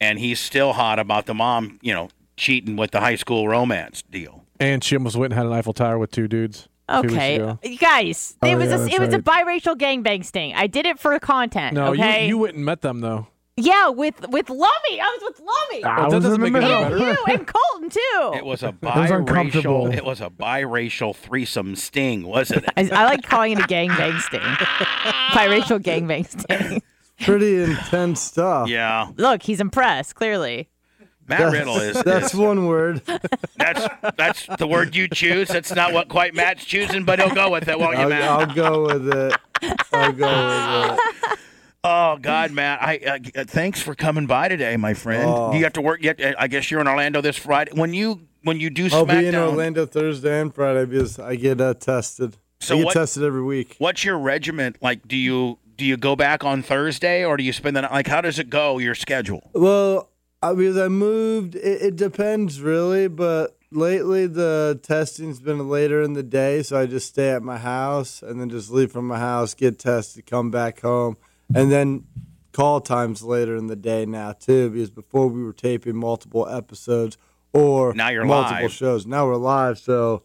S2: and he's still hot about the mom, you know, cheating with the high school romance deal.
S4: And she almost went and had an Eiffel Tower with two dudes. two weeks
S7: Okay,
S4: ago.
S7: you guys,
S4: Oh,
S7: it was
S4: yeah,
S7: a,
S4: that's
S7: it was a biracial gangbang sting. I did it for content.
S4: No,
S7: okay,
S4: you you wouldn't met them though.
S7: Yeah, with with Lummy. I was with Lummy.
S4: Ah,
S2: I Well, that was doesn't in the make it
S7: and
S2: middle.
S7: you and Colton too.
S2: It was a
S9: was uncomfortable.
S2: biracial. It was a biracial threesome sting, wasn't it?
S7: I, I like calling it a gangbang sting, biracial gangbang sting.
S3: Pretty intense stuff.
S2: Yeah.
S7: Look, he's impressed clearly.
S2: Matt Riddle is.
S3: That's
S2: is-
S3: one word.
S2: that's that's the word you choose. That's not what quite Matt's choosing, but he'll go with it, won't you,
S3: I'll,
S2: Matt?
S3: I'll go with it. I'll go with it.
S2: Oh God, Matt! I uh, thanks for coming by today, my friend.
S3: Oh.
S2: Do you have to work yet? I guess you're in Orlando this Friday. When you when you do
S3: I'll
S2: SmackDown,
S3: be in Orlando Thursday and Friday because I get uh, tested.
S2: So
S3: I get
S2: what-
S3: tested every week.
S2: what's your regiment like? Do you do you go back on Thursday or do you spend the night? Like, how does it go? Your schedule?
S3: Well, I, because I moved, it, it depends really, but lately the testing's been later in the day, so I just stay at my house and then just leave from my house, get tested, come back home, and then call times later in the day now too, because before we were taping multiple episodes or
S2: Now you're
S3: multiple
S2: live.
S3: shows. Now we're live, so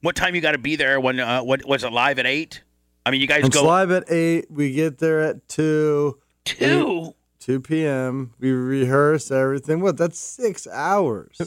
S2: What time you got to be there? When uh, what was it live at eight? I mean, you guys
S3: It's
S2: go.
S3: live at eight. We get there at two.
S2: Two.
S3: Two p.m. We rehearse everything. What? That's six hours.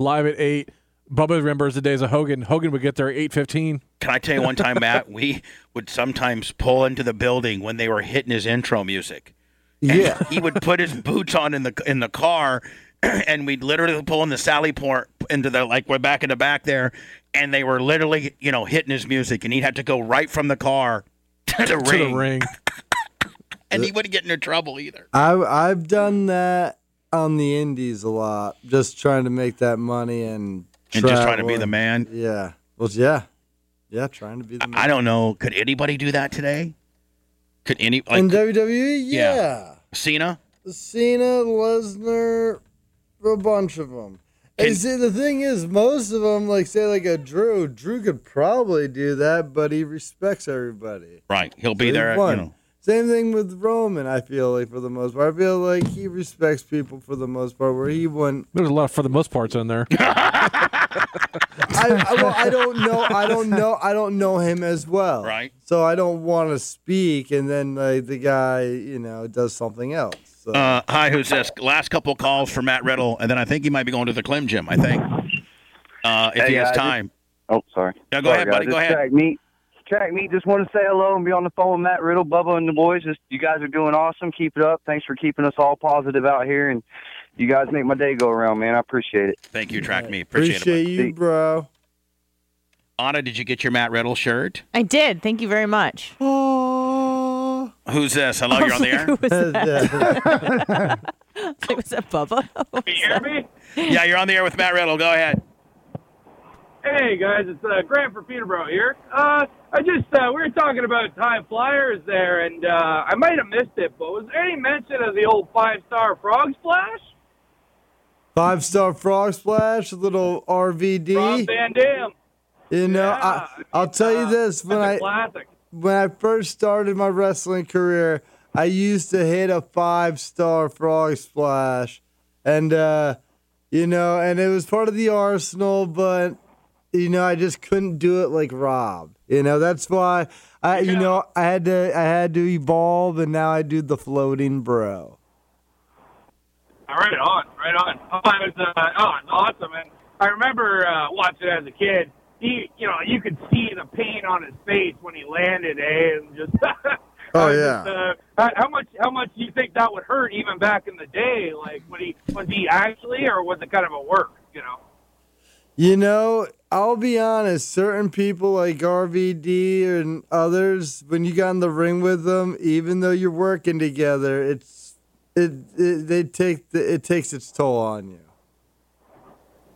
S4: Live at eight. Bubba remembers the days of Hogan. Hogan would get there at eight fifteen.
S2: Can I tell you one time, Matt? We would sometimes pull into the building when they were hitting his intro music.
S3: Yeah.
S2: he would put his boots on in the in the car, and we'd literally pull in the Sally port into the like we're back in the back there, and they were literally you know hitting his music, and he'd have to go right from the car to the
S4: To
S2: ring,
S4: the ring.
S2: and he wouldn't get into trouble either.
S3: I I've done that on the Indies a lot, just trying to make that money and
S2: And just trying to be the
S3: traveling.
S2: man.
S3: Yeah. Well, yeah, yeah, trying to be the man.
S2: I don't know. Could anybody do that today? Could any like
S3: In WWE, yeah.
S2: Cena?
S3: Cena, Lesnar, a bunch of them. And see, the thing is, most of them, like say, like a Drew. Drew could probably do that, but he respects everybody.
S2: Right, he'll be
S3: So he
S2: there. You
S3: won.
S2: know,
S3: Same thing with Roman. I feel like for the most part, I feel like he respects people for the most part. Where he wouldn't.
S4: There's a lot of for the most parts in there.
S3: I, I, well, I don't know. I don't know. I don't know him as well.
S2: Right.
S3: So I don't want to speak, and then like the guy, you know, does something else. So.
S2: Uh, hi, who's this? Last couple calls for Matt Riddle, and then I think he might be going to the Clem Gym. I think uh, if
S11: Hey,
S2: he has
S11: guys,
S2: time.
S11: Oh, sorry.
S2: No, go
S11: Sorry,
S2: ahead,
S11: guys.
S2: buddy. Go
S11: It's
S2: ahead.
S11: Track meet. It's Track meet. Just want to say hello and be on the phone with Matt Riddle, Bubba, and the boys. Just you guys are doing awesome. Keep it up. Thanks for keeping us all positive out here, and you guys make my day go around, man. I appreciate it.
S2: Thank you, Track Me. Appreciate,
S3: Appreciate
S2: it.
S3: you, bro.
S2: Anna, did you get your Matt Riddle shirt?
S7: I did. Thank you very much.
S3: Oh.
S2: Who's this? Hello, you're on the air.
S7: Who was that? I was like, was that Bubba? What was that?
S2: Yeah, you're on the air with Matt Riddle. Go ahead.
S23: Hey guys, it's uh, Grant from Peterborough here. Uh, I just uh, we were talking about high flyers there, and uh, I might have missed it, but was there any mention of the old five star frog splash?
S3: Five star frog splash, a little RVD.
S23: Rob Van Dam. Uh,
S3: You know, I, I'll tell you this: when I
S23: classic.
S3: when I first started my wrestling career, I used to hit a five star frog splash, and uh, you know, and it was part of the arsenal, but you know, I just couldn't do it like Rob. You know, that's why I, you know, I had to I had to evolve, and now I do the floating bro.
S23: All Uh, right on, right on. Oh, it was uh, oh, it's awesome, and I remember uh, watching it as a kid. He, you know, you could see the pain on his face when he landed, eh? And just
S3: Oh
S23: Just, uh, how- how much? How much do you think that would hurt even back in the day? Like, when he was he actually, or was it kind of a work? You know.
S3: You know, I'll be honest, certain people like RVD and others, when you got in the ring with them, even though you're working together, it's it, it they take the, it takes its toll on you.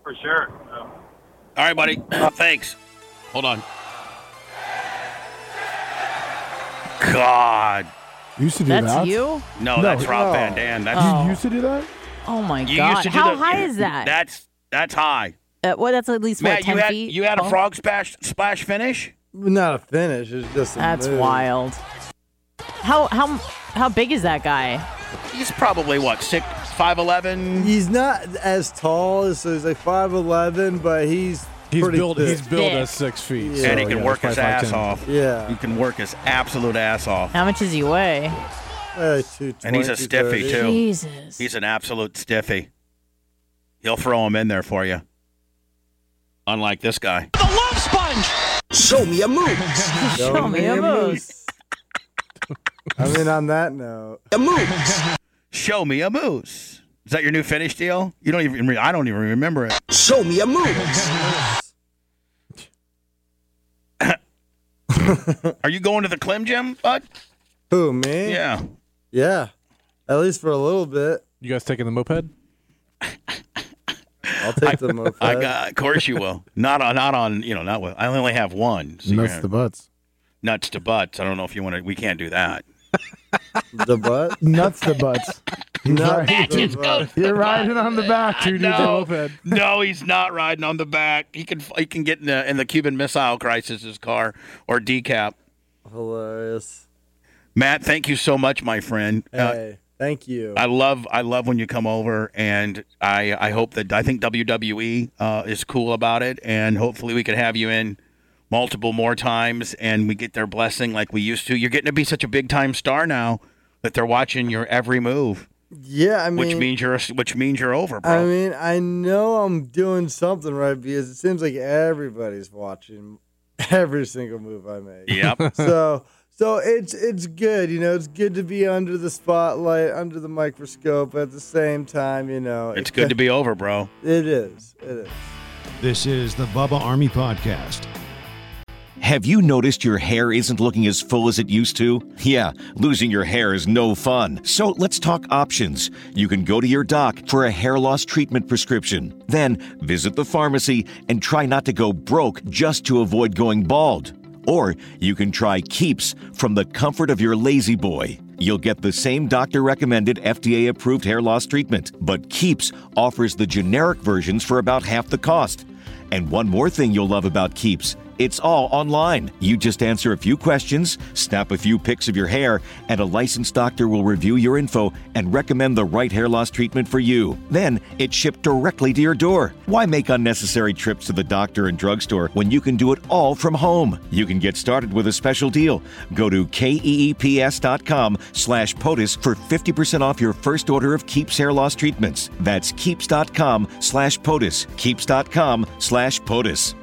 S23: For sure.
S2: All right, buddy. Thanks. Hold on. God.
S9: You used to do
S7: That's
S9: that.
S7: you?
S2: No, that's Rob Van Dam. That's
S9: You used to do that?
S7: Oh my
S2: you
S7: god!
S2: used to do
S7: How
S2: the-
S7: high is that?
S2: That's that's high.
S7: Uh, well, that's at least
S2: Matt,
S7: what ten
S2: you had
S7: feet.
S2: you had a
S7: Oh.
S2: frog splash splash finish.
S3: Not a finish, it's just a
S7: That's
S3: move.
S7: wild. How how how big is that guy?
S2: He's probably what six five eleven.
S3: He's not as tall as so he's like five eleven, but he's
S4: He's
S3: pretty
S4: built.
S3: Thick.
S4: He's built as six feet. so,
S2: and he
S4: yeah,
S2: can
S4: that's
S2: work
S4: probably
S2: his ass
S4: 5'10".
S2: off.
S3: Yeah.
S2: He can work his absolute ass off.
S7: How much does he weigh?
S2: And he's a stiffy, too.
S7: Jesus.
S2: He's an absolute stiffy. He'll throw him in there for you. Unlike this guy.
S18: The love sponge.
S16: Show me a move.
S18: Show me a moose.
S3: I mean, on that note,
S16: a moose.
S2: Show me a moose. Is that your new finish deal? You don't even. Re- I don't even remember it.
S16: Show me a moose.
S2: Are you going to the Clem Gym, bud?
S3: who me?
S2: Yeah.
S3: yeah. At least for a little bit.
S4: You guys taking the moped?
S3: I'll take the moped.
S2: I got, of course you will. Not on. Not on. You know. Not with. I only have one. So
S9: Nuts
S2: you're-
S9: the butts.
S2: nuts to butts. I don't know if you want to. We can't do that.
S3: the butt.
S9: Nuts the butts. He's
S3: Nuts
S9: riding-
S3: the butts.
S9: You're riding on the back, dude.
S2: no, no, he's not riding on the back. He can. He can get in the in the Cuban Missile Crisis's car or decap.
S3: Hilarious.
S2: Matt, thank you so much, my friend. Uh,
S3: Hey, thank you.
S2: I love I love when you come over, and I I hope that I think WWE uh, is cool about it, and hopefully we can have you in multiple more times, and we get their blessing like we used to. You're getting to be such a big time star now that they're watching your every move,
S3: yeah, I mean,
S2: which means you're which means you're over, bro.
S3: I mean, I know I'm doing something right because it seems like everybody's watching every single move I make.
S2: Yep.
S3: so so it's it's good, you know, it's good to be under the spotlight, under the microscope at the same time, you know.
S2: it's good to be over, bro.
S3: It is. It is.
S1: This is the Bubba Army Podcast.
S13: Have you noticed your hair isn't looking as full as it used to? Yeah, losing your hair is no fun. So let's talk options. You can go to your doc for a hair loss treatment prescription, then visit the pharmacy and try not to go broke just to avoid going bald. Or you can try Keeps from the comfort of your lazy boy. You'll get the same doctor recommended FDA approved hair loss treatment, but Keeps offers the generic versions for about half the cost. And one more thing you'll love about Keeps it's all online. You just answer a few questions, snap a few pics of your hair, and a licensed doctor will review your info and recommend the right hair loss treatment for you. Then it's shipped directly to your door. Why make unnecessary trips to the doctor and drugstore when you can do it all from home? You can get started with a special deal. Go to E keeps.com slash POTUS for 50% off your first order of Keeps hair loss treatments. That's keeps.com slash POTUS. Keeps.com slash POTUS.